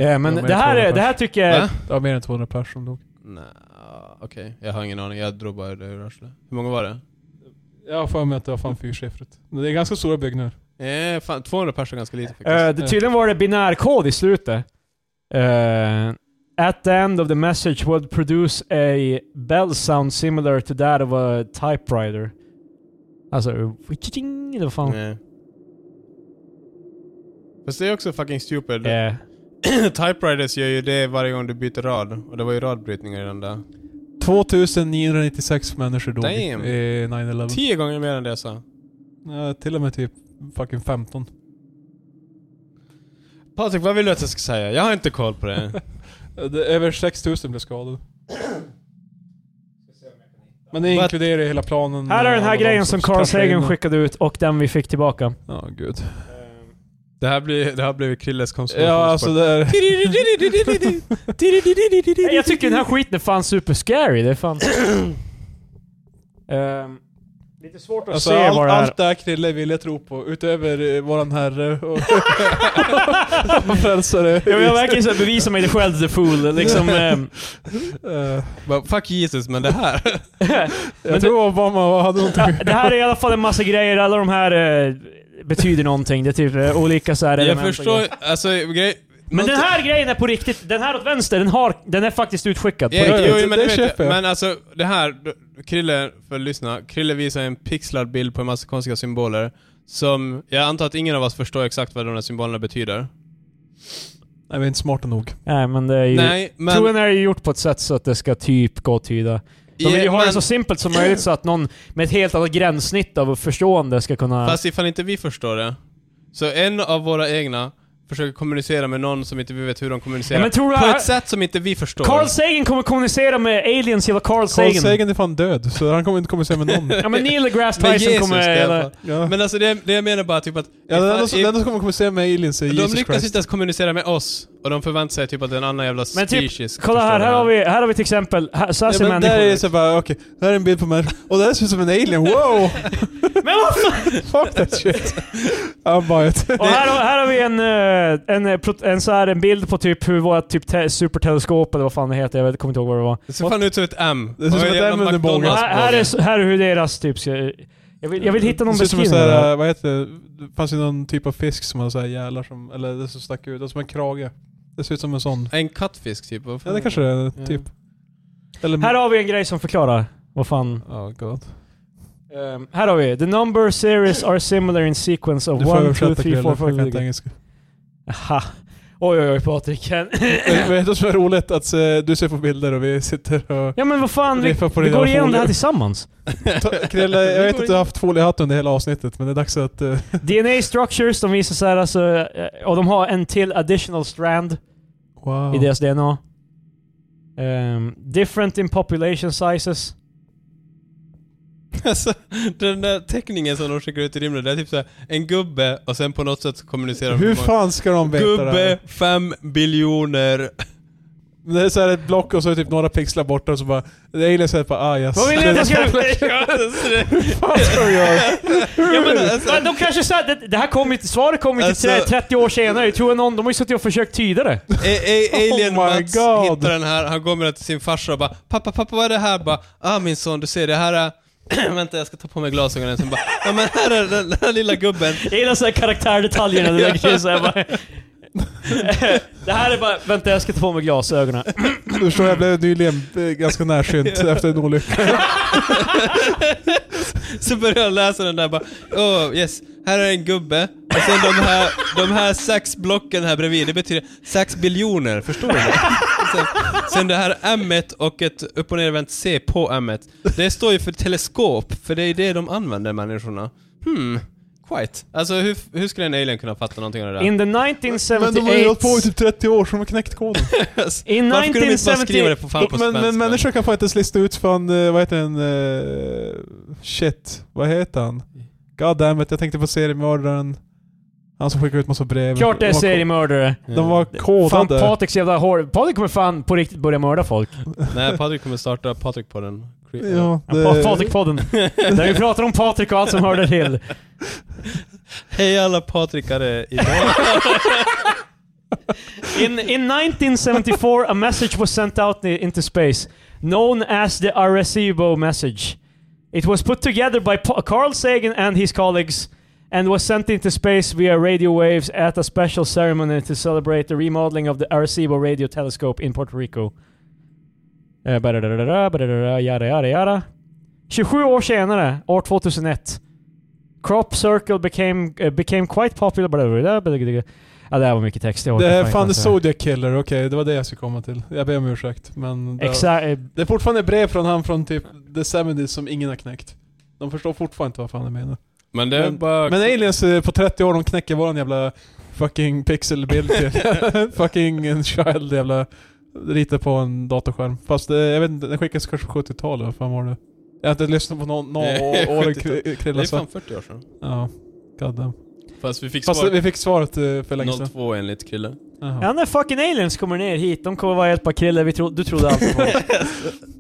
Ja, men det här, är, det här tycker jag...
Va?
Det var mer än 200 personer som dog.
Nej, okej. Jag har ingen aning. Jag drog bara det ur arslet. Hur många var det?
Jag har för mig att det var fan fyrsiffrigt. Men Det är ganska stora byggnader.
Eh, fan, 200 pers är ganska lite faktiskt.
Eh, det, tydligen var det binärkod i slutet. Eh, at the end of the message would produce a bell sound similar to that of a typewriter. Alltså... witching, Eller vad fan?
Mm.
Nej. Eh. Fast det är också fucking stupid.
Eh,
Typewriters gör ju det varje gång du byter rad. Och det var ju radbrytningar i den där.
2996 människor dog i
Damn.
i 9-11.
Tio gånger mer än det alltså. jag sa.
Ja, till och med typ fucking 15.
Patrik, vad vill du att jag ska säga? Jag har inte koll på det.
Det, över 6000 blev skadade. Men det
But-
inkluderar hela planen.
här är den
och
här
alla
grejen
de
som Carl Sagan
kraschade Mm. in. Ehm.
skickade ut och den vi fick tillbaka.
Ja, gud.
Det här blir, det här blir Krilles
Ja, alltså det är...
Nej, jag tycker den här skiten är fan super scary. Det är fan... Ehm, lite svårt att
Alltså,
se
allt,
vad det är.
allt det här Krille ville tro på, utöver eh, våran herre och, och frälsare.
Jag vill verkligen så här bevisa mig själv the fool. Liksom, ehm,
Eh,
Bara, Fuck Jesus, men det här.
jag tror Obama hade någonting...
Ja, det här är i alla fall en massa grejer, alla de här eh, betyder någonting. Det är typ eh, olika så här
jag
element och
förstår,
grejer.
alltså grej...
Men den här grejen är på riktigt, den här åt vänster, den, har, den är faktiskt utskickad. på
Ja,
riktigt.
jo,
Det-
jo, men,
det
det vet
köper
jag.
jag.
men alltså det här, då- Krille, för att lyssna. Krille visar en pixlad bild på en massa konstiga symboler. Som, jag antar att ingen av oss förstår exakt vad de där symbolerna betyder.
Nej, vi är inte smarta nog.
Nej, men det är ju...
Nej, men...
Troen är ju gjort på ett sätt så att det ska typ gå att tyda. De vill ju
Ja,
ha
men-
det så simpelt som möjligt så att någon med ett helt annat gränssnitt av förstående ska kunna...
Fast ifall inte vi förstår det. Så en av våra egna försöker kommunicera med någon som inte vi vet hur de kommunicerar.
Ja, men tror du
på
att-
ett sätt som inte vi förstår.
Carl Sagan kommer kommunicera med aliens, hela Carl Sagan.
Carl Sagan är fan död, så han kommer inte kommunicera med någon.
Ja men Neil deGrasse
Men
Tyson
Jesus,
kommer...
det är i alla
Eller,
fall.
Ja.
Men alltså det, det jag menar bara typ att...
Ja, den enda som
i-
den enda som kommer kommunicera med aliens är
de
Jesus
lyckas
Christ.
inte ens kommunicera med oss, och de förväntar sig typ att en annan jävla
Men typ,
species
kolla
förstår
här,
det
här har, vi, här har vi till exempel, här, så här
Ja,
ser
men där är det
Alltså, människor
så bara, okej, där är en bild på människan. Och det här ser ut som en alien, wow!
ut. Men vad fan!
Fuck that shit. I'm biased.
Och här, har- här har vi en, eh, en, eh, pro- en, så här, en bild på typ hur vårt typ te- superteleskop eller vad fan det heter, jag vet, kommer inte ihåg vad det var.
Det ser fan ut som ett M.
Det ser ut som ett
Och
M under bågen.
McDonald's
Här, här, är, s- här är hur deras typ ska... Jag vill, jag vill hitta någon
Det ser ut som en
beskrivning. av
sån
det här.
här, vad heter det? Det fanns ju någon typ av fisk som hade så här gälar som, eller det som stack ut, och som en krage. Det ser ut som en sån.
En kattfisk typ. vad fan
Ja det
är
kanske det är,
Ja.
typ. Eller...
Här har vi en grej som förklarar. Vad fan.
Oh god.
Ehm, här har vi. The number series are similar in sequence of
Du får
1, 2,
översätta
3,
Krille,
4,
jag kan
5,
inte
6.
engelska.
Aha. Oj oj oj Patrik.
Men Vet du vad som är roligt? Att eh, du ser på bilder och vi sitter och...
ja men vad fan, vi,
Riffar på
vi
dina
går igenom det här
folier.
tillsammans.
Ta- Krille, jag vet att du har haft foliehatt under hela avsnittet, men det är dags att... eh,
DNA structures, de visar sig alltså, eh, och de har en till additional strand
Wow.
i deras DNA. Ehm, different in population sizes.
det? Alltså, den där teckningen som de skickar ut i rymden, det är typ såhär en gubbe och sen på något sätt så kommunicerar de
Hur
med-
fan ska de veta det här?
Gubbe, fem biljoner.
Det är så här ett block och så är typ några pixlar borta och så bara... Det är alien säger bara ah yes.
Vad vill ni att jag ska...
Ja, alltså, det-
Vad ska de göra?
ja, men, men de kanske sa att det, det här kommer inte, svaret kommer inte
Alltså-
tre- 30 år senare. Tror jag någon, de har ju suttit och försökt tyda det.
A- a- Alien
Oh my
Mats
God.
hittar den här, han går med den till sin farsa och bara Pappa, pappa vad är det här? Bara, ah min son du ser det här är... Vänta jag ska ta på mig glasögonen sen bara Ja men här är den, den här lilla gubben.
Jag gillar såhär karaktärdetaljerna du lägger till såhär bara... Det här är bara, vänta jag ska ta på mig glasögonen.
Du förstår, jag blev nyligen eh, ganska närsynt efter en olycka.
Så börjar jag läsa den där bara Oh yes, här är en gubbe. Och sen de här, de här sex blocken här bredvid, det betyder sex biljoner, förstår du det? Sen, sen det här m och ett upp och nervänt C på m Det står ju för teleskop, för det är ju det de använder människorna. Hmm, quite. Alltså hur, hur skulle en alien kunna fatta någonting av det där?
In the
Men de har ju hållit på i
1978...
typ 30 år, så de har knäckt koden.
In
Varför kunde de inte bara skriva det
1970...
på fan på
men,
svenska?
men människor kan fan inte ens lista ut fan, eh, vad heter den... eh, shit, vad heter han? God damn it, jag tänkte på seriemördaren. Han som skickar ut massa brev.
Klart det
De
är
var ko-
seriemördare.
De var
Fan
kodade.
Patriks jävla hår. Patrik kommer fan på riktigt börja mörda folk.
Nej, Patrik kommer starta Patrik på den.
Ja,
Ja, Pa-
det-
Patrik-podden. Där vi pratar om Patrik och allt som hörde till.
Hej alla Patrikare idag.
In, in 1974 a message was sent out i- into space. Known as the Arecibo message. It was put together by Pa- Carl Sagan and his colleagues and was sent into space via radio waves at a special ceremony to celebrate the remodeling of the Arecibo radio telescope in Puerto Rico. Eh, badadadada, badadada, Yada, yada, yada. 27 år senare, år 2001, Crop Circle became, eh, became quite popular... Badadada, badadada. Ja, det här var mycket text. jag
Det
orkar
är
fan
fan
inte
the
ens-
Zodiac Killer, okej det var det jag skulle komma till. Jag ber om ursäkt. Men det,
Exakt. eh,
det är fortfarande brev från han från typ the 70s som ingen har knäckt. De förstår fortfarande inte vad fan jag menar.
Men det är
Men-
bara...
Men aliens eh, på 30 år, de knäcker våran jävla fucking pixelbild till fucking en child jävla rita på en datorskärm. Fast det, jag vet inte, den skickas kanske på 70-talet, vad fan var det? Jag har inte lyssnat på någon, någon
Nej,
år
70-talet.
kri-
det
krilla
är
så.
fan 40 år sedan.
Ja, god damn.
Fast vi fick
Fast
svar
vi fick svaret eh, för länge sedan.
02 enligt Krille.
Jaha.
Ja, när fucking aliens kommer ner hit, de kommer vara helt bara Krille, vi tro, du trodde allt på det."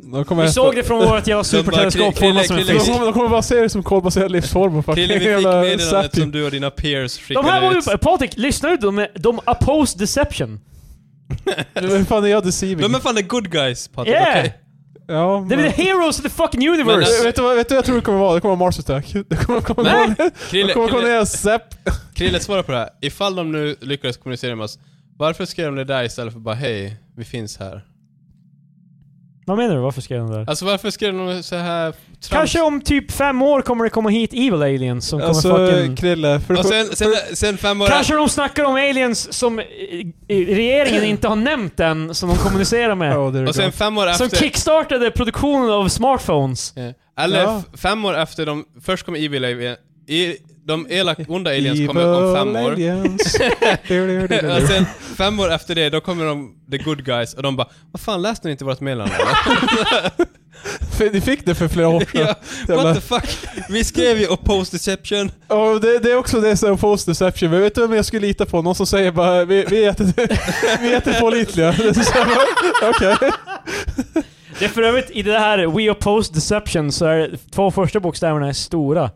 Då kommer
Vi
jag-
såg det från vårt jävla
bara,
superteleskop
"Krille,
format som en
Krille,
De
fisk.
kommer, de kommer bara se det som kolbaserad livsform och fucking
Krille, vi fick
hela
meddelandet
sappy.
som du och dina peers
De här
skickade
var ju...
ut.
Patrik, lyssnar du? De, är- de oppose deception.
Vem fan är jag deceiving?
De är fan the good guys, Patrik.
Yeah!
okej?
ja,
Det är the heroes of the fucking
Mm. Men
universe!
alltså-
Vet du vad vet du vad jag tror det kommer vara? Det kommer vara Mars Attack. Det kommer komma
Nej!
ner...
Krille,
Det kommer komma
Krille,
ner Zepp.
Krille, svara på det här. Ifall de nu lyckades kommunicera med oss, varför skrev de det där istället för bara hej, vi finns här?
Vad menar du? Varför skrev de det där?
Alltså varför skrev de så här trams?
Kanske om typ fem år kommer det komma hit evil aliens som kommer
Alltså
fucking...
Krille, för
Och sen, sen, sen fem år...
Kanske de snackar om aliens som eh, eh, regeringen inte har nämnt än, som de kommunicerar med.
Oh, there you
Och sen
go.
fem år
Som
efter...
kickstartade produktionen av smartphones.
Ja. Eller
Ja.
E f- fem år efter de... Först kom Evil Alien... I, E- de elak, onda aliens kommer om
E
fem år. Alltså- Och sen fem år efter det, då kommer de, the good guys, och de bara Vad fan, läste ni inte vårt meddelande?
Du fick det för flera år sedan.
ja, what the fuck? Vi skrev ju "Oh, oppose deception.
Ja, det, det är också det som post deception. Men vet du vem jag skulle lita på? Någon som säger bara vi, vi, är, jätte, vi är jättepålitliga. Det är så här, Okej.
Det är för övrigt i det här We Oppose Deception så är det- två första bokstäverna är stora.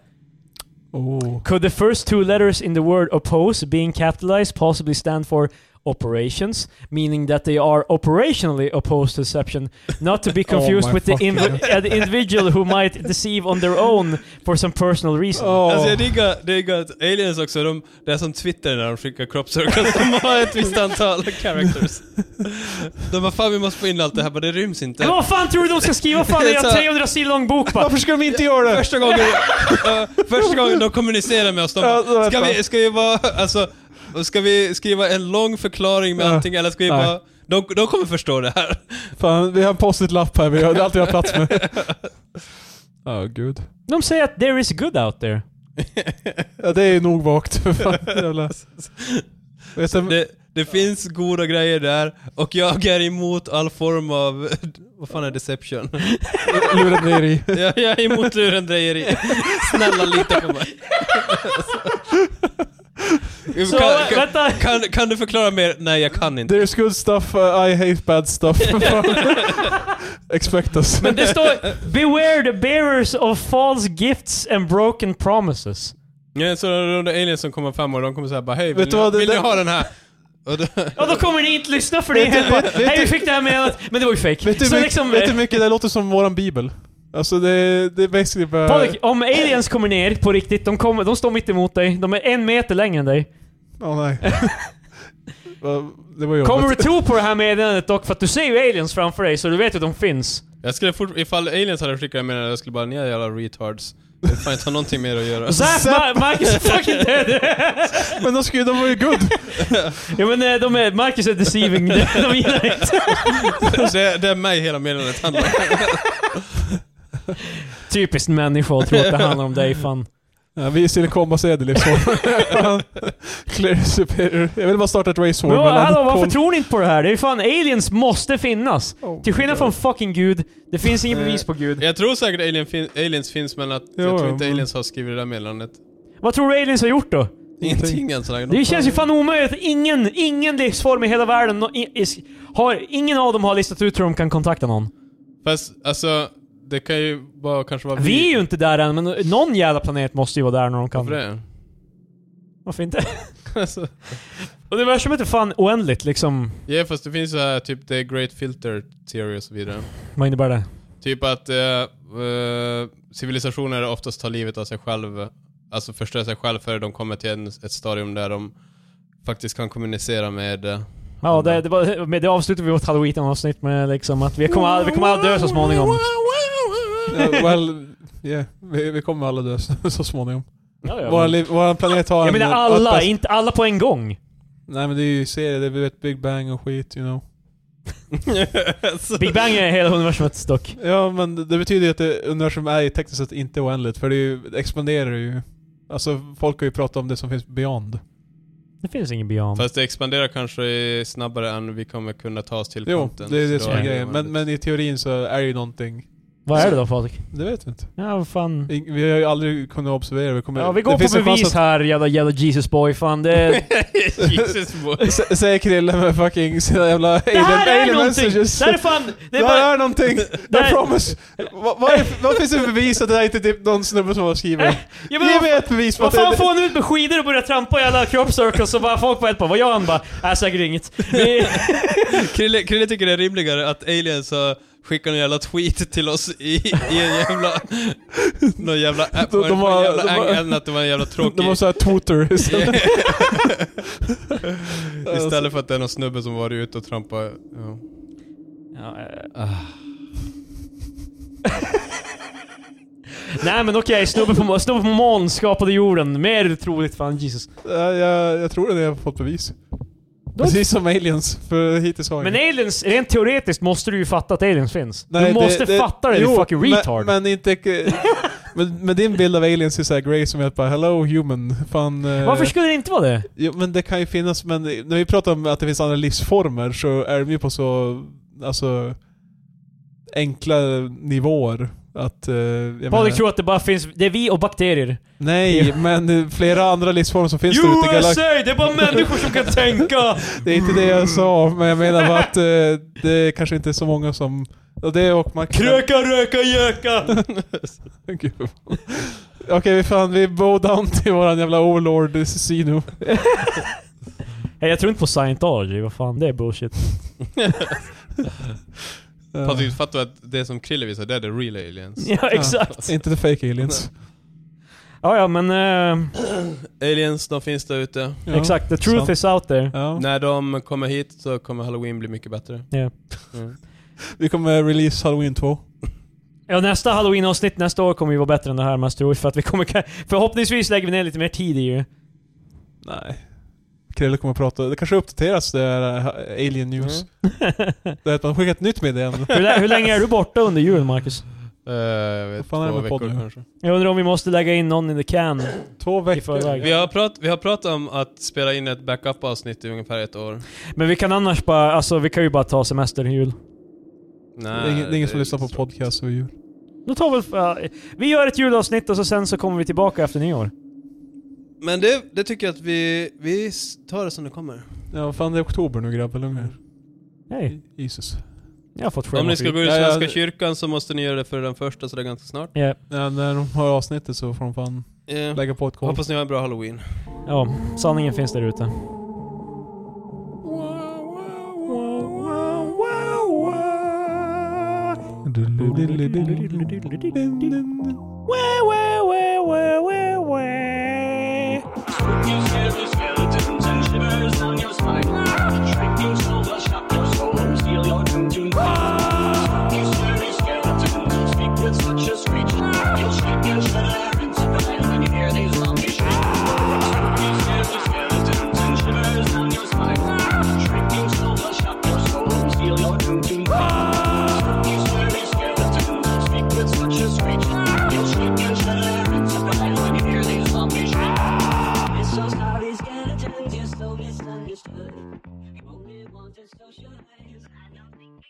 Oh.
Could the first two letters in the word oppose being capitalized possibly stand for operations, meaning that they are operationally opposed to deception, not to be confused
Oh my
with the,
fucking
inv- uh, the individual who might deceive on their own for some personal reason.
Oh.
Alltså jag diggar, diggar att aliens också, de, det är som Twitter när de skickar kroppscirklar, de har ett visst antal characters. De bara fan vi måste få in allt det här, bara det ryms inte.
Men vad fan tror du de ska skriva? Fan, det är en 300 sidor lång bok bara.
Varför ska de inte göra det?
Första gången, ja, första gången de kommunicerar med oss, de
Ja,
bara,
vänta.
ska vi, ska vi vara, alltså, ska vi skriva en lång förklaring med
Ja.
allting eller ska vi
Nej.
bara, de, de kommer förstå det här.
Fan, vi har en post lapp här. Vi har, det är allt vi har plats med. Ja, gud.
De säger att there is good out there.
Ja, det är nog vagt. Fan, jävla. Vet du,
Det, det finns goda grejer där och jag är emot all form av, vad fan är deception?
lurendrejeri.
Jag, jag är emot lurendrejeri. Snälla lita på mig.
Så,
kan, kan,
vänta.
kan, kan du förklara mer? Nej, jag kan inte.
There's good stuff, uh, I hate bad stuff. Fan. Expect us.
Men det står “Beware the bearers of false gifts and broken promises”.
Ja, så de där aliens som kommer om fem år, de kommer säga bara hej, vill,
Vet du
ni,
vad, det
vill ni
där-
ha den här? Och då,
Ja, då kommer ni inte lyssna för det är
Vet du-
helt bara,
vet- vet
“Hej,
du-
vi fick det här med men det var ju fake”.
Vet du
Så
hur
liksom,
mycket, vet du hur mycket det låter som våran bibel? Alltså det, det är basically bara...
Patrik, om aliens kommer ner på riktigt, de, kommer, de står mitt emot dig, de är en meter längre än dig.
Åh nej. Va, det var jobbigt.
Kommer du tro på det här meddelandet dock? För att du ser ju aliens framför dig, så du vet att de finns.
jag skulle fort, ifall aliens hade skickat med den, jag skulle bara, ni är jävla retards. Jag vill fan inte ha någonting mer att göra.
Alltså,
Zapp, Ma- Marcus är fucking dead!
Men de, skulle, de var ju good!
ja men eh, de är, Marcus är deceiving, de gillar inte.
Det, det är mig hela meddelandet handlar om.
Typiskt människa att tro att det handlar om dig fan.
Ja, vi är silikonbaserade livsformer. Clear superior. Jag vill bara starta ett race war
Men vad- hallå, varför
Pol-
tror ni inte på det här? Det är ju fan, aliens måste finnas!
Oh,
Till skillnad
God.
från fucking gud, det finns inget bevis på gud.
Jag tror säkert alien fin, aliens finns, men att,
Jo,
jag tror inte
men-
aliens har skrivit det där meddelandet.
Vad tror du aliens har gjort då?
Ingenting än så länge.
Det känns ju fan omöjligt. Ingen, ingen livsform i hela världen no- i- is- har, ingen av dem har listat ut hur de kan kontakta någon.
Fast alltså, det kan ju bara kanske vara
Vi är ju inte där än, men någon jävla planet måste ju vara där när de kan.
Varför det?
Varför inte?
Alltså,
Universumet är fan oändligt liksom.
Ja fast det finns så här typ the great filter theory och så vidare.
Vad innebär det?
Typ att eh, eh, civilisationer oftast tar livet av sig själv, alltså förstör sig själv före de kommer till en, ett stadium där de faktiskt kan kommunicera med... eh,
Ja, det, det, var, med det avslutar vi vårt halloween-avsnitt med liksom att vi kommer, all, vi kommer alla dö så småningom.
Ja, well, yeah. vi, vi kommer alla dö så så småningom.
Ja, ja.
Våra, liv, våra planet har
Jag
en-
menar
ett
alla,
bäst-
inte alla på en gång.
Nej men det är ju serier, det är ett Big Bang och skit you know.
Big Bang är hela universumet dock.
Ja men det det betyder ju att det, universum är ju tekniskt sett inte oändligt för det, är ju, det expanderar ju. Alltså folk har ju pratat om det som finns beyond.
Det finns ingen beyond.
Fast det expanderar kanske i- snabbare än vi kommer kunna ta oss till
Jo,
konten.
det är det
Så
som
då
är
det
grejen. Men,
vanligt.
men i teorin så är det ju någonting.
Vad är det då Patrik?
Det vet vi inte.
Ja, vad fan.
Vi vi har ju aldrig kunnat observera. Vi kommer,
Ja, vi
det
går
finns
på
en chans
bevis här jävla, jävla Jesus boy fan. Det,
Jesus boy.
S- Säger Krille med fucking sina jävla
det här
alien-
är
alien
någonting!
messages.
Det här är fan... Det är
Det här
bara,
är någonting!
Det
I
här-
promise! Va- Vad är- vad finns det för bevis att det här inte är typ någon snubbe som har skrivit?
ja, men
Ge
vad,
mig ett bevis på att
vad
det
fan får
är...
han ut med skidor och börjar trampa i alla kroppscircles och bara folk bara ett på Vad gör han? Bara, äh, säkert inget. Vi-
Krille, Krille tycker det är rimligare att aliens har skickat en jävla tweet till oss i, i en jävla... Någon jävla app,
De- de
de,
har-
jävla
de har-
ang- än att det var en jävla tråkig...
De har såhär Twitter istället.
Istället för att det är någon snubbe som varit ute och trampat... Ja.
Ja, eh. Nej men okej, snubben på, snubbe på moln skapade jorden. Mer troligt fan Jesus.
Ja, jag, jag tror det, jag har fått bevis. Precis som aliens, för hittills har jag
Men
inget.
aliens, rent teoretiskt måste du ju fatta att aliens finns.
Nej,
du måste fatta det, du fucking retard.
Men, men inte... Men, men din bild av aliens är såhär grey som är bara 'Hello human' fan... eh,
Varför skulle det inte vara det?
Jo, men det kan ju finnas, men när vi pratar om att det finns andra livsformer så är de ju på så, alltså, enkla nivåer. Att, eh, jag
Patrik
menar-
tror att det bara finns, det är vi och bakterier.
Nej, men eh, flera andra livsformer som finns där ute i galaxen.
USA! Det är bara människor som kan tänka!
Det är inte det jag sa, men jag menar bara att eh, det kanske inte är så många som... Och det och man...
Kröka, röka, göka!
Gud. Okej, vi fan, vi bow down till våran jävla overlord Sino.
Nej, jag tror inte på scientology, vad fan det är bullshit.
Eh,
Patrik, fattar du att det som Krille visar, det är the real aliens?
Ja, exakt.
Inte the fake aliens.
Ja, ja men eh,
Aliens, de finns där ute.
Ja.
exakt. The truth
sant.
is out there.
Ja.
När de kommer hit så kommer halloween bli mycket bättre. Mm.
Vi kommer release Halloween 2.
Ja, nästa halloween-avsnitt nästa år kommer ju vara bättre än det här mest troligt för att vi kommer ka- Förhoppningsvis lägger vi ner lite mer tid i det.
Nej. Krille kommer att prata. Det kanske uppdateras det här eh, Alien News.
Mm.
Det är att man skickar ett nytt meddelande.
hur, lä- hur länge är du borta under julen, Marcus?
Eh, jag vet,
Vad fan är det
två
med
veckor
podden?
kanske.
Jag undrar om vi måste lägga in någon in the can
Två
i
veckor.
förväg.
Vi har, prat, vi har pratat om att spela in ett backup-avsnitt i ungefär ett år.
Men vi kan annars bara, alltså vi kan ju bara ta semester i jul.
Det
Nej,
är ingen, det är ingen som lyssnar på
så-
podcast över jul.
Då tar vi, ja, vi gör ett julavsnitt och så sen så kommer vi tillbaka efter nyår.
Men det, det tycker jag att vi, vi s- tar det som det kommer.
Ja, vad fan det är oktober nu grabbar. Lugna er.
Nej,
Jesus.
jag har fått schema
Om ni
för
ska
jul.
gå ur
Ja, ja,
Svenska
det-
kyrkan så måste ni göra det för den första, så det är ganska snart.
Ja,
Ja, när de har avsnittet så får de fan
Eh,
lägga på ett kol.
hoppas ni har en bra halloween.
ja, sanningen finns där ute.
Shrinking scares the skeletons and shivers on your spine. Shrinking souls shock your soul, seal your doom tonight. You scary skeletons who speak with such a screech. You'll shake and shudder in surprise when you hear these zombies shriek. Shrinking scares the skeletons and shivers on your spine. Shrinking souls shock your soul, seal your doom tonight. You scary skeletons who speak with such a screech. You'll shake and shudder in surprise when you hear these zombies shriek. It's so sorry, skeletons, you're so misunderstood. You only want to socialize. I don't think.